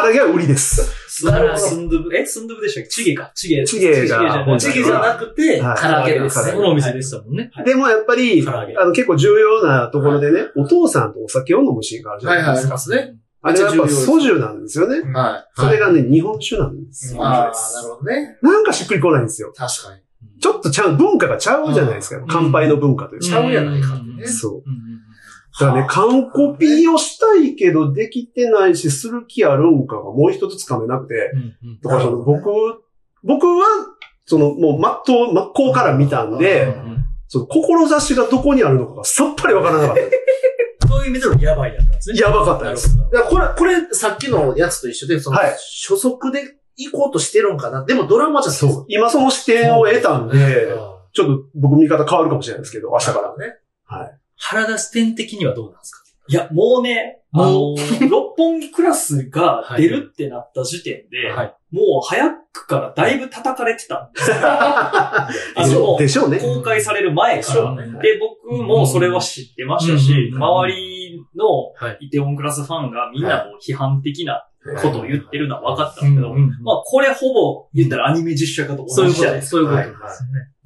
B: 唐揚げは売りです。
C: すん
D: なるほど
C: すんどぶ、え、すんどぶでしたっけチゲか。チゲ。
B: チゲ
C: じゃ
B: が
C: ない。
D: チゲじゃなくて、
B: はい
D: 唐
C: 唐
D: 揚
C: 揚げ
D: げ
C: で
D: ですす
C: ね。
D: ね。
C: このお店でしたもんね。
B: でもやっぱり、
C: 唐揚げ
B: あの、結構重要なところでね、お父さんとお酒を飲むシーンがあるじゃ
D: はい
B: ないで
D: はい、あ
B: す
D: り
B: か。
D: ますね。
B: あれはやっぱソジュなんですよね。
C: うん
D: はい。
B: それが
D: ね、
B: ね、日本酒なんですよ。
D: ああ、なるほどね。
B: なんかしっくりこないんですよ。
D: 確かに。
B: ちょっとちゃう、文化がちゃうじゃないですか。
D: うん
B: 乾杯の文化という
C: うん
B: か。
D: ちゃうやないかってね。
B: そう。
C: うんうん
B: だからね、完コピをしたいけどできてないし、する気あるんかがもう一つつかめなくて、
C: うんうんうん
B: とか、その
D: なる
B: 僕、僕は、その、もう、真っ当、真っ向から見たん
D: う
B: で、
D: ん
B: その、志がどこにあるのかがさっぱりわからなかった。
C: そういう意味でのやばいやったんですね。
B: やばかったです
C: なる
D: だからこれ、これ、さっきのやつと一緒で、その、
B: はい
D: 所属で行こうとしてるんかな。でもドラマじゃないです
B: そう。今その視点を得たんで、
D: か。
B: ちょっと僕見方変わるかもしれないですけど、明日から。
D: ね。
C: 原田支店的にはどうなんですかいや、もうね、あの、六本木クラスが出るってなった時点で、
D: はい
C: もう早くからだいぶ叩かれてたんですよ。あ
B: でしょ
C: の
B: う、 [laughs] でしょうね。
C: 公開される前か
D: そう
C: ら。
D: ね。
C: で、僕もそれは知ってましたし、
D: うん
C: 周りの
D: はい
C: イテオンクラスファンがみんなもう批判的なことを言ってるのは分かったん
A: うん
C: だけ
A: う
C: ど、
A: ん
C: まあこれほぼ言ったらアニメ実写化と
A: そ
C: 同
A: うい
C: じ
A: うこと
C: じゃな
A: で。
C: いですす
A: そういうことです
D: はいはい
C: か。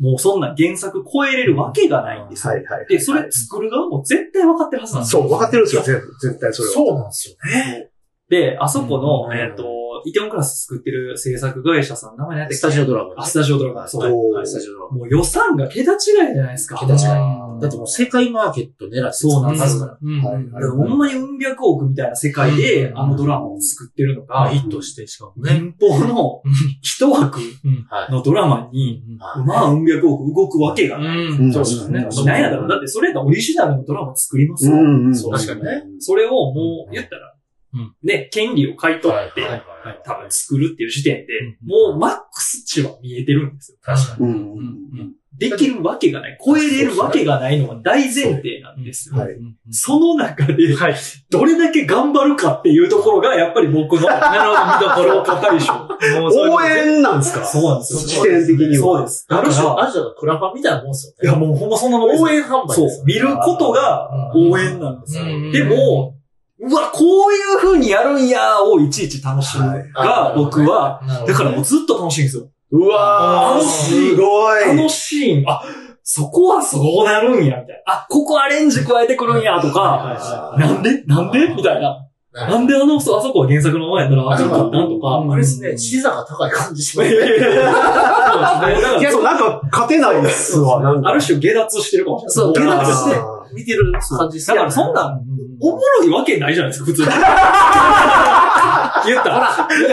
C: もうそんな原作超えれるわけがないんですよ
B: はいはい。
C: で、それ作る側も絶対分かってるはずなんです
B: そ
C: よ。
B: う、分かってるんですよ、全部絶対それは。
D: そうなんですよね。
C: で、あそこの、
D: うん
C: えっ、と、イテオンクラス作ってる制作会社さん、名前なんて
D: スタジオドラマ
C: あ、スタジオドラマ。
D: そ。
C: そうう。
B: おー
D: はいスタジオドラマ。
C: もう予算が桁違いじゃないですか。
D: 桁違い
C: うん
D: だってもう世界マーケット狙って作った
C: そうなんです
D: か
C: よ
D: ら。。
A: うん
B: はい
C: だからほんまにうん百億みたいな世界で、
A: うん
C: あのドラマを作ってるの
A: まあ、
C: が、
A: ヒットして、しかもね。。
C: 民放の一枠
D: はい。
C: のドラマに、
D: はい
C: まあうん百億動くわけがない。
B: うんん
D: そうですね
B: うん
C: なんやだろう。だってそれやったらオリジナルのドラマ作りますよ。
B: うんうん。
D: 確かにね。
C: それをもう言ったら、
A: うん
C: ね、権利を買い取って、
D: はいはいはい
C: 多分作るっていう時点で、
A: うん
C: もうマックス値は見えてるんですよ。
D: 確か
B: うん
A: う
B: うん
A: ん
C: できるわけがない。超えれるわけがないのは大前提なんですよ。
B: はい
C: その中で、
A: はい
C: どれだけ頑張るかっていうところが、やっぱり僕 [laughs] の、なるほど、見どころ大将。もうそういうこ
B: 応
C: とで
B: 援なんですか
C: そうなんですよ。
B: 視点的に
C: そう
B: は
C: で。す。
D: あ
C: だか
D: る種、あ
C: ら、
D: る種のクラファンみたいなもんです
C: い
D: よ
C: や
D: ね。
C: もうほんまそんなもんです
D: 応援販売
C: そ
D: ですよ
C: う。見ることが応援なんですよ。
A: うん
C: でも、うわ、こういう風にやるんやーをいちいち楽しむ
B: はい
C: が、僕は、だからもう
D: う、
C: ずっと楽しいんですよ。
B: うわー、
C: あー
B: すごい。
C: あのシーン、あ、そこはそうなるんや、みたいな。あ、ここアレンジ加えてくるんや、とか、
D: は
C: なんでなんでみたいな。 [laughs] なんであの、そうあそこは原作の前やったら、あ、ちょっとなんとか。
D: あ
C: [laughs]
D: れですね、視座が高い感じし
C: い
D: ま
C: や
D: す
C: いやいや
B: いや、そう、なんか、勝てないっすわ、なんか。
C: ある種下脱してるかもしれない。
D: そう下脱して
B: あ
D: 見てる感じ
C: だからそんなん、おもろいわけないじゃないですか、 [laughs] 普通に。言ったら。い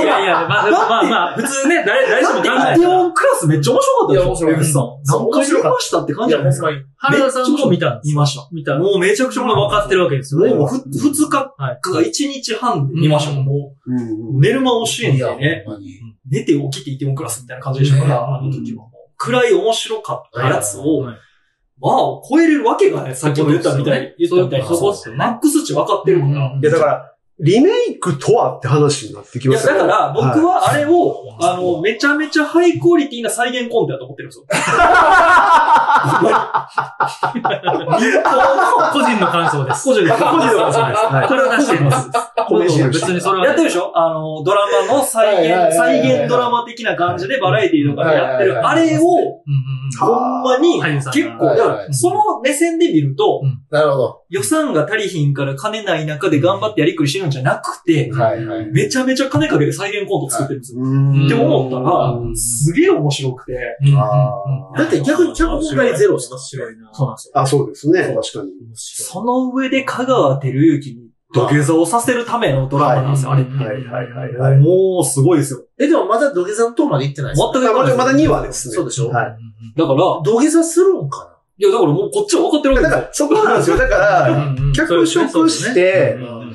C: やいや、まあまあまあ、普通ね、誰、誰しも考
D: だっ
C: え
D: て
C: イテオンクラスめっちゃ面白かったでしょ
D: いや面白か
C: 江
D: った
C: 口さん
D: そう
C: 何回見ましたって感じじゃないですか。
D: に。
C: めっ
A: 原
C: ちゃ
A: 田さんも見たんです
C: 見ました。
A: 見た。も
C: もうめちゃくちゃ俺分かってるわけですよ。もうふ、二日か
A: はい
C: 1日半で見ましたもん。も
B: ーうん
C: う寝る間を教えん
D: い
C: で
D: や、
C: ね。
D: ほんまに。
C: 寝て起きてイテオンクラスみたいな感じでしたから、あの時はもう。暗い面白かったやつを、
A: はい
C: まあ、超えれるわけがない。さっきも言ったみたいに。言ったみたいに。
A: そういうこと
C: そこ
A: そ
C: っ
A: う
C: す
A: ですよね
C: マックス値分かってるか
A: うん
C: ら。
B: いや、だから、リメイクとはって話になってき
C: い
B: ま
C: や、
B: すよ
C: だ
B: ね。
C: から、僕
B: い、
C: はあれを、あの、めちゃめちゃハイクオリティな再現コンテだと思ってるんですよ。
A: 個人の感想です。
C: 個人の
B: 個人の感想
C: 感想
B: です。は
C: これは出してます。
B: い。コメディアンとし
A: 別
B: て
A: にそれは。
C: やってるでしょあの、ドラマの
D: はいはいはい
C: 再
D: は
C: 現、
D: い
C: 再現ドラマ的な感じでバラエティとかでやってる。
D: は
C: あ
D: いはいはい
C: れを、
A: うんうんうん
C: ほんまに
A: 俳優さん、が
C: 結構、
D: はい
C: だ
D: はい
C: からその目線で見ると、
D: なるほど。
C: 予算が足りひんから金ない中で頑張ってやりくりしてるんじゃなくて、
D: はいはい。
C: めちゃめちゃ金かけて再現コント作ってるんですよ。
B: うん
C: って思ったら
B: う、ん
C: すげえ面白くて。
A: うんうんうん
B: あ
D: だって逆に脚本がゼロですか
A: そうなんですよ。
B: ーあ、そうですね。確か
A: 面
B: に。
A: 白い
C: その上で香川照之に
A: 土下座をさせるためのドラマなんですよ、あれって。
B: はいはいはいはい。
A: もう、すごいですよ。
D: え、でもまだ土下座のとこまで行ってないです
A: 全
D: よ
A: く
B: まあもちろんまだ2話
A: で。
B: ですね。
D: そうでしょ
B: はい。
A: だから、
D: 土下座するんかない
A: や、だからもうこっちは分かってるわけ
B: だ
A: で
B: か
A: すよ。
B: ら、そこなんですよ。だか
C: う
B: ら、
C: んうん
B: 脚色し、て、
C: うん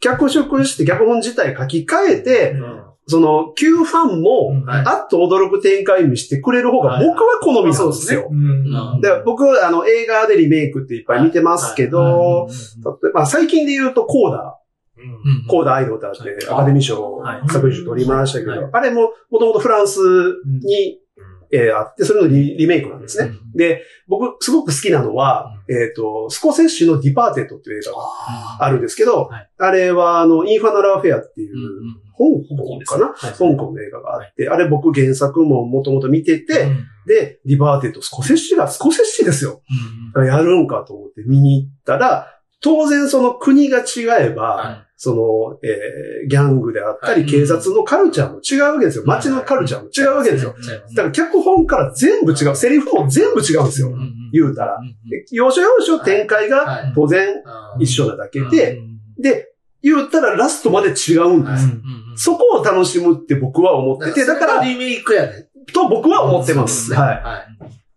B: 脚色して脚本自体書き換えて、
D: うん
B: その、旧ファンも、
C: うん
D: はい
B: あっと驚く展開見してくれる方が
D: はい
B: 僕は好みなんですよ。
C: うん
B: だから僕、あの、映画でリメイクっていっぱい見てますけど、例えば最近で言うとコーダ、
C: うん
B: コーダアイドルだってアカデミー賞
D: はい
B: 作品賞取りましたけ
D: は
B: ど、あれももともとフランスに、えーあって、それのリリメイクなんですね。で、僕、すごく好きなのは、えっ、と、スコセッシュのディパーテッドっていう映画があるんですけど、
C: はい
B: あれは、あの、インファナラフェアっていう、香
C: 香港
B: 港
C: です
B: かな香港の映画があって、あれ僕原作ももともと見てて、で、リバーテッド、スコセッシがスコセッシですよ。やるんかと思って見に行ったら、当然その国が違えば、
C: はい
B: その、えーギャングであったり、
C: はい
B: 警察のカルチャーも違うわけですよ。街のカルチャーも違うわけですよ。だから脚本から全部違う、セリフも全部違うんですよ。言うたら。で要所要所展開が
D: はい
B: 当然一緒なだけで、で、言ったらラストまで違うんです。そこを楽しむって僕は思ってて、だから、
D: リメイクやね。
B: と僕は思ってます。はい。
D: はい。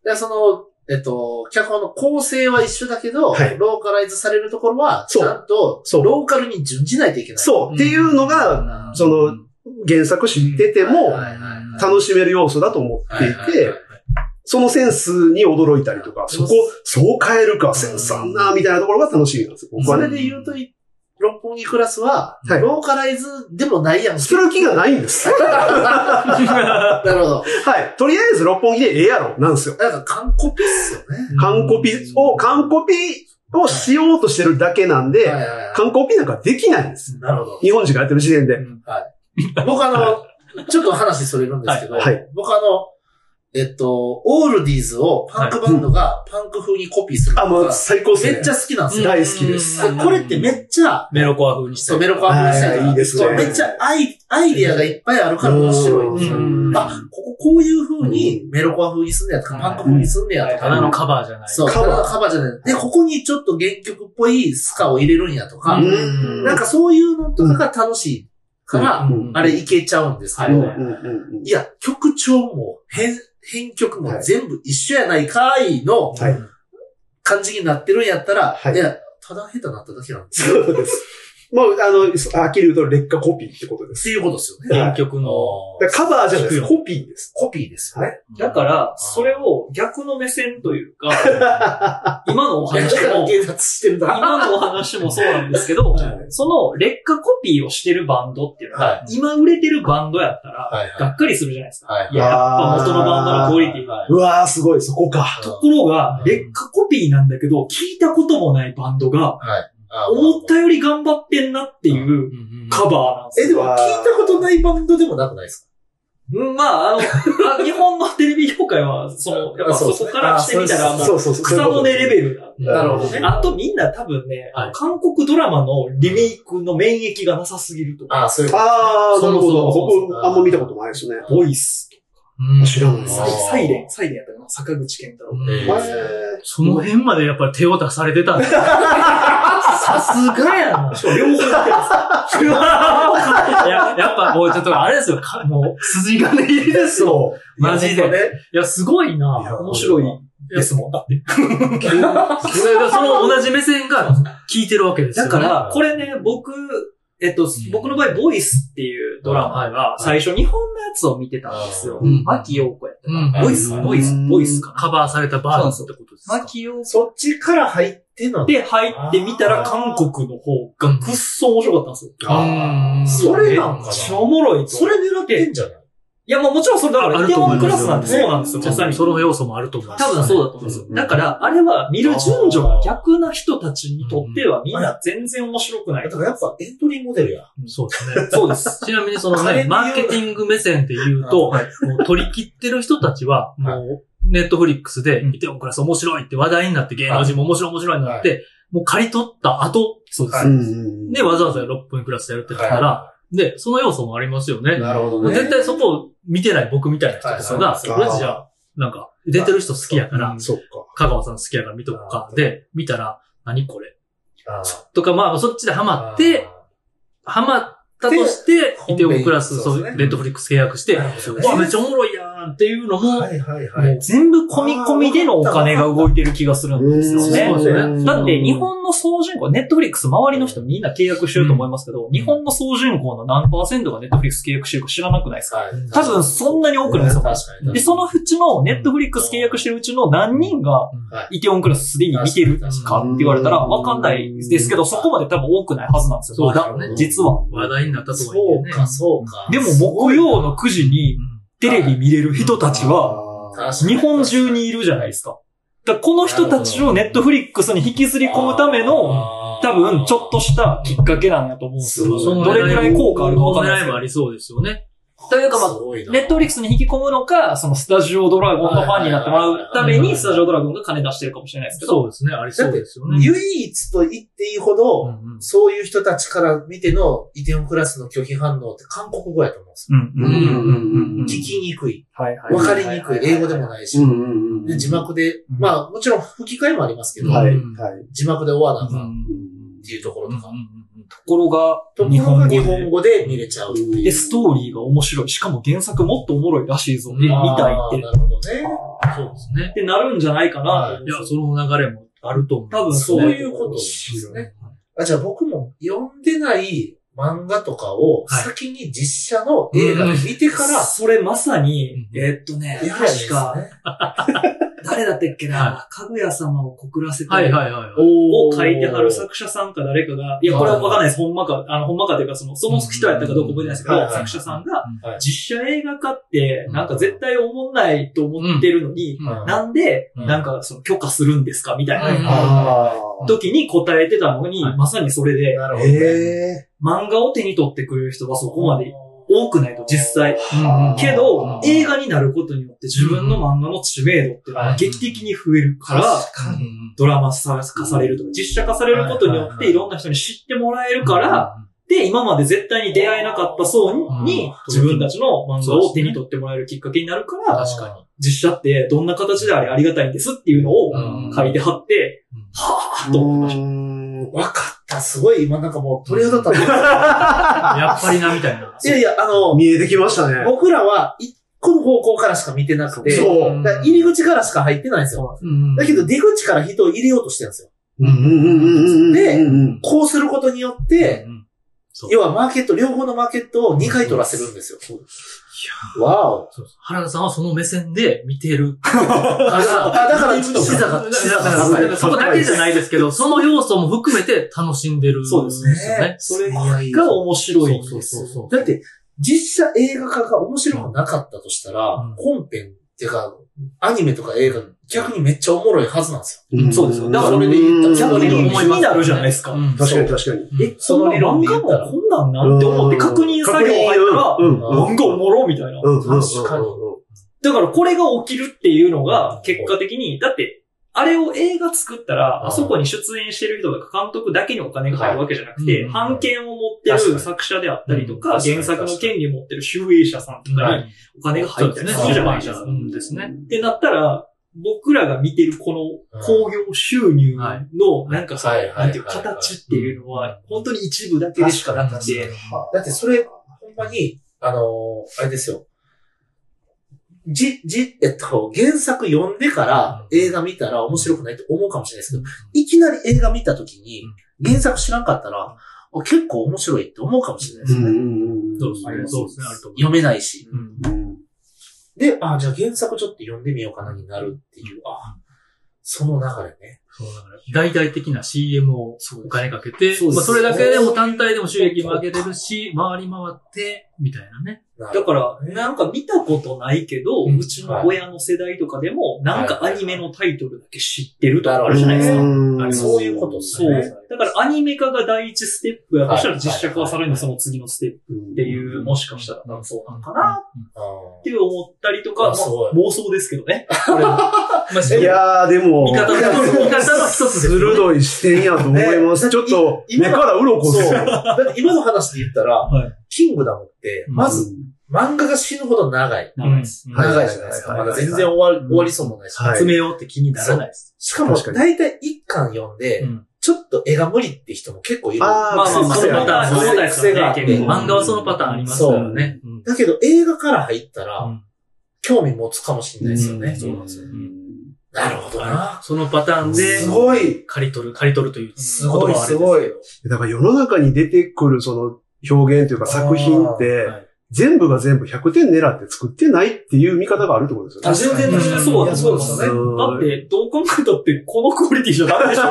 D: で、その、えっと、脚本の構成は一緒だけど、
B: はい
D: ローカライズされるところは、ち
B: そう
D: ゃんと、
B: そう
D: ローカルに準じないといけない。
B: そう、っていうのが、その、原作知ってても、
D: はいはいはい
B: 楽しめる要素だと思ってい
D: はいはい
B: て
D: はい、
B: そのセンスに驚いたりとか、そこ、そう変えるか、センスあんな、みたいなところが楽しみなんですよ、僕
D: そ
B: は
D: れ
B: ね。
D: で言うと、六本木クラスは、
B: はい
D: ローカライズでもないやん。
B: 作る気
D: [laughs]
B: がないんです。
D: なるほど。
B: はい。とりあえず六本木でええやろ、なんですよ。
D: なんか、完コピっすよね。
B: 完コピを、完コピをしようとしてるだけなん
D: は
B: で、
D: いはいはい
B: 完コピなんかできないんです。
D: なるほど。
B: 日本人がやってる時点で。
D: 僕あの、ちょっと話それるんですけど、
B: はいはい
D: 僕あの、えっと、オールディーズをパンクバンドがパンク風にコピーする
B: あ、
D: の
B: もう
D: が
B: 最高っすね。
D: めっちゃ好きなんですよ。
B: 大好きです
D: でこれってめっちゃ、
C: メロコア風にして。
D: そう、メロコア風にした
B: はい
D: りとか
B: いいですね
D: そうめっちゃアイアイディアがいっぱいあるから面白いんですよ。
C: うん
D: あ、こここういう風にメロコア風にすんねやとか、
C: うん
D: パンク風にすんねやと
C: た
D: か。
C: だのカバーじゃない。
D: そう、
B: カ
D: カ
B: バー
D: バーカバーじゃない。で、ここにちょっと原曲っぽいスカを入れるんやとか、
B: うん
D: なんかそういうのとかが楽しいから、
B: うん
D: あれいけちゃうんですけ
B: うん
D: ど、
B: うんうんうん
D: いや、曲調も編、編曲も全部一緒やないかいの
B: はい
D: 感じになってるんやったら、
B: はい
D: い、や、ただ下手なっただけなんで
B: [laughs]
D: すよ。
B: そうです。もう、あの、そはっきり言うと劣化コピーってことで
D: って
B: す。
D: いうことですよね。
C: 原曲の。
B: だからカバーじゃないです。
C: 聞く
B: コピーです。
D: コピーですよね。
C: だから、それを逆の目線というか、 [laughs] 今のお
D: いや
C: 話も、
D: 警察してるだ
C: 今のお話もそうなんですけど
D: はい、
C: その劣化コピーをしてるバンドっていうの
D: は
C: が、今売れてるバンドやったら、
D: はい
C: がっかりするじゃないですか。
D: はい
C: いや、やっぱ元のバンドのクオリティが。
B: うわー、すごい、そこか。
C: ところが、劣化コピーなんだけど、聞いたこともないバンドが、思ったより頑張ってんなっていうカバーなんです
D: え、
C: よ。
D: でも聞いたことないバンドでもなくないです
C: うんまあ、あの、あ日本のテレビ業界は、その、やっぱそこからしてみたら、もう
B: そうそうそう。
C: 草の根レベルだ。
D: か
B: なるほどね
C: あとみんな多分ね、
D: はい
C: 韓国ドラマのリメイクの免疫がなさすぎるとか、
D: ああ、そういうこと。
B: あー、なるほど。
C: そうそうそう
B: 僕、あんま見たことないですね。
C: ボイス、
B: 知らないです。
C: サ
D: あ
C: イ
D: ー
C: サイレン、サイレンやったかな、坂口健太郎。
D: え
B: へ
D: ー
B: ー
A: その辺までやっぱり手を出されてたんですよ。
D: さすがやな。
C: しかも両方 [laughs] やってます。いや、やっぱもうちょっとあれですよ、かもう筋金入りですよ。
B: そう。
C: マジ
D: いや
C: で。
D: 本
C: いや、すごい
B: いや
C: な面白いですもん、だって。
A: その同じ目線が聞いてるわけですよ、
C: だ
A: ね。
C: から、これね、僕、えっと、僕の場合、ボイスっていうドラマが、最初日本のやつを見てたんですよ。
A: うん
C: 牧陽子やったか
A: うん
C: な。ボイス、ボイス、ボイスかな。
A: カバーされたバージョンってことですか
C: 牧陽子
D: 当そっちから入ってんの
C: で入ってみたら、韓国の方がくっそ面白かったんですよ。
A: あー
D: それなんか
C: めっ
D: な
C: ちゃおもろいと。
D: それ狙ってんじゃない
C: いや、まあもちろんそれだか
A: ああ
C: ら、イ
A: る
C: テ
A: と
C: モ
A: 思い
C: ン
A: ますよ
C: クラスなんてそうなんですよ、まさに。
A: その要素もあると思います。
C: 多分そうだと思うんですよ
B: う。ん
C: だから、あれは見る順序が逆な人たちにとっては、みんな全然面白くない
D: だか。らやっぱエントリーモデルや。
A: そうですね。
C: そうです。
A: ちなみにその
D: 金で
A: ね、
D: 言う
A: マーケティング目線で言うと、もう取り切ってる人たちは、
D: はい
A: もう、ネットフリックスで
C: う、ん
A: イテオンクラス面白いって話題になって、芸能人も面白い面白いになって、もう借り取った後、そうです
B: う。ん
A: で、わざわざ6分クラスでやるって言ったら、で、その要素もありますよね。
D: なるほど
A: 絶対そこを見てない僕みたいな人とかが、
B: はいはい
A: マジじゃ、なんか、出てる人好きやから、
B: そっか。
A: 香川さん好きやから見とくか、で、見たら、何これとか、まあ、そっちでハマって、、ハマったとして、イテウォンクラス、そ
D: 本
A: う、
D: 編
A: ネットフリックス契約して、
D: な
A: う
D: るほどね
A: わ、めっちゃおもろいやんっていうのも、
D: はいはいはい。
C: 全部込み込みでのお金が動いてる気がするんですよね。
A: うんそう
C: だって日本の総人口、ネットフリックス周りの人みんな契約してると思いますけど、日本の総人口の何パーセントがネットフリックス契約してるか知らなくないですか多分そんなに多くないですよ。で、そのうちの、ネットフリックス契約してるうちの何人が
D: は、
C: イテオンクラスすでに見てるかって言われたら、わかんないですけど、そこまで多分多くないはずなんですよ。
A: そうだろうね
C: 実は。
A: 話題になったとはい
D: そ
A: え
D: う
A: ね。
D: か、そうか。
C: でも、木曜の9時にテレビ見れる人たちは、日本中にいるじゃないですか。だからこの人たちをネットフリックスに引きずり込むための、
D: 多
C: 多分、ちょっとしたきっかけなんやと思うんですよ。
D: すごい
C: どれくらい効果あるかわかんないで
A: 狙
C: す
A: い
C: け
A: も
C: ど
A: あ。りそうですよね。
C: というか、まあ、ネットフリック
D: ク
C: スに引き込むのか、そのスタジオドラゴンのファンになってもらうため
D: はいはいはいは
C: に、
D: い
C: スタジオドラゴンが金出してるかもしれないですけど。
A: そうですね、ありそうですよね。
D: 唯一と言っていいほ
A: うん
D: ど、
A: うん
D: そういう人たちから見てのイテオンクラスの拒否反応って韓国語やと思うんですよ。
C: うんうん。
B: うん。
D: 聞きにくい。
C: はいはい。
D: わかりにくい。英語でもないし
B: う。んうんうん。
D: で字幕で、
A: うん
D: まあもちろん吹き替えもありますけど、
B: はい、はい。
D: 字幕で終わら
A: う
D: なあかんっ
A: ん
D: ていうところ
A: うんう
D: と
A: ん
D: か。
C: ところ
D: と
C: が、
D: 日
C: 日
D: 本
C: 本語
D: 日
C: で。
D: 本語で見れちゃうっていう。
C: で、ストーリーが面白い。しかも原作もっとおもろいらしいぞ。みたい
D: あ
C: って
D: ー。なるほどね。
A: そうですね
C: っ。てなるんじゃないかな
A: はいいや、その流れもあると思う。
C: 多分
D: そ
C: そうう
D: いうことですね。あ、じゃあ僕も読んでない漫画とかを
A: はい
D: 先に実写の映画で見て
C: だ
D: か、
C: からら、それまさに、
A: うん
C: えーっとね、
D: やるんです
C: 確か、
D: ね。
C: 誰だったっけ
A: は
C: な、かぐや様を告らせて
A: はいはいはいはい。
D: お
C: を書いてはる作者さんか誰かが、いや、これはわかんないです。ほんまか、あの、ほんまかというか、その、その人やったかどうか覚えてないですけ
D: はいは
C: ど、
D: いはい
C: 作者さんが
D: はい、
C: 実写映画化って、
A: うん
C: なんか絶対思んないと思ってるのに、
A: うん
D: な
C: なんで、
A: うん
C: なんか、その、許可するんですかみたい
A: うん
C: な
B: ああ。
C: 時に答えてたのに、
A: はい
C: まさにそれで、
D: なるほどね。
B: え
C: 漫画を手に取ってくれる人はそこまで多くないと、実際。
B: あー
C: け
A: う
C: ど
A: ん、
C: 映画になることによって自分の漫画の知名度っていうのは劇的に増えるから、
D: 確かに。
C: ドラマ化されるとか、実写化されることによっ
D: はいはいは
C: て
D: い
C: いろんな人に知ってもらえるから、、で、今まで絶対に出会えなかった層
A: うん
C: に自分たちの漫画を手に取ってもらえるきっかけになるから、
D: 確か
C: 実写ってどんな形であれありがたいんですっていうのを書いて貼って
A: うん、
C: は
B: う
C: ぁと思いました。
B: ん。
D: に。わかった。すごい、今なんかもう鳥肌立った。
A: やっぱりな、みたいな。
D: いやいや、あの、
B: 見えてきましたね。
D: 僕らは一個の方向からしか見てなくて、
B: そう
D: だから入り口からしか入ってないんですよ。だけど出口から人を入れようとしてるんですよ。
B: うんうんうんうんうん。うん
D: こうすることによって、
A: うんそう
D: 要はマーケット、両方のマーケットを2回取らせるんですよ。わお。
A: そうそう原田さんはその目線で見て
C: [laughs]
A: る。
D: ああだから、視座
A: だ
D: が、
A: か
D: 視座
A: らだ
D: が
A: か
D: 高い
A: らそこだけじゃないですけど、その要素も含めて楽しんでる。
C: そうですね
A: よね。
C: それ
D: いやいや
C: が面白いん
A: そう
C: で
A: そう
C: す。
A: そう。
D: だって、実写映画化が面白くなかったとしたら、
A: うん
D: 本編っていうか、アニメとか映画、逆にめっちゃおもろいはずなんです
B: うん
C: そうですよだから
D: それで言ったら
C: 逆に
D: うん
C: 気になるじゃないですか。
A: うん
B: 確かに確かに。
D: よ。
C: え、その漫画も
D: 言ったら
C: こんなんなんって思って確認作業入ったら、
B: うん
D: うん
C: 漫画おもろみたいな。
B: うんうんうん。
D: 確かに
C: だからこれが起きるっていうのが結果的に、だって、あれを映画作った
D: う
C: ら、
D: ん
C: あそこに出演してる人が監督だけにお金が入るわけじゃなくて、
A: うん
C: 版権を持って
D: 確か
C: る
D: に
C: 作者であったりとか、
D: うん
C: 原作の権利を持ってる集英者さんとかにお金が入ったりするじゃないですか。
A: うんですね。
C: ってなったら、僕らが見てるこ
D: うん
C: の興行収入
A: はい
C: の、なんかさ、
D: はいはい
C: なんていう
D: はい
C: 形っていうのは、本当に一部だけでしかなくて、
D: だってそれ、ほんまに、あのーあれですよ。じ、じ、えっと、原作読んでから映画見たら面白くないと思うかもしれないですけど、いきなり映画見たときに、原作知らんかったら、あ結構面白いって思うかもしれないです
B: う
D: よね。
B: んうん。
A: そうですね。そうですね。あると思
D: 読めないし。
A: う。うん
D: で、あ、じゃあ原作ちょっと読んでみようかなになるっていう、あ、その流れね。
A: そうだから大々的な CM をお金かけて、
C: そうです
A: まあそれだけでも単体でも収益も上げれるし、回り回って、みたいなね。
D: なる
C: だ
D: ほど
C: から、なんか見たことないけど、
A: うん
C: うちの親の世代とかでも、なんかアニメのタイトルだけ知ってるとかあるじゃないですか。
D: そういうことです
C: そう
D: ね。。
C: だからアニメ化が第一ステップやとしたら
D: はい
C: 実写化はさらにその次のステップっていう、もしかしたら多分そうなのかな
D: あ
C: って思ったりとか、まあ
D: すごい
C: 妄想ですけどね。これは
A: まあ
B: いやー、でも
C: 見、方の一つ、見方の一つですよね。
B: 鋭い視点やと思います。ちょっと、目から鱗ですよ。
D: ーだって今の話で言ったら、
C: はい
D: キングダムって、まず漫画が死ぬほど長い。
C: 長いです。
A: うん
B: はい
D: 長いじゃないですか。
B: はい
D: まだ全然終わり、終わりそうもないし。
B: はい
C: 詰めようって気にならないです。
D: しかも、
B: 確かに
D: だいたい一巻読んで
A: うん、
D: ちょっと絵が無理って人も結構いる。
B: あー
A: まあまあまあ、そ
B: 癖
A: のパターン、そ
D: 癖
A: のパターンですよね。
D: 癖
A: 結
D: が
A: 構漫画はそのパターンありますからね。うん
D: だけど映画から入ったら、
A: うん
D: 興味持つかもしれないですよ
A: う
D: ね。
A: んそうなんですよ
D: なるほどな。
A: そのパターンで、
D: すごい。
A: 借り取る、借り取るという
D: す
A: 言葉
D: ごい、
A: はあれ
D: す
A: です。
D: ごい。
B: だから世の中に出てくるその表現というか作品っ
D: あー
B: て
D: はい、
B: 全部が全部100点狙って作ってないっていう見方があるってことですよね。
D: 確かに
A: 全然そうだと思います
D: いやそうです
A: か
D: よね。
B: うん
C: だって、どう考えたって、このクオリティじゃダメでしょ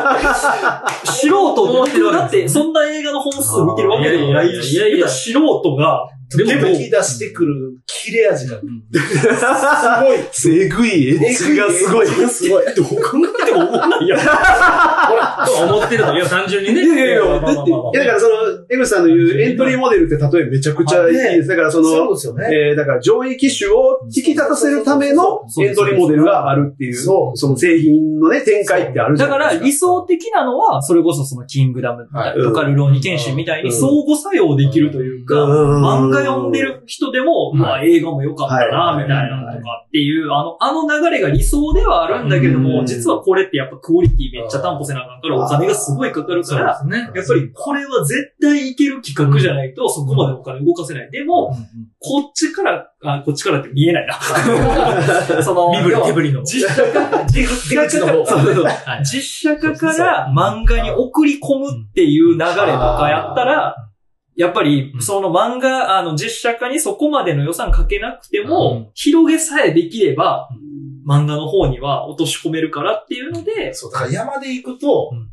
C: 素人、
A: 思ってるわ
C: 僕
A: け
C: だって、そんな映画の本数見てるわけでもないし、
A: いやいやいやいや
C: 素人が、
D: でも、
C: でも
D: き出してくる切れ味が。す
A: うん
D: ごい。
B: えぐいエッジがすごい。
D: えぐいエッジがすごい
B: どう考
C: 見ても思わないやん。
A: とは思ってるの。いや、単純に
B: え
A: ね。
B: いやいやいや、
D: まあまあまあ
B: だ
D: まあ
B: って、いやだからその、江口さんの言うエントリーモデルって例えめちゃくちゃいいです。だからその、
D: そうですよね。
B: えー、だから上位機種を引き立たせるためのエントリーモデルがあるっていう、
D: そう
B: その製品のね、展開ってあるじゃ
C: だか
B: な
C: ら
B: いで
C: 理
B: す
C: 想的なのは、それこそそのキングダムとか
D: はい
C: とかルローニケンシンみたいに
B: うん
C: 相互作用できるという
B: か。
C: か、
B: うん
C: 漫画読んでる人でも、
D: うん
C: まあ映画も良かったな、
B: はい
C: みたいなのとかっていう、あの、あの流れが理想ではあるんだけれど
B: うん
C: も、実はこれってやっぱクオリティめっちゃ担保せなあかんから、
B: うん
C: お金がすごいかかるから、
A: そうですね。
C: やっぱりこれは絶対いける企画じゃないと、そこまでお金動かせない。でも、こっちから、あ、こっちからって見えないな。その、
A: 身振り手振りの。
C: 実写化、実写化から、そうそうそう実写化から漫画に送り込むっていう流れとかやったら、やっぱり、その漫画、あの、実写化にそこまでの予算かけなくて
A: う
C: も、広げさえできれば、漫画の方には落とし込めるからっていうので、
D: そう、だから山で行くと、
A: うん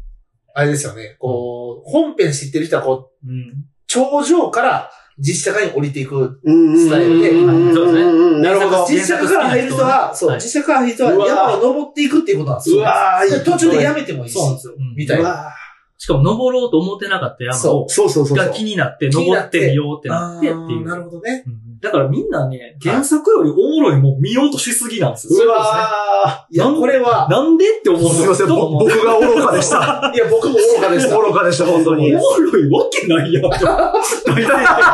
D: あれですよね、こう、本編知ってる人はこう、
A: うん
D: 頂上から実写化に降りていく。
B: うん
D: スタイルで
B: うんうん
A: そうですね
B: うんなるほど。
D: 実写化から入る人は、そう、
A: はい
D: 実写化から入る人
B: うわ
D: は
B: ー
D: 山を登っていくっていうことなんです
B: う
D: よ。
B: わーいい
D: で途中でやめてもいいし
C: そう、なんですよ。
A: うん
D: みたいうな。
B: わ
A: しかも登ろうと思ってなかった
D: そう
A: 山
D: そう。
B: そうそうそうそう。
A: が気になって登ってみようってなってっていう。
D: なるほどね。
A: うん
C: だからみんなね、原作よりおもろいもん見ようとしすぎなんですよ。
B: うわ
D: いや、
C: なん
D: これは、
C: なんでって思う
B: ーすいません、ぼ僕が愚かでした。
D: いや、僕も愚かで [laughs] した。
B: 愚かでした、本当に。
C: おもろいわけないやん。だって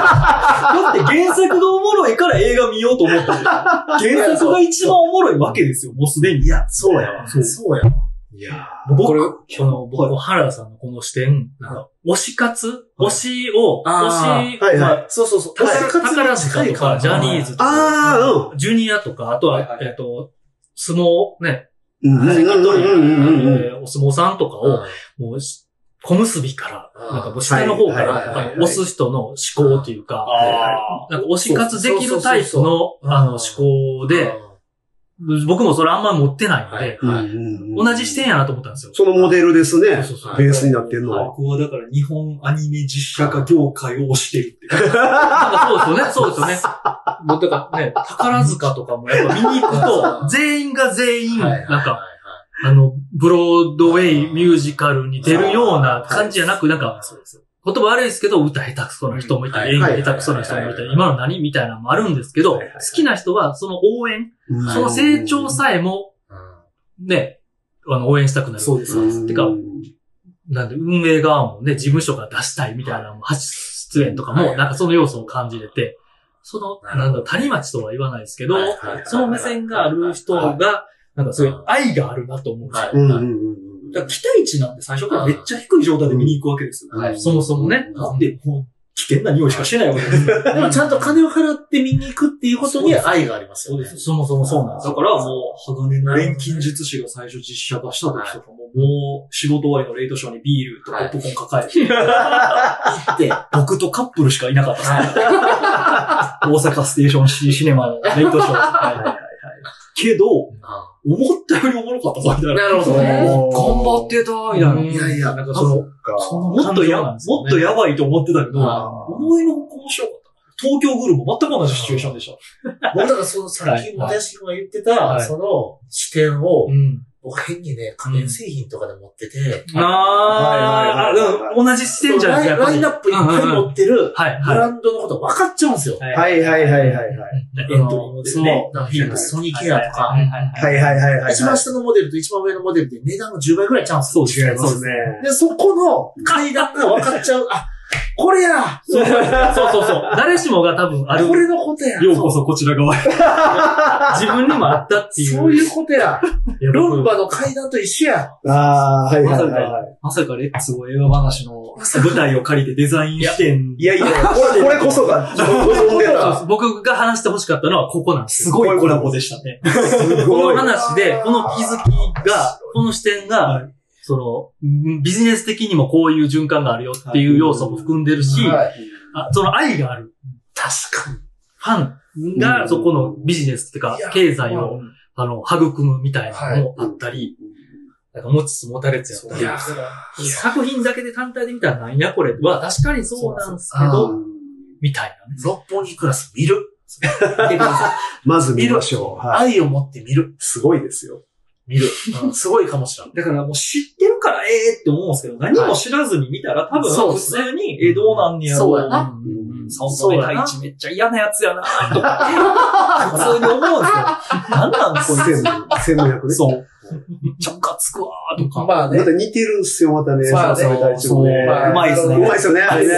C: 原作がおもろいから映画見ようと思ったんだよ原作が一番おもろいわけですよ、もうすでに。いや、
D: そうやわ。そうやわ。
B: いや
A: 僕、この、僕、原田さんのこの視点、なんか推し活推しを、
D: あ
A: 推し、
B: はい
A: ま
B: は
A: あ
B: い。
D: そうそうそう。
A: 宝塚とか、ジャニーズと
B: あ
A: か、
B: ー、
A: ジュニアとか、あとは、
D: はいはい
A: えっ、と、相撲、ね、
B: うん。うんうん
A: 関取、
B: うんうんうん
A: えーお相撲さんとかを、もうし、小結びから、なんかもう下の方か
D: はいはいはい
A: ら
D: はい
A: 押す人の思考というか、
D: あ
A: なんか推し活できるタイプ
D: そうそう
A: の、
D: そう
A: あの、思考
D: ー
A: で、、僕もそれあんまり持ってないので、
B: うん
D: は
B: うんうん
A: 同じ視点やなと思ったんですよ。
B: そのモデルですね
A: そうそうそ。う
B: ベースになってんのは。
C: 僕はだから日本アニメ実写化業界を推してるって。
A: なんかそうですよね、そう
D: [laughs]
A: ですよね。もうだからね、宝塚とかもやっぱ見に行くと、全員が全員、
D: はいはいはい
A: なんか、あの、ブロードウェイミュージカルに出るような感じじゃなく、なんか、
D: そうです
A: 言葉悪いですけど、歌下手くそな人もいた
D: は
A: り、
D: い
A: 演技下手くそな人もいた
D: はい
A: り、今の何みたいなのもあるんですけど、
B: は
A: 好
B: いはい
A: きな人はその応援、
B: うん
A: その成長さえも、ね、あの、応援したくなる。
D: そうですそうです
B: うん
A: てかなんで、運営側もね、事務所が出したいみたいなのも、初出演とか
D: は
A: も、
D: い
A: なんかその要素を感じれて、その、
D: なる
A: な
D: ほ
A: ん
D: ど
A: だ、谷町とは言わないですけど
D: はいはいはいはい、
A: その目線がある人が、なんかそういう愛があるなと思うんですよ。
D: はい
B: うんうん
D: はい。
B: うん
C: だから期待値なんて最初からめっちゃ低い状態で見に行くわけですよ。
B: は
A: そもそもね
C: なんで、もう危険な匂いしかしてないわけですよ。
D: でもちゃんと金を払って見に行くっていうことには愛がありますよね。
A: そもそもそうなんです
C: だ
A: よ。
C: からもう、鋼の錬金術師が最初実写化した時とかも、もう仕事終わりのレイトショーにビールとポップコーン抱えて、
D: 行って、
C: 僕とカップルしかいなかったですね。大阪ステーションシーシネマのレイトショー。はいはいはいけど、思ったよりおもろかったぞ、みたいな。
D: なるほどね
C: お頑張ってた、みたいな。
A: うん
D: いやいや
C: なんかその、
B: か
C: そのもっと
A: 感情な
C: や、
A: ん
C: も
A: ですよね
C: っとやばいと思ってたけど、
D: あ
C: 思いのほか面白かった。東京グルメ全く同じシチュエーションでした。
D: 僕だからそのさっきも林君が言ってた、
A: はい
D: その視点を、
A: ん。
D: 僕変にね、家電製品とかで持ってて、
A: あ
B: はいはいはい
A: ーあ、うん同じ視点じゃない
D: ラ
A: ですか、やっぱ
D: イライ
A: り。
D: ンナップいっぱい持ってる
A: はい、
D: ブ
A: はい。
D: ランドのこと分かっちゃうんですよ。
B: はいはいはいはいはい。
A: エ
C: エントリーモデルね。
D: そう。フィリップスソニーケアとか、
A: はいはいはい
B: はいはいはいはい。
D: 一番下のモデルと一番上のモデルって値段が10倍くらいちゃうんですよ。
B: 違いますね。
D: で、そこの階段が分かっちゃう。あ、これや
A: そうそうそうそう。誰しもが多分ある
D: こ。れのことや
C: ようこそこちら側へ。
A: 自分にもあったっていう。
D: そういうことや
A: いや僕
D: 論破の階段と一緒や
B: ああ、はいはいはいはい。
C: まさかレッツゴー映画話の舞台を借りてデザイン視点。
B: いやいや、これこれこそが、望んでた。
A: 僕が話して欲しかったのはここなんですよ
C: すごいコラボでしたね。
B: す
A: こ
B: ごい
A: の。話で、この気づきが、この視点
C: は
A: が、その、ビジネス的にもこういう循環があるよっていう要素も含んでるし、
D: はい
A: あその愛がある。
D: 確かに。
A: ファン
B: うん
A: がそこのビジネスっていうか
D: いや、
A: 経済を、あの、育むみたいなのも
B: は
A: あ
B: い
A: ったり、なんか持ちつ持たれつやった
D: い
A: り
D: や。
A: 作品だけで単体で見たらなんやこれは確かにそうなんですけ
D: そう
A: ど
D: そ、
A: みたいなね。
D: 六本木クラス見る。見てくださ
B: まず
D: い
B: 見ましょう。はい。
D: 愛を持って見る。
B: すごいですよ。
D: 見る。うんすごいかもしれん。
A: だからもう知ってるからええって思うんですけど、何も知らずに見たら多
D: そう
A: 分
D: で
A: 普
D: す
A: 通に、え、どうなんねやろ
D: そうやな
A: うんうん早
D: そ
A: 乙
D: うや
A: 女
D: な
A: 太一めっちゃ嫌なやつやなとか、普通に思うんですよ。なんなん
B: こ
A: こ
B: れ千千の百ね。
A: そう。めっちゃムカつくわーとか。
D: まあ
B: また似てるんすよ、またね。
D: まあね
B: その大地もね
D: そうまあ
B: う
A: う
B: ま
A: ま
B: い
A: い
B: っ
A: っ
B: す
A: す
B: ね。
A: ね
B: うまいっすよね、あれね。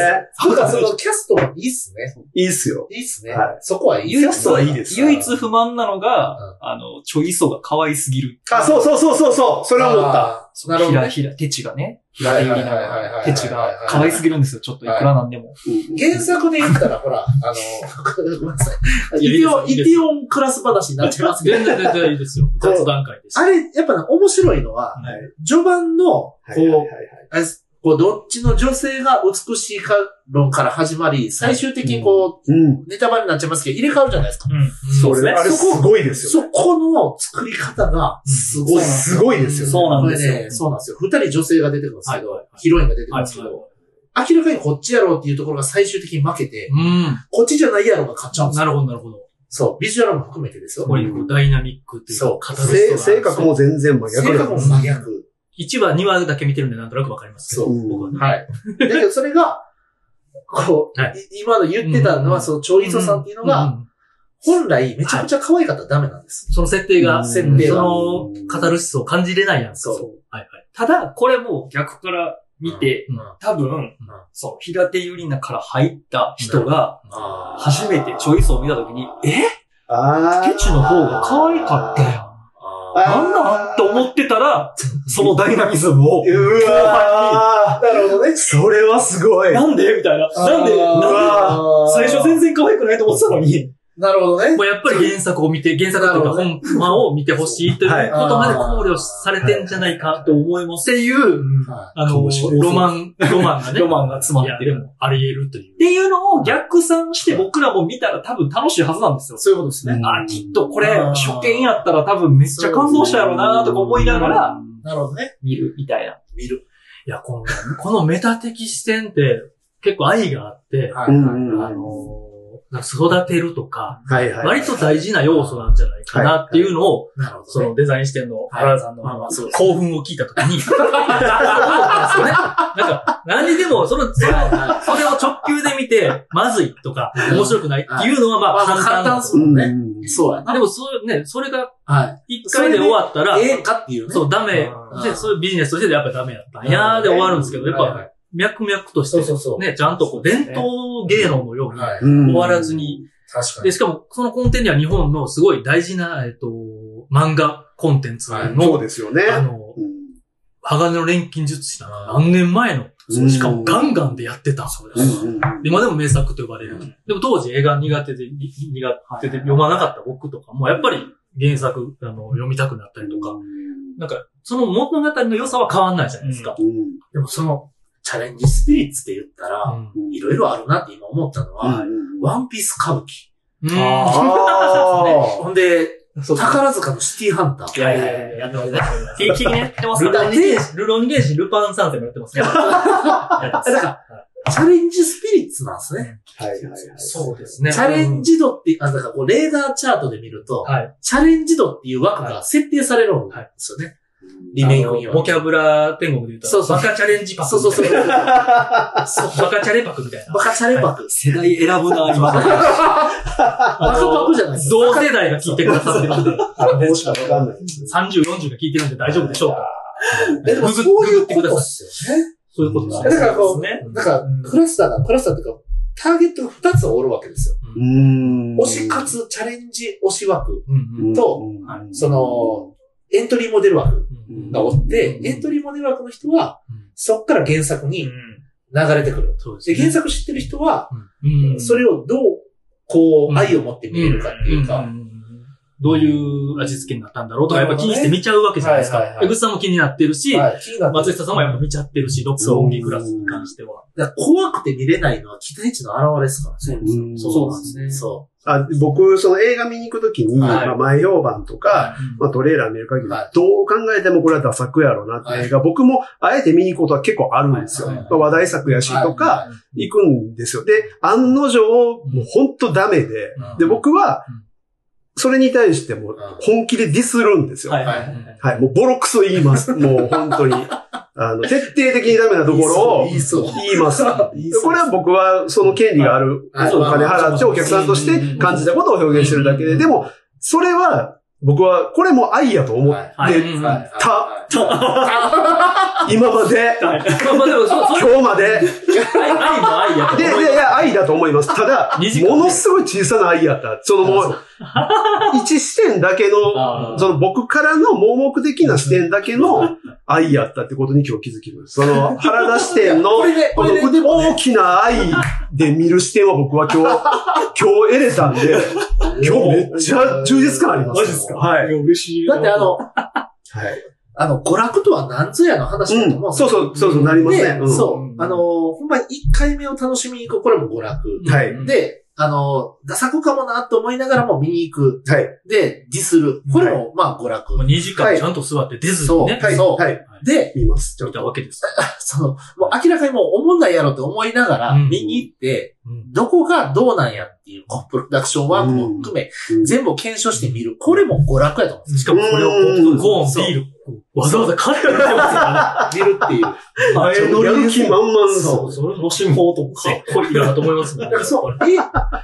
D: なんかそのキャストはいいっすね。
B: いいっすよ。
D: いいっすね
B: はい。
D: そこはいいっすね。
B: キャストはいいです
D: 唯
A: 唯
D: 一
A: 一不満なの
D: う
A: が、あの、ちょいそが可愛すぎる。
B: あ、そうそうそうそうそう。それは思った。
D: あーなるほ
A: ひ
D: ど
A: ら
D: ね。
A: ひら、手ちがね。ひ
D: は
A: ら
D: い
A: ゆ
D: はい
A: り
D: はいはいは
A: ない手ちが可愛すぎるんですよ。ちょっといくらなんでも。
D: 原作で言ったら、ほら、あの、ごめんなさい。イ
A: いやいいです
D: テオン、イテオンクラス話になっちゃいますけど。
A: 全然全然いいですよ。雑談会です
D: あ。れ、やっぱな面白いのは、
B: はい
D: 序盤の、こう、
B: はいはいはいはい。
D: あれですこう、どっちの女性が美しいか論から始まり、最終的にこ
B: うん。
D: う、ネタバレになっちゃいますけど、入れ替わるじゃないですか。
A: うん。
B: そ
A: そうです
B: れ、
A: ね
B: あ。れすごいですよ
D: そ。この作り方が、すごい。
B: すごいですよね。
A: そうなんですよ
D: これねそうなんですよ。二人女性が出てくるんですけど、
A: はいはいはい
D: ヒロインが出てくるんですけど、明らかにこっちやろうっていうところが最終的に負けて、
A: う
D: こっちじゃないやろうが勝っちゃうん
A: ん。
D: です
A: な
D: よ。
A: るほど、なるほど。
D: そう。ビジュアルも含めてです
A: す
D: よ。
A: ごいこうダイナミックという
D: そう
A: か、型
D: そ
B: せ性格も全然真逆
D: 性
B: だ
D: 格も真逆。
A: 1話、2話だけ見てるんでなんとなくわかりますけど。
D: そう
A: 僕はね
D: はい。だけどそれが、こう、
A: はい
D: 今の言ってたの
A: う
D: は、
A: ん
D: その、超磯さんっていうの
A: うん
D: が、
A: うん
D: 本来めちゃくちゃ可愛かったらダメなんです。
A: その設定
B: う
A: が、
B: ん
A: 設定がその、カタルシスを感じれないやん。
D: そう
A: はいはい。ただ、これも逆から見て、
D: うん
A: 多分、そう、平手ゆりなから入った人が、
D: あー
A: 初めてチョイスを見たときに、え
B: あー
A: ケチの方が可愛かったやん。
D: あ
B: あー
A: なんなんって思ってたら、そのダイナミズムを、
B: うわーなるほどね。それはすごい。
A: なんでみたいな。
D: ー
A: なんでなん
B: う
A: で
B: わ
D: あー
A: 最初全然可愛くないと思ってたのに。
D: なるほどね
A: も。うやっぱり原作を見て、原作というか
D: なる
A: 本間を見てほしいという
B: はい
A: ことまで考慮されてんじゃないかと思います。っていう、
D: は
A: あ
B: か
A: の
B: もしれない、
A: ロマン、 [laughs] ロマンがね。
C: ロマンが詰まってる
A: いやでもあり得るという。っていうのを逆算して僕らも見たら多分楽しいはずなんですよ
D: い。そういうことですね。
A: あ、きっとこれ、
D: うん
A: 初見やったら多分めっちゃ感動したやろうなとか思いながら、
D: なるほどね。
A: 見るみたいな。
D: 見る。
A: いや、この、このメタ的視点って結構愛があって、
D: は
B: う
D: い。
B: ん
A: あ
B: うんうん
A: のー、育てるとか、
B: はいはい。
A: 割と大事な要素なんじゃないかなっていうのを、
D: なるほ
A: そ
D: どね。
A: のデザイン視点の原田さんの、
D: はいまあまあそうです
A: 興奮を聞いたとき
D: [laughs]
A: に、そうなんですよね。なんか、何にでも、その、それをそれを直球で見て、まずいとか、面白くないっていうのは、ま
D: まあ
A: あ、簡単
D: 簡単
A: だ
D: っす
A: と
D: もんね
B: うん
D: そうやな。
A: でも、そう、ね、それが
D: は
A: 一回で終わったら
D: い。、ええんかっていうね。
A: そう、ダメ
D: うん。
A: で、そういうビジネスとしてやっぱダメやった。いやーで終わるんですけど、やっ
D: はいは
A: ぱ、
D: い
A: 脈々とし
D: そうそう
A: て、
D: そう。
A: ね、ちゃんとこう、伝統芸能のように、
D: はい。
B: うん
A: 終わらずに、
D: 確かに
A: で、。しかも、そのコンテンツには日本のすごい大事な、えっと、漫画コンテンツ
D: はい
B: そう
A: の、
B: ですよね。
A: あの、
B: う
A: 鋼の錬金術師なんか何年前の、
B: うん
A: しかもガンガンでやってた。
B: んうんうん
A: 今でも名作と呼ばれる。でも当時映画苦手で、に苦手で読まなかった僕とかも、やっぱり原作、あの、読みたくなったりとか、なんか、その物語の良さは変わんないじゃないですか。
B: うん
D: でもその、チャレンジスピリッツで言った
A: う
D: ら、
A: ん。
B: うん
D: いろいろあるなって今思ったのは、
B: うん
D: ワンピース歌舞伎。
A: うん
B: ああ。
D: ほんで、
A: そうそう
D: 宝塚のシティハンタ
A: い
D: ー。
A: やいやいや、やってますね。定期的にやってます
D: ルロ
A: から
D: ニ
A: ね。
D: ケ
A: ルロニケンシン、ルパン三世もやってますね。やって
D: だから、チャレンジスピリッツなんですね。
B: はいはいはい。
A: ます [laughs] そうですね。
D: チャレンジ度って、あ、だからこう、レーダーチャートで見ると、
A: はい。
D: チャレンジ度っていう枠が設定されるんですよね。リメイクに
A: あ
D: は。
A: のボキャブラ天国で言うと、
D: そうそう
A: バカチャレンジパク。
D: そうそうそう。
A: そう。バカチャレパクみたいな。
D: バカチャレパク。
C: 世代選ぶな、今の。
D: バカパクじゃないです
A: 同世代が聞いてくださってるんで、
B: あの、もしかわかんないです。
A: 30、40が聞いてるんで大丈夫でしょうか
D: えでもそういうことっすよね。
A: そういうことです
D: だからこう、
A: ね。
D: なんか、クラスターが、クラスターっていうか、ターゲットが2つおるわけですよ。
B: うーん。
D: 推し活、チャレンジ推し枠、
A: うんうん。
D: と
B: うん、
D: そのエントリーモデル枠がおって、エントリーモデル枠の人は
C: うん、
D: そっから原作に流れてくる。
C: そうです
D: で、原
C: ね。
D: 作知ってる人は、
A: うん
D: それをどう、こ
C: うん
D: う、愛を持って見れるかっていうか、
C: どういう味付けになったんだろうとか、やっぱ気にして見ちゃうわけじゃないです
D: なるほ
C: か。
D: どね
C: 江口さんも気になってるし、
D: はい気になってる
C: 松下さんもやっぱ見ちゃってるし、独創音源クラスに関しては。
D: だから怖くて見れないのは期待値の表れですからね。そう
B: うん
D: そうなんですね。そ
B: あ僕、その映画見に行くときに、
D: はい
B: まあ前評判とか、
C: うん
B: まあトレーラー見る限り
D: はい、
B: どう考えてもこれはダ作やろうなっていう映画、僕もあえて見に行くことは結構あるんですよ。
D: はい
B: ま
D: はいはい
B: あ話題作やしとか、
D: は
B: 行くんですよ。で、案の定、もうほんとダメで、
D: うん
B: で、僕は
C: うん、
B: それに対してもう本気でディスるんですよ。
C: は
B: はいい。
C: はいはい。
B: もうボロクソ言います。もう本当に。あの、徹底的にダメなところを
D: 言いそう言いそう
B: 言います。
D: う。いいそ
B: [laughs]
D: う
B: これは僕はその権利がある、
D: はい
B: そのお金払ってお客さんとして感じたことを表現してるだけで、でも、それは、僕は、これも愛やと思って、
D: はい
B: で
C: はい
D: はいはい
B: 今まで、
C: まあでも、そう、そう、
B: 今日まで、
C: 愛愛も愛やと
B: で、い
C: 思い
B: やいや、愛だと思います。ただ、
C: 二時間
B: ものすごい小さな愛やった。そのもう、 [laughs] 一視点だけ
C: あー
B: の、その僕からの盲目的な視点だけの愛やったってことに今日気づきます。その原田視点の、
D: これ [laughs] で、
B: こ
D: こ
B: の
D: れで、でもね
B: 大きな愛で見る視点は僕は
D: [laughs]
B: 今日、今日得れたんで、今日めっちゃ充実感あります。
D: マジっすか
B: はい。
A: や、嬉しい
D: だってあ、の、
B: はい。
D: あの、娯楽とは何ぞやの話だと
B: う
D: 思う
B: ん。
D: んです
B: そうそ
D: よ。
B: う、そうそう、なりますね。
D: で、
B: うん
D: そう。あのー、ほんまに1回目を楽しみに行く。これも娯楽。
B: は
C: う
B: い。
C: ん
D: で、あのー、ダサ子かもなと思いながらも見に行く。
B: はい。
D: で、ディスる。これも、まあ、娯楽。
C: まあ2時間ちゃんと座って出ずに
D: そう。
C: ね、
B: はい。
D: そう
B: はい。
D: で、
B: 言います。ちょ
C: 見
B: ったと。
C: わけです。
D: その、もう明らかにもう思んないやろって思いながら
C: うん
D: 見に行って、
C: うん
D: どこがどうなんやっていう、こうプロダクションワークも含め、
B: うん
D: 全部検証してみる。これも娯楽やと思うんです
C: しかもこれを
B: うん
C: こう、ゴ
D: そう
C: ーン、ビール、わざわざ買ってるってますから。
D: よ。見るっていう。
B: 前乗り気満々です
D: そう
C: それの進法とかっこいいなと思いますもんね。
D: だからそう、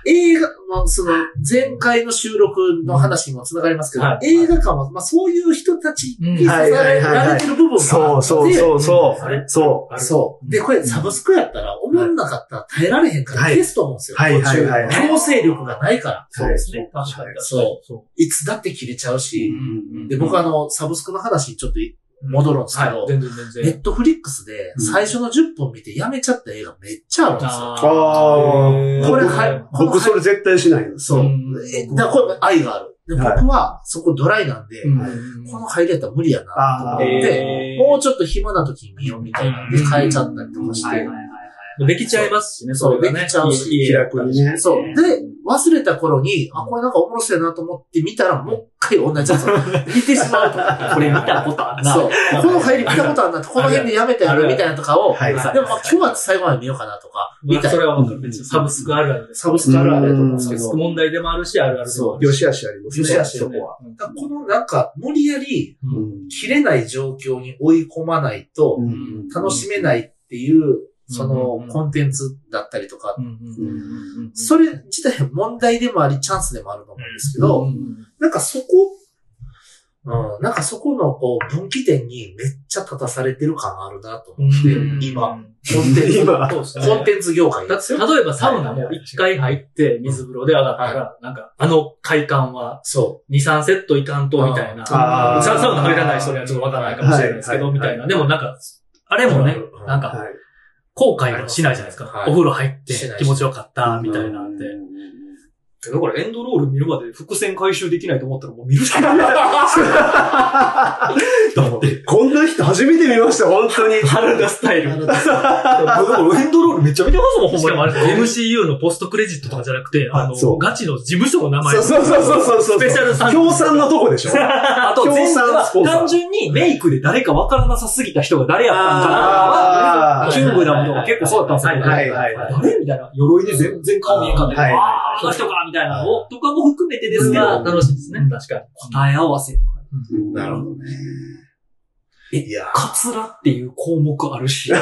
D: え映画、まあ、その、前回の収録の話にも繋がりますけど、
C: はい
D: 映画館は、まあ、そういう人たちに支え
B: はいはいはいはい
D: られてる部分があって、
B: そうそうそうそ
C: あれ
B: う。そ
C: あれ
D: そう。で、これサブスクやったら、思んなかったら耐えられへんから、
B: はい
D: 消すと思うんですよ。
B: はいはいはい
D: 途中強制力がないから。
B: う。はい。
C: ね。確かに。
D: そう。
C: そ
D: いつだって切れちゃう
C: う
D: し。
C: ん
D: で、僕はあの、サブスクの話にちょっと戻るんですけ
C: はい、
D: ど、
C: 全然全
D: ネ
C: 然。
D: ットフリックスで
B: うん
D: 最初の10本見てやめちゃった映画めっちゃあるんですよ。
B: ああ
A: へ
B: ー。
A: ー
D: これ、
B: 僕
D: はい。この
B: 僕それ絶対しないです。
D: そうう。
C: ん
D: え、だからこれ愛がある。で、
B: はい
D: 僕はそこドライなんで、
C: うん
D: この入りやったら無理やなと思っ
B: あー
D: て、
C: えー
D: もうちょっと暇な時に見ようみたいなんで
C: うん
D: 変えちゃったりとかし
B: はい
D: て
B: は、
C: できちゃいますしね、
D: そう
C: れがね
D: できちゃうし
C: いい
B: 気楽にね。
D: そう。で、忘れた頃に、あ、これなんかおもろそうやなと思って見たら、もう一回同じや [laughs] つを見てしまうと思って。
C: これ見たことあるな。
D: そう。この入り見たことあるなって、この辺でやめたやろみたいなとかを、
B: はい
D: でもまあ今日は最後まで見ようかなとか、
C: ま
D: み
C: あ
D: たい
C: そ
D: な。
C: れはわかる。めっちゃサブスクあるあるです。
D: サブスクあるあるやと思うんですけ
B: う
D: ど
B: ん、
C: 問題でもあるし、あるあるでもある
B: よしあしありますね。
D: よしあし
B: そこは。
C: うん
D: だからこのなんか、無理やり、
B: うん
D: 切れない状況に追い込まないと、
B: うん
D: 楽しめないっていう、そ
C: うん
D: の、コンテンツだったりとか、
C: うんうんうんうん
D: それ自体は問題でもあり、チャンスでもあると思うんですけど、
C: うんうん
D: なんかそこ、うん、なんかそこのこう分岐点にめっちゃ立たされてる感あるなと思って、
C: うん
D: 今、。コンテンツ、
B: 今、
C: そうですね。
D: コンテンツ業界
C: だ
D: で
C: っ
D: す
C: て
D: よ。
C: 例えばサウナも一回入って水風呂で上がったら、なんか、あの快感は
D: そ
C: 2、3セットいかんと、みたいな。
B: あー
C: ササウナ入らない人にはちょっとわからないかもしれないですけど、
B: はい
C: みたいな。でもなんか、あれ
D: う。
C: もね、
D: う
C: なんか、
B: はい
C: 後悔はしないじゃないですか。
D: はい
C: お風呂入って
D: しない
C: 気持ちよかった、みたいなんて。だからエンドロール見るまで伏線回収できないと思ったらもう見るしかない。だって、
B: こんな人初めて見ました、本当に。
C: 原田スタイル。
D: なんか
C: 僕もエンドロールめっちゃ見てますもん、ほんまに。あれ MCU のポストクレジットとかじゃなくて、あ
B: そ
C: の、
B: う
C: ガチの事務所の名前
B: そう。そうそうそうそうそう。
C: スペシャルサン
B: 協賛のとこでしょ
C: あと、
B: 協
C: 全
B: 賛
C: 部は
B: スポンサー
C: 単純にメイクで誰かわからなさすぎた人が誰やったんかな
B: あー
C: キングダムとか結構そうだったんですよ。
B: はいはいはい
C: 誰みたいな。鎧で全然顔見えんかった。
B: はいはい
C: あーあの人かみたいなのをとかも含めてですが、
B: うん
C: 楽しいですね。確かに。
A: 答え合わせ。
B: なるほどね。
D: いや
C: カツラっていう項目ある [laughs] し、
B: あ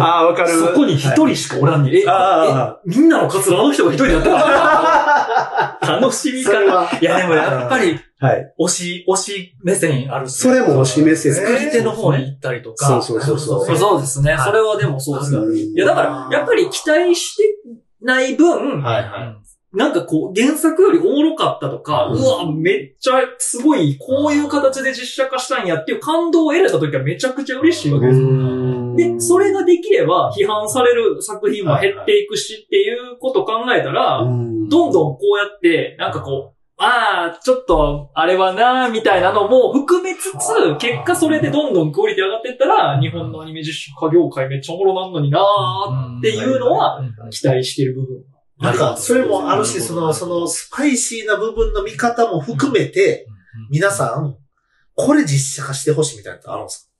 B: あ、わかる。
C: そこに一人しかおらんに、え、え
B: あ
C: みんなのカツラあの人が一人だったの [laughs] 楽しみ
B: そ
C: か
B: れ
C: な。
B: は。
C: いや、でもやっぱり、
B: あ。はい。
C: 推し、推し目線あるっす
B: そ
C: ね
B: れもお示せです
C: 作り手の方に行ったりとか。
B: そうそうそうそう
C: そうそうですね。それはでもそうですね。
B: うん
C: いや、だから、やっぱり期待してない分、
D: はい
A: うん
D: は
C: なんかこう、原作よりおもろかったとか、
D: うん
C: うわ、めっちゃすごい、こういう形で実写化したんやっていう感動を得れた時はめちゃくちゃ嬉しいわけですよ。で、それができれば批判される作品も減っていくしっていうことを考えたら、
B: うん
C: どんどんこうやって、なんかこう、ああ、ちょっと、あれはなーみたいなのも含めつつ、結果それでどんどんクオリティ上がってったら、日本のアニメ実写化業界めっちゃおもろなんのになーっていうのは、期待してる部分。
D: い。なんか、それもあるし、その、その、スパイシーな部分の見方も含めて、皆さん、これ実写化してほしいみたいなのあるんです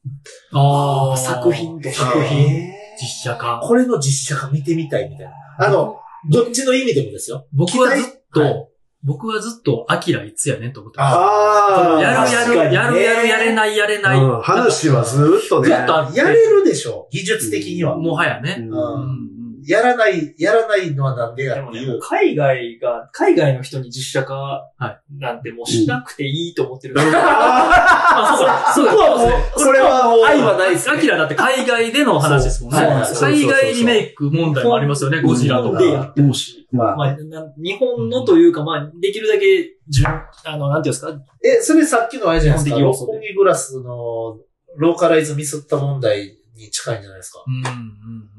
C: ああ、作品と
D: か
C: 作品。
A: 実写化。
D: これの実写化見てみたいみたいな。あの、どっちの意味でもですよ。
A: 僕はずっと、
D: はい
A: 僕はずっと、アキラいつやねんと思ってま
B: あ
A: す。
B: あ。
A: やるや
D: 確か
A: る、
D: にね
A: やるやる、やれない、やれない。
B: うん話はずーっとね。
A: ずっとあって
D: やれるでしょう。技術的には。
A: もはやね。
D: う
A: うんん
D: やらない、やらないのはなんでやっていう。
C: 海外が、海外の人に実写化
A: は
C: なんてもうしなくていいと思ってる。
B: あ
C: あそうだ、そうだ、そうだ。
B: ーそれはもう。
C: 愛はないです。
A: アキラだって海外での話ですもんね
D: そうそうなんで。すよ
A: 海外リメイク問題もありますよね、
B: ん
A: ゴジラとか
C: で。やってほしい。
B: まあ
C: まあ、な日本のというか、まあ、できるだけ、じゅん、あの、なんていうんですか、
D: え、それさっきのあれじゃないですか。
C: 基本的要
D: 六
C: 素で
D: 本木グラスのローカライズミスった問題に近いんじゃないですか。
A: うんうんうん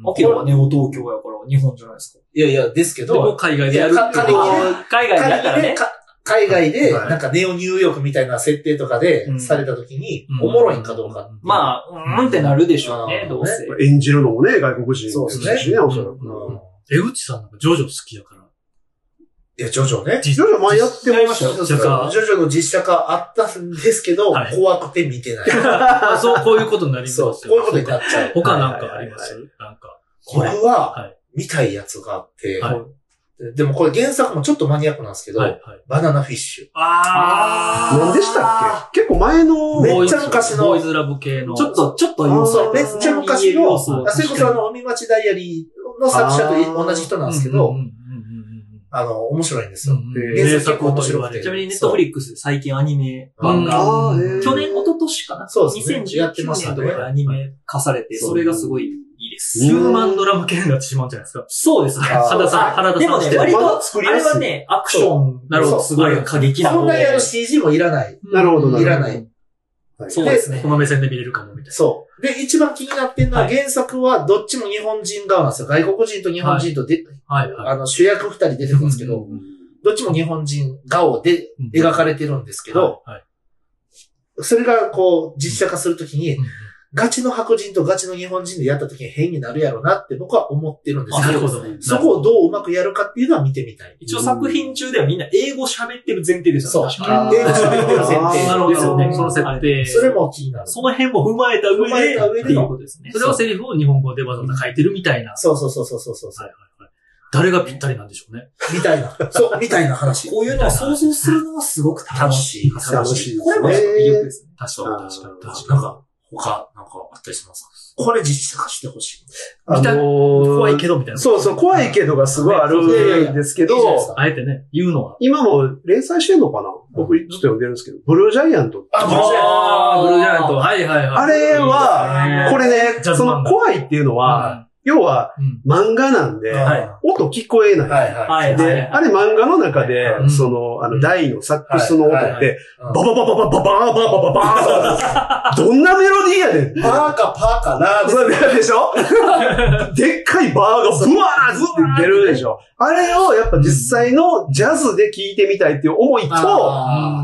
C: アキラはネオ東京やから、日本じゃないです
D: いやいや、ですけ
A: でも
D: ど、
A: 海外でやるっていう
D: い
A: の
D: や
A: は
D: か
C: か。海外でやったら
D: 海外で、
C: ね。
D: か海外で、
B: はい
D: なんかネオニューヨークみたいな設定とかで
A: うん
D: された時に
A: う、ん
D: おもろいんかどうか。
C: まあ、うんってなるでしょう
D: う
C: ね、
D: ん
C: どうせ。
B: 演じるのもね、外国人。
D: そうですね
B: しね、おそらく。
D: うん
A: 江口さんなんかジョジョ好きだから。
D: いや、ジョジョね。
B: 徐々に前やってまし
D: そう
B: た
D: そう
A: 実写化
D: ジョジョの実写化あったんですけど
A: は、い
D: 怖くて見てない。
A: まあそう、こういうことになります
D: そう、
A: よ。
D: こういうことになっちゃう。
A: 他なんかありますなんか。
D: 僕
A: は、
D: はい見たいやつがあって、
A: はい
D: でもこれ原作もちょっとマニアックなんですけど、
A: はいはい。
D: バナナフィッシュ。
A: あ
B: 何でしたっけ結構前の。
D: めっちゃ昔の
A: ボーイズラブ系の。
C: ちょっと、ちょっと
B: あー
C: 要
D: そう、
C: 素
D: めっちゃ昔の、
C: 要素
D: あそれこそあの、海町ダイアリーの作者と同じ人なんですけ
A: うん
D: ど
A: うん、う
D: あの、面白いんです
A: んうんう
D: よ。
A: ん
B: え
A: うん
B: ー
A: 名作と言われ
D: 名作
C: ちなみ
A: る。
C: にネットフリックスで最近アニメ
A: あ
C: 版が、
B: ああ、へえ。
C: 去年、一昨年かな
D: そうですねやってま
C: ?2019
D: した
C: 年
D: ね
C: とかでアニメ化されて、
D: そう
C: それがすごいいいです。
A: ヒューマンドラム系になってしまうんじゃないですか。
C: そうですね。
B: あー
A: 原さん、
C: あ
A: 原田
C: で
A: さ
C: も
A: ん
C: ね
A: して
C: 割と
B: まだ作り
C: あ
B: や
C: れ
B: すい
C: はね、アクション、
A: なるほ
D: そ
A: ど、
D: う
A: すごい過激な
D: そん
C: の
D: な
C: で
D: にあの CG もいらない。
B: なるほど、なるほど。
D: いらない。
B: はい。
C: そうですね
A: こ。の目線で見れるかも、みたい
D: そう。で、一番気になってるのは
A: は
D: 原作はどっちも日本人側なんですよ。外国人と日本人とで、
A: な。はい、はい。
D: あの、主役二人出てくるんですけ
A: う
D: ど、どっちも日本人顔で
A: うん
D: 描かれてるんですけど、
A: はい、はい
D: それがこう、実写化するときに
A: う、ん
D: ガチの白人とガチの日本人でやったときに変になるやろなって僕は思ってるんです
A: あ
D: け
A: なる
D: ど、
A: ほど。
D: そこをどううまくやるかっていうのは見てみたい。
C: 一応作品中ではみんな英語喋ってる前提です
D: そ
C: よ
D: う。
C: ね。確
D: 英語
C: か
B: あー
D: 喋ってる設定
A: なるほ
C: ですよ
A: ど
C: ね
A: ね。その設定。
D: それも気になる。
C: その辺も踏まえた上
D: 踏まえ
C: で、
D: た上で
C: っていうことですね。
A: それをセリフを日本語でわざわざ書いてるみたいな。
D: そうそうそうそうそうそう。
A: はいはいはい。誰がぴったりなんでしょうね。
D: みたいな。そう、みたいな話。
C: こういうのを想像するのはすごく楽しい。
B: 楽しいですね
C: これも魅力ですね。
A: 確かに、確かに、確
D: な
A: か
D: んか、他、なんかあったりしますかこれ実写化してほしい。
B: あの
A: 見たに。怖いけ
B: ど。
A: ど、みたいな。
B: そうそう、怖いけどがすごいあるんですけ
D: いいじゃないです
B: ど、
D: か
A: あえてね、言うのは。
B: 今も連載してんのかな僕ちょっと読んでるんですけど、ブルージャイアント。
D: あブルージャイ
A: あ
C: あ
A: ー
C: ー
A: ブルージャイアント。はいはいはい。
B: あれは、
A: いい
B: こ
A: ですね
B: れね、
A: ジャズ
B: そ
A: 漫画
B: の怖いっていうのは、要は
A: うん
B: 漫画なんで、
D: はい
B: 音聞こえない。
D: はいはい。
C: はい
B: で、
C: はい
B: あれ漫画の中で、
D: うん
B: その、あ
A: う
B: の、
A: ん
B: 台のサックスの音
D: はい
B: っ
D: はい
B: て、ババババババババーババババーンどんなメロディーやねんって。
D: パーかパーかラーで
B: そうでしょでっかいバーがブワーって出るでしょあれをやっぱ実際のジャズで聴いてみたいっていう思いと、
D: あ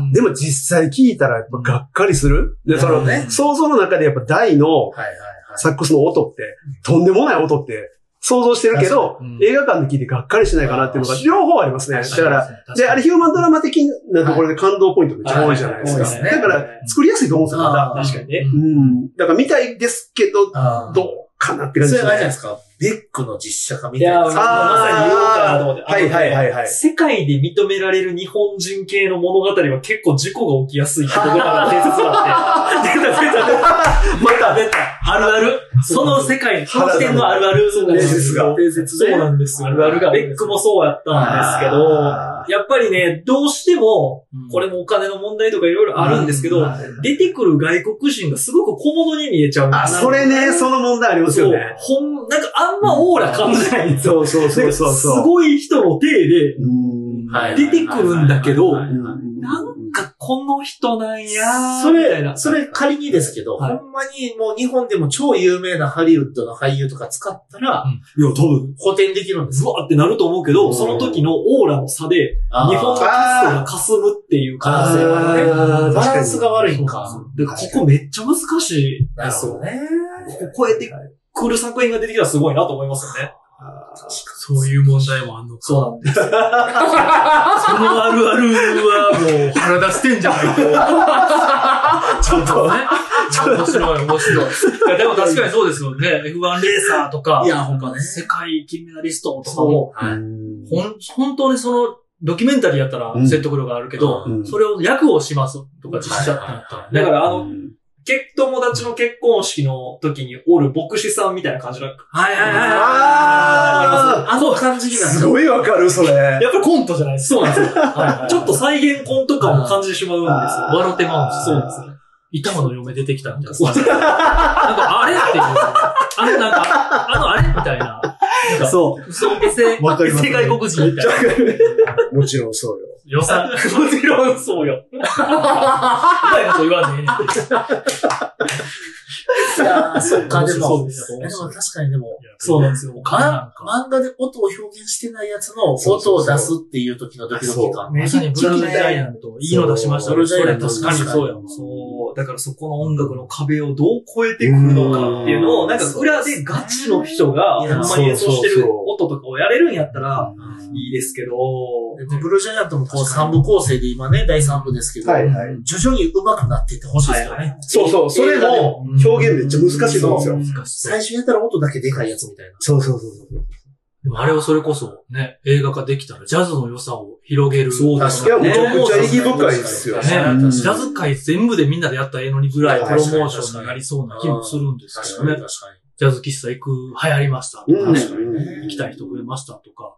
A: うん
B: でも実際聴いたらやっぱがっかりする。で、そ
D: なる
B: の
D: ほどね
B: 想像の中でやっぱ大の
D: ーはいはい
B: サックスの音って、とんでもない音って想像してるけど
A: うん、
B: 映画館で聴いてがっかりしないかなっていうのが両方ありますね。だ
A: 確か
B: か
A: に
B: ら、、で、あれヒューマンドラマ的なところで感動ポイントめっちゃ多いじゃないですか。
D: はいはいはい多いです
B: だ
D: ね
B: から、作りやすいと思うんですよ、まだ。
D: はい。
C: 確かにね。
B: うん。だから見たいですけど、
D: あー
B: どうかなって感
D: そ
B: じ
D: れあれ
B: ね
D: じゃないですか。ベックの実写化みたいな。
C: いやまさに言おうかなと思って
B: あーはいはいはいはい。
C: 世界で認められる日本人系の物語は結構事故が起きやすいってことが伝説があって。出た [laughs] 出た出た。
B: また、
C: 出た。あるある。その世界、その視点のあるある。
B: 伝説が
C: 伝説で
A: そうなんですよ
C: あるあるが。ベックもそうやったんですけど、
B: あ
C: やっぱりね、どうしても、これもお金の問題とかいろいろあるんですけど、出てくる外国人がすごく小物に見えちゃうん
B: ーあ、
C: です
B: それね、その問題あります
C: そ
B: よ
C: う
B: ね。。
C: ほん、なんかあんまオーラ感じないんですよ。
B: そうそうそうそう
C: す
B: そう。
C: ごい人の体で、
B: うん
D: はい
C: 出てくるんだけど
D: はいはいはいはい
C: なんかこの人なんやー
D: そ
C: みたい
D: れ、
C: な。
D: それ仮にですけど、
C: はい
D: ほんまにもう日本でも超有名なハリウッドの俳優とか使ったら、
C: いや、多分、
D: 補填できるんです
C: ズ
D: よ。
C: ワーってなると思うけ
D: う
C: ど、
D: ん
C: その時のオーラの差で、
D: あー
C: 日本のキャストが霞むっていう可能性があるね。
B: あー
D: バランスが悪いんか。
C: で、ここめっちゃ難しい
D: な
C: で
D: る
C: す
D: ほど
C: よね。
D: ね。
C: ここ超えてくる作品が出てきたらすごいなと思いますよね。
A: そういう問題もあんのか。
C: そうなんです。
A: そのあるあるはもう腹出してんじゃないか。ちょっとね。面白い、面白い。いやでも確かにそうですよね。F1 レーサーとか、
D: いや、ほんまね。
A: 世界金メダリストとかも、
D: はい
B: うん
A: ほん、本当にその、ドキュメンタリーやったら
B: うん
A: 説得力があるけど、
B: うん
A: それを役をしますとか実写ってなったらね。
C: だから、あ
B: う
C: の、
B: ん
C: け友達の結婚式の時におる牧師さんみたいな感じだ。
A: はいはいはい
B: あ
D: あの感じになる。
B: すごいわかる、それ。
C: やっぱりコントじゃないですか。そうなんですよ。ちょっと再現婚とかも感じてしまうんですよ。
B: あー
C: 笑ってまうんですよ。そうなんですよ。
A: 板間の嫁出てきたみたいな。なんか、あれっていう。あれなんか、あのあれみたいな。
B: そ
A: そう、異性、異
B: わかります
A: 性外国人みたいな。
B: う。もちろんそうよ。
A: 予算。
C: もちろんそうよ。
A: みたいなこと言わねえねんって。
D: いやーそっか、で
C: そう
D: も。
C: です
D: いやでも確かにでも、
C: そうなんですよ。
A: お金なんか。
D: 漫画で音を表現してないやつの音を出すっていう時のドキドキ感。
A: まさにブルージャイアント、いいの出しましたけど、それ確かにそうやもん。
C: そう。だからそこの音楽の壁をどう超えてくるのかっていうの
B: う
C: を、
B: ん
C: なんか裏でガチの人が、
D: いや
C: ほんまに演奏して
B: そうそう
C: る
B: そう
C: 音とかをやれるんやったら、
D: うん
C: いいですけど、
D: でブルージャイアントもこう三部構成で今ね、第三部ですけど、
B: はいはい。
D: 徐々に上手くなっていってほしいですよね。
B: そうそう、それの表現めっちゃ難しいと思うんですよ。
A: 難しそう
D: 最初やったら音だけでかいやつみたいな。
B: そうそうそうそう。
A: でもあれをそれこそ、ね、映画化できたら、ジャズの良さを広げる。
C: そうだ
B: いや、めちゃくちゃ意義深いですよ。
A: ね、ジ
B: うん
A: ャズ界全部でみんなでやったらええのにぐらいプロモーションになりそうな気もするんですけどね。ジャズ喫茶行く、流行りましたと
B: う
A: か
B: ん
A: ね、
D: ね
A: 行きたい人増えましたとか、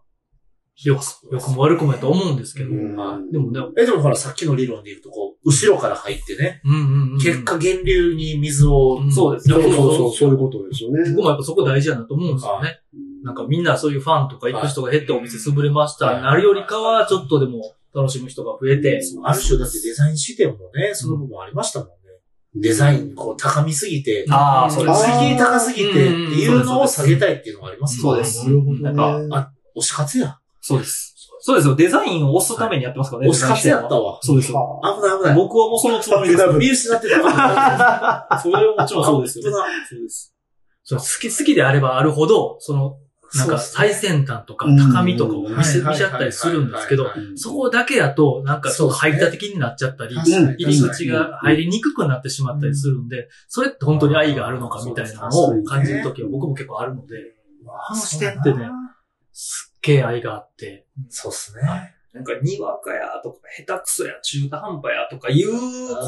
A: よく、よくも悪くもやと思うんですけど、
D: うん
A: でもね、
D: え、でもほら、さっきの理論で言うと、こう、後ろから入ってね、
A: うんうんうん。
D: 結果源流に水を、
A: うん
C: そうです
B: そ
C: ね
B: うそうそう、そういうことですよね。
A: 僕もやっぱそこ大事やなと思うんですよね。なんかみんなそういうファンとか行く人が減ってお店潰れました、
D: はい
A: なるよりかは、ちょっとでも楽しむ人が増えて、
D: ある種だってデザイン視点もね、その部分ありましたもんね。デザイン、こう、高みすぎて、
C: あ
A: ーそれ
D: 水着高すぎてっていうのを下げたいっていうのがありますもんね。
B: なるほどね。
D: なんか、あ、推し活や。
C: そうです。そうですよ。デザインを押すためにやってますからね。
D: 推し活やったわ。
C: そうですよ。
B: は
D: 危ない危ない。
C: 僕はもうそのつ [laughs] もりです。
B: 僕
D: 見失ってた。
C: それはもちろんそうですよ。
D: 危な
C: そうです。
A: その好き、好きであればあるほど、その、なんか最先端とか
B: うん
A: 高みとかを見せ、
D: はい
A: 見せ合ったりするんですけど
D: はいはい、はいはい
A: そこだけやと、なんかちょっと
D: そうで
A: 排
D: すね
A: 他的になっちゃったり、
D: 確かに
A: 入り口が入りにくくなってしまったりするんで、それって本当に愛があるのかみたいなのを感じるときは僕も結構あるので、あの視点ってね、すっげえ愛があって、
D: そうっすね。
C: なんか、にわかやとか、下手くそや、中途半端やとかいう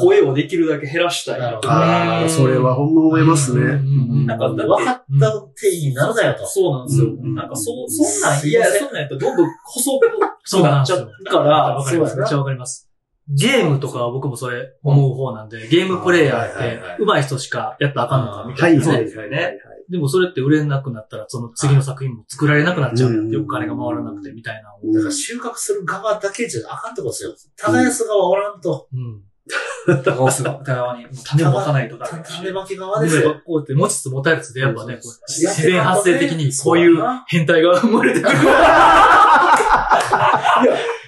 C: 声をできるだけ減らしたいなとか。
B: ああ、それはほんま思います
A: うん
B: ね。
A: うんうん
C: なんか、だ
D: 分か
C: っ
D: った定義にならないよと
C: て、。そうなんですよ。
B: うん
C: なんか、そ、そんなん、いや、
D: すいません
C: そんなんやったらどんどん細くなっちゃうか
A: わ
C: ら、
A: かりま
D: そうや
A: す。
D: な
A: めっちゃわかります。ゲームとかは僕もそれ思う方なんで、ゲームプレイヤー
D: はいはいは
A: っ
D: い
A: て上手い人しかやったらあかんのかみた
B: はいい
A: な。
B: はいはいはい。
A: でもそれって売れなくなったら、その次の作品も作られなくなっちゃうんで、
B: うん
A: お金が回らなくてみたいなのを。
D: だから収穫する側だけじゃあかんってことですよ。耕す側おらんと。 [laughs]
A: うん。
C: 高尾
A: [laughs]
C: すが、高尾に、種をまかないとダメだし。
D: 種まき側
A: こ
D: ですよ。
A: うやって持ちつ持たれつでやっぱね、こう自然発生的に
D: そ
A: こう
D: や
A: いう
D: な
A: 変態が生まれてくる。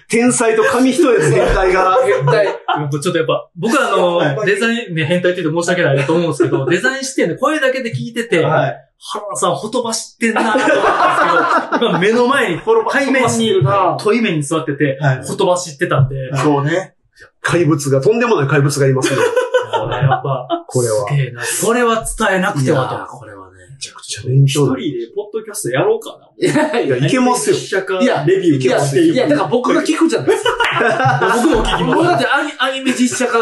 B: 天才と紙一重です、天才が。
D: 変態。
A: うんちょっとやっぱ、僕はあの、デザイン、ね、変態って言って申し訳ないと思うんですけ
D: [laughs]
A: ど、デザイン視点で声だけで聞いてて、
B: はい
A: 原田さんほとばしってんなと思ったんですけど、今目の前に、この背面に、遠い面に座ってて、
B: はい
A: ほとばしってたんで、こ
D: そうね。
B: 怪物が、とんでもない怪物がいますね。
A: れやっぱ、
B: これは
A: すげえな。それは伝えなくては
D: や
A: と。
D: これはね。ね。
B: ちゃくちゃ勉
C: 一
B: 強
C: 人
B: だ。
C: でポッドキャストやろうか
D: いやい
B: いや、いけますよ
C: な。。社会
D: いや
C: レビュー
D: いや、
C: してい
D: い
C: く
D: や、だから僕が聞くじゃないですか。
C: 僕も聞き
D: 僕だ
C: ま
D: ってアニアニメ実写化、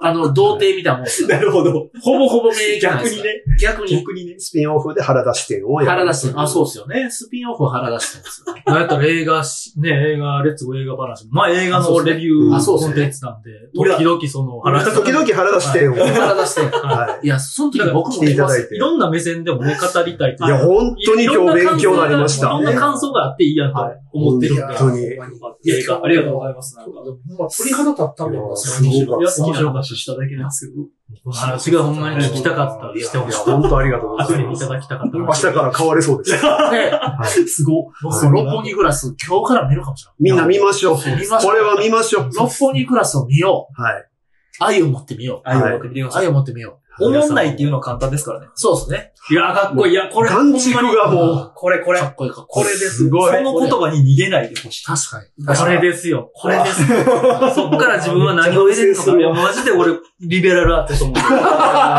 D: あの、童貞みたいなもんです
C: す。
D: よ
C: なるほど。
D: ほぼほぼ免疫なん
C: 逆
D: です
C: に
D: よ
C: ね。
D: 逆に。
C: 逆にね。
B: スピンオフで原田視点をやる
D: 腹出してる。あ、そうですよね。スピンオフは腹出してますよね。
A: なんやったら映画し、ね、映画、レッツゴー映画話も。まあ映画
D: あそう
A: の
D: っすね
A: レビュ
D: あ
A: ー
D: そうっす
A: コ
D: ね
A: ンテンツなんで、
D: 俺ら
A: 時々その話
B: 時々原田視点を。
D: 腹出してる。
B: はい
D: や、その時僕
B: い。来
D: も
B: て
D: 見
B: いた
D: ま
B: だ
D: す
B: いて。
A: い
B: い
A: ろんな目線でもね、語りたいという
B: や、本当に今日勉強になりまし
A: い
B: た
A: ろん。な感想があっていいやんと思ってるんで。
B: 本当に。
A: いやいやありがとうございます。なんか
D: まあ、鳥肌立ったもんな、
B: すごか
A: い
B: っ
A: や、好きな話しただけなんですけど、お話がほんまに聞きたかったらしてほ
B: た。い
A: し
B: や、
A: い。
B: 本当ありがとうござ
A: 遊
B: い
A: び
B: ま
A: にい
B: す
A: た。だきたかった
B: 明日から変われそうです。
D: ね
C: すご
D: 僕も六本木クラス、今日から見るかもしれない。
B: みんな見ましょう。こ
D: 見ましょう
B: れは見ましょう。
D: 六本木クラスを見よ
B: はい。
D: う。愛を持ってみよ
A: 愛を持ってみてく
D: う
A: だ。さい。
D: 愛を持ってみよ
A: 思んないっていうのは簡単ですからね。
D: う。そうですね。
A: いや、かっこいい。いや、これ、
B: 眼軸がもう、
A: これ、これ
D: か、っこいいかっこ
A: こ
D: いい。
A: れです。
B: すごい
A: その言葉に逃げないでほしい。
D: 確かに。
A: これ
D: で。
A: ですよ。これです。そっから自分は何を得れるのか。いや、マジで俺、リベラルアーティスト思う。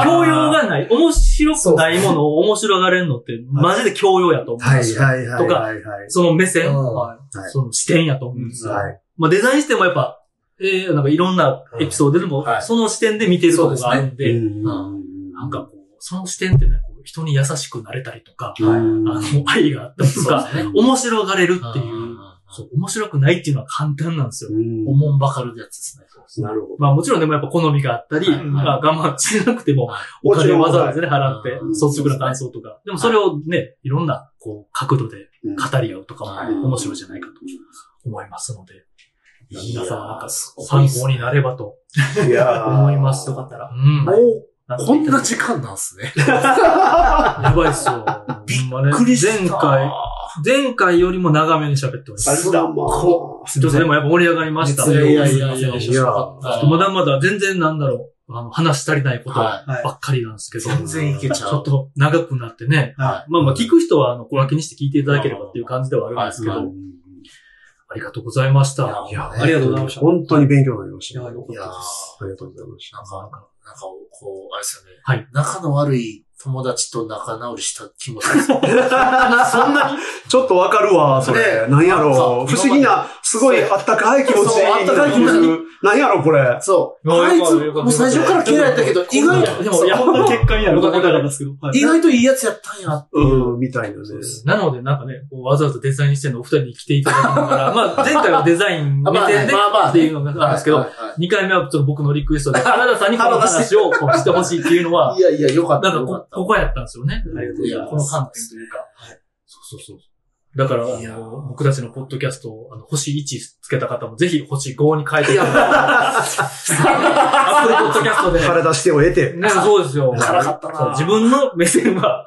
A: 教養がない。面白くないものを面白がれるのって、マジで教養やと思う。
B: はいはいはい。
A: とか
B: はいはい。
A: その目線、
D: うん
B: はい
A: その視点やと思うんですよ。
B: はい。
A: まあ、デザインしてもやっぱ、えー、なんかいろんなエピソードでも、
D: うんはい
A: その視点で見てるとこがあるんで、
B: うん
A: なんかこう、その視点ってね、こう人に優しくなれたりとか、
B: うん
A: あの、愛があったりとか、面白がれるっていう、そう、面白くないっていうのは簡単なんですよ。
B: うん
D: おもんばかるやつですね。
B: なるほど。
A: まあもちろんでもやっぱ好みがあったり、
D: はい
A: まあ我慢しなくても
D: はい、
A: お金をわざわざね、払っ
D: はい
A: て
D: う、ん
A: 率直な感想とか。でもそれをね、いろんな、こう、角度で
B: うん
A: 語り合うとか
D: はい
A: も面白いじゃないかと思いますので、皆さんなんか
D: す
A: 参考になればと
B: いやー
A: 思います。よかったら。うん
D: もう、
A: なて
D: こん
A: いただ
D: な
A: け
D: 時間なんすね。
A: やばいっすよ。ほんまね前回、前回よりも長めに喋ってます。
B: あれだもん
D: こ
A: ちょっとでもやっぱ盛り上がりました
D: い
A: ね。
D: やいやいやい
A: す
D: や、
A: ません
B: いや
A: まだまだ全然なんだろう。あの、話足りないことば
D: は
A: っかりなんですけど。
D: 全然いけちゃう
A: ちょっと長くなってね。
D: は
A: まあまあ、聞く人は、あの、小分けにして聞いていただければっていう感じではあるんですけ
D: はい
A: ど。ありがとうございました。
D: いや
A: ありがとうございました。
B: 本当に勉強になりました。
A: いやよ
B: あ
A: か
D: いやー
B: りがとうございまし
D: な
B: た
D: ん。か、なんか、こう、あれですよね。
A: はい。
D: 仲の悪い友達と仲直りした気も
A: [laughs]
D: するんですけど。
A: [laughs] そんなに
B: ちょっとわかるわ、そ
D: ね
B: れ。なんやろ
D: なん
B: う。不
D: か
B: 思議な、すごいあったかい気持ち
D: そうあったかい気持ち
B: なんやろ、これ。
D: そう。
A: あ
D: あい
A: よか
D: つ、
A: ったよかった
D: もう最初から嫌いだったけど、意外と、
A: でも、いや、
D: そう
A: こんな結果になることはなかったですけど。はい
D: 意外といいやつやったんやっていう。
B: うん、みたいなね。
A: なので、なんかね、こうわざわざデザインしてるのお二人に来ていただきながら、まあ、前回はデザイン目線で
D: まあまあまあ
A: っていうのがあるんですけど
D: は、いはいは
A: 2回目はちょっと僕のリクエストで、原田さんにこの話をこうしてほしいっていうのは、
D: いいやいや、よかった。
A: なん
D: よ
A: か
D: か
A: こ
D: っ、た
A: ここやったんですよね。
B: ありがとう
D: い
B: ござ
D: や
B: い
D: ー
B: ま。。
A: この観点というか。そうそうそう。だから、あ
D: いやー
A: の、僕たちのポッドキャストを、あの、星1つけた方も、ぜひ星5に変えて
D: い
A: い
D: や、
A: ただいて、アップルポッドキャストです
B: 体してを得て。
A: ね、そうですよ。
D: 辛かった
A: そう
D: な。
A: 自分の目線は、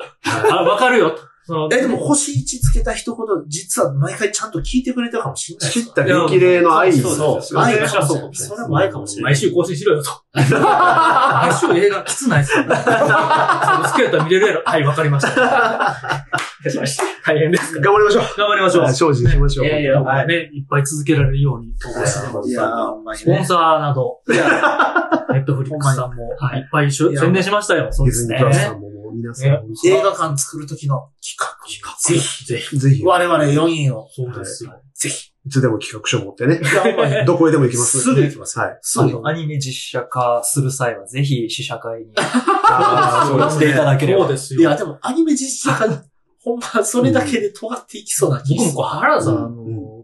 A: あ、わかるよと。その
D: え、でも星1つけた一言、実は毎回ちゃんと聞いてくれたかもしれない
B: 知
D: で
B: っ
D: すよ。
B: た激励の愛
A: そう
D: そ
A: そうう。
D: 愛
A: そう
D: かもしれ
A: そ
D: な
A: う
D: い。それも愛かもしれない。
A: 毎週更新しろよと。毎週映画きつないっすよ。そう好きやったら見れるやろ。はい、わかりました。大変ですから。
B: 頑張りましょ
A: 頑張りましょう
B: う。。精進しましょう。
A: いやいや、
B: はい
A: ね、いっぱい続けられるように、投稿しても
D: いやー、ほんまに
A: スポン
D: ね。
A: サーなど、ネットフリックスさんも、いっぱいしょ
D: いや
A: 宣伝しましたよ。そうで
B: ディズ
A: す
B: ニ
A: ね
B: ープ。ラスさんももう皆さん、
D: 映画館作る時の企画。ぜひ、
A: ぜひ。
B: ぜひ、
D: 我々4人を。
A: そうですよ。
D: ぜひ。
B: いつでも企画書持ってね。
D: いやほんまに
B: どこへでも行きます。
D: すぐ行きますよ。
B: はい。
D: すぐ行きま
E: アニメ実写化する際は、ぜひ試写
A: [laughs]
E: 会に
B: あー
E: 来ていただけれ
A: そう
E: ば。
A: です
D: す。いや、
A: よ。
D: でもアニメ実写化、ほんま、それだけで尖っていきそうな気
A: 僕
D: が
A: も
D: す
A: こう、原田さん、あ
B: う
A: の、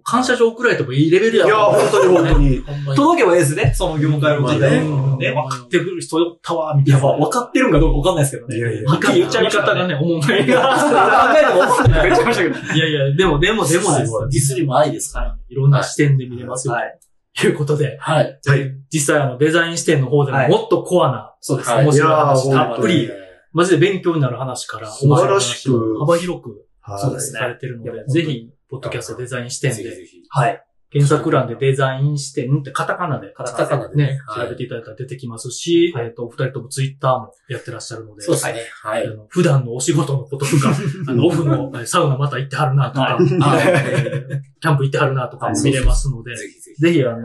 A: 感謝状くらいともいいレベル
B: い
A: や
B: や、本当に本当に。
D: る。ほんまに。
E: 届けばいいですね、その業界の
D: ま
E: 時
D: あ
E: 代
D: ね
E: に。
A: うんね、分かってくる人よったわ、みたい
E: や
A: な。
E: ば、分かってるんかどうか分かんないですけどね。
B: いやいや
E: はっきり言っちゃいました
A: 方
E: ね。
A: がね、思わないが。
E: 考えても分かんない言っちゃいましたけど。
A: いやいや、でも、でも、でもですよ
D: ディスりも愛ですから。
A: いろんな視点で見れますよ。
E: はい。
A: ということで、
D: はい。
B: はい。
A: 実際あのデザイン視点の方でも
E: はい
A: もっとコアな、
D: そうです
A: 面
D: ね。
A: 白い
B: い
A: 話、
B: やー
A: たっぷり、マジで勉強になる話から、
B: 素晴らしく
A: 面白い話を幅広く
B: はい
A: そうですねされてるの
E: いや
A: で、
E: 本当
A: ぜ
E: に
A: ひ、ポッドキャストデザイン視点で、
D: ひ。
E: はい。
A: 検索欄でデザイン視点ってカタカナで、カ
D: タカナでね
A: ね、
D: はい
A: 調べていただいたら出てきますし、えっと、お二人ともツイッターもやってらっしゃるので、
D: そうですね。は
A: あ
D: い。
A: の普段のお仕事の
D: [laughs]
A: こととか、あの、オフのえサウナまた行ってはるなとか、えーキャンプ行ってはるなとかも見れますので、
D: ぜひぜひ。
A: ぜひ、あのー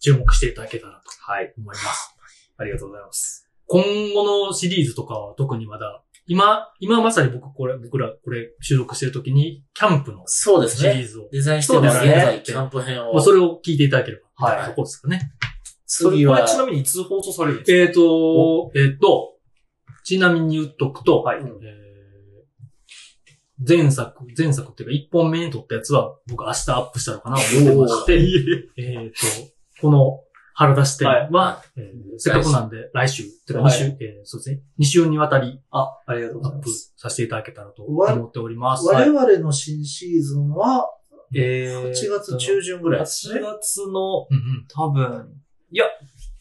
A: 注目していただけたらと
E: はい。
A: 思います。
E: ありがとうございます。
A: 今後のシリーズとかは特にまだ今、今まさに僕これ、僕らこれ収録してる時に、キャンプの
D: そうです
A: シリ
D: ね。
A: ーズを、
D: デザインしてます
A: そうですね
D: 現在、キャンプ編
A: ま
D: を
A: あ、。それを聞いていただければ、
D: はい
A: そこですかね。
D: 次は、
E: みにいつ放送されるん
A: えっ、と、えっ、と、ちなみに言っとくと、えー前作、前作っていうか、一本目に撮ったやつは、僕明日アップしたのかなと思ってまして、えっ、と、この、原田支店は、えーせっかくなんで、来週、てか2週、えーそうですね、2週にわたり、
E: あ、ありがとうご
A: ア
E: ざい
A: ッ
E: ま
A: プ
E: す。
A: させていただけたらと思っております。
D: 我々の新シーズンは、
E: え
D: 8月中旬ぐらいです
E: 8
D: ね。
E: 月の
A: うんうん
E: 多分、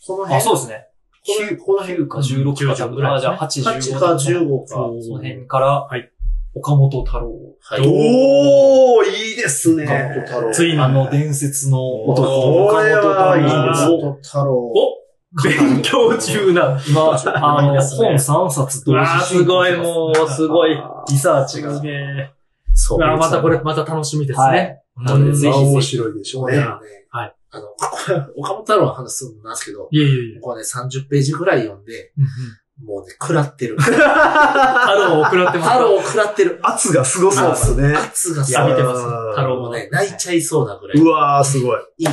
D: この
E: あ、
D: 辺、
E: そうですね。
D: この辺この辺
E: 9か16か多分、あ、じゃあ8、
D: 8か
E: 15
D: 15か。
E: その辺から、岡本太郎。
D: はい。
B: おー、いいですね。
D: 岡本太郎。
A: ついに
E: あの伝説の
B: こ
E: 男、岡
B: れ
E: 本
B: は
E: 太
B: いい
E: 郎
B: です。
E: を
D: 岡本太郎。
A: 勉強中な。
E: 今、あの、
A: [laughs]
E: 本3冊同時
A: わあ、すごい、もう、すごい。
E: リサーチが。
A: すげえ。
D: そう
A: わあまたこれ、また楽しみですね。なので、ぜ
B: まあ
A: ひぜ
B: 面
A: ひ。
B: 白いでしょ
D: も
B: う
D: うね、
B: ね。
A: はい
D: あの、岡本太郎の話するのなんですけど、
A: いやいやいや。
D: ここはね、30ページぐらい読んで、
A: うんうん
D: もうね、食らって [laughs] る。
A: 太郎を食らってます
D: 太。郎を食らってる。
B: 圧がすごそうですね。
D: 圧が
A: いや
D: さ、
A: 見てます太郎
D: も
A: も
D: う
A: ね。
D: ね、泣いちゃいそうなぐらい。
B: うわー、すごい。
D: いい。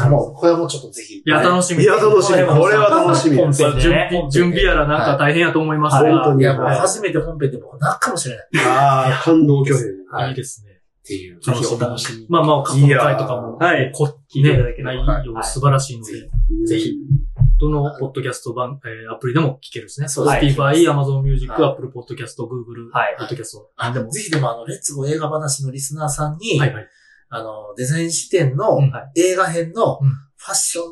D: あもう、これはもうちょっとぜひ。
A: いや、楽しみ。
B: いや、楽しみ。これは楽しみです。
A: まあ準備準備やらなんか大変やと思いますが、
B: 本当
D: い
B: に。
D: や、もう
B: あ
D: 初めて本編でも泣くかもしれない。
B: あー、感動巨編。
D: はい
A: い
D: い。っ
A: ですね。
D: ていう。
A: ぜひお楽
E: し
A: まあまあ、過去の回とか
E: や
A: も、
E: ーはい
A: こ
E: 聞いていただけ
A: ね、
E: れば
A: 内
D: は
A: 容
D: い
A: 素晴らしいので、ぜひ、どのポッドキャスト版、えーアプリでも聞けるんですね。
D: そうです
A: Spotify、Amazon Music、
D: はい
A: Apple Podcast、Google、
E: はい
A: ポッドキャスト。
D: あ、でも、ぜひでも、あの、レッツゴー映画話のリスナーさんに、
A: はいはい。
D: あの、デザイン視点の
A: うん
D: 映画編のフ
A: うん
D: ァッションの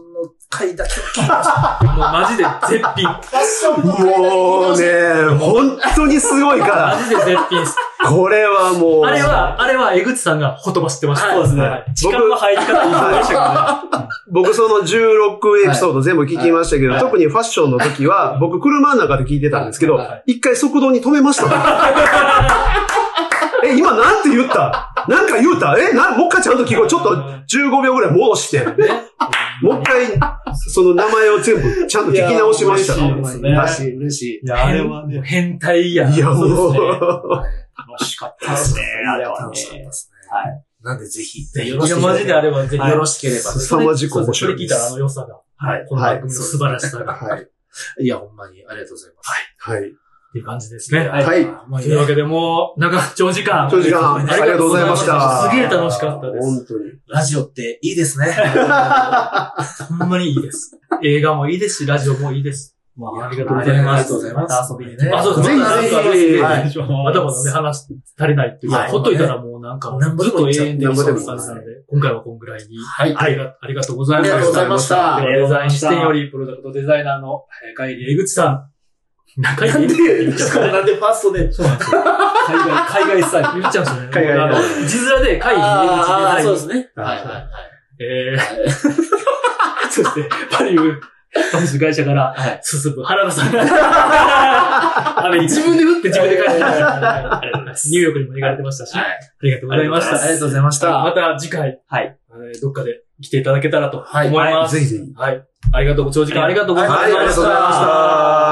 D: 回 [laughs] だけを聞いてほしい。
A: もうマジで絶
D: [laughs]
A: 品。
D: ファッションの回だけ
B: も
D: 聞いてほ
B: う
D: しい。
B: ね、本当にすごいか
A: マジで絶品っす。
B: ら。これはもう。
A: あれは、あれは江口さんがほとばしってました。
D: はい
E: そうですね
B: はい。
E: 時間の入り方いいでした
B: 僕その16エピソード全部聞きましたけど、
D: はい
B: 特にファッションの時は、僕車の中で聞いてたんですけど
D: はいは、
B: 一回速道に止めましたもん。え、今なんて言ったなんか言うたえ、な、もう一回ちゃんと聞こう。ちょっと15秒ぐらい戻して。もう一回、その名前を全部ちゃんと聞き直しました。
E: いやー
B: い
E: 嬉
D: 嬉しい、嬉しい。
E: けどね。いや、あれはね、
A: 変態や。
B: や、も
A: そううですね。
E: 楽しかったですね。あれは
D: 楽しかった
E: ね
D: で。すね。。
E: はい
D: なんでぜひ、
A: い
D: よろし
A: や、
D: ければ
A: マジであればぜひ。
D: よろしければね。
B: 凄まじく面白い
A: それ聞
B: で
A: いたらあ
B: す。
A: の良さが、
B: はい
A: この番組の素晴らしさが、っ
D: はい。いや、ほんまにありがとうございます。
B: はい。
A: ていう感じですね。
B: はい
D: まあ。もう
A: というわけでもう、なんか長時間。
B: 長時間ありがとうございました
A: すげえ楽しかったです。
B: 本当に。
D: ラジオっていいで
A: [laughs]
D: すね。
A: ほんまにいい
D: [laughs]
A: です。映画もいいですし、ラジオもいいです。まあ、ありがとうござい
D: あ
A: ま
D: りが
A: す
D: とう。ございます。
E: また遊びにね
A: あ、そうです。
B: ぜひ
A: まだなんか
B: ぜひ
A: ね
B: はい
A: まだまだね、話足りないっていうか、
D: はい
A: ほっといたらもうなんか、ず
D: なんぼで
A: っ
D: も
A: と
D: いっちゃう
A: 永遠できそうな感じなんで、今回はこんぐらいに。
D: はい。
A: ありがありがとうございま
D: ありがとうございまし
A: したた。ではデザイン視点より、プロダクトデザイナーの、えー会議江口さん。中井
D: なん
A: 江口
D: で、しかもなんでファーストで。
A: そうなんですよ。海外、海外スタイル。言っちゃうんですよ
B: 海
A: ね。
B: 外
A: あの、字面で会議
D: あーあー、
A: 江口デザ
D: そうで
A: イ
D: す
A: ン。
D: ね。
B: はい
D: はいはい。
A: えー、 [laughs] そして、バリュー、株式会社から
D: はい
A: 進む原田さん [laughs] が。アメリカ自分で打って自分で書いてる。ありがとうございますニューヨークにも行かれてましたし、
D: は
A: あ
D: い。
A: りがとうございました。
D: ありがとうございました。
A: また次回、
E: はい
A: えーどっかで来ていただけたらと思い
D: は
A: ます。
B: ぜひぜひ。
A: はい。ありがとうご、長時間ありがとうございました。
B: はいありがとうございました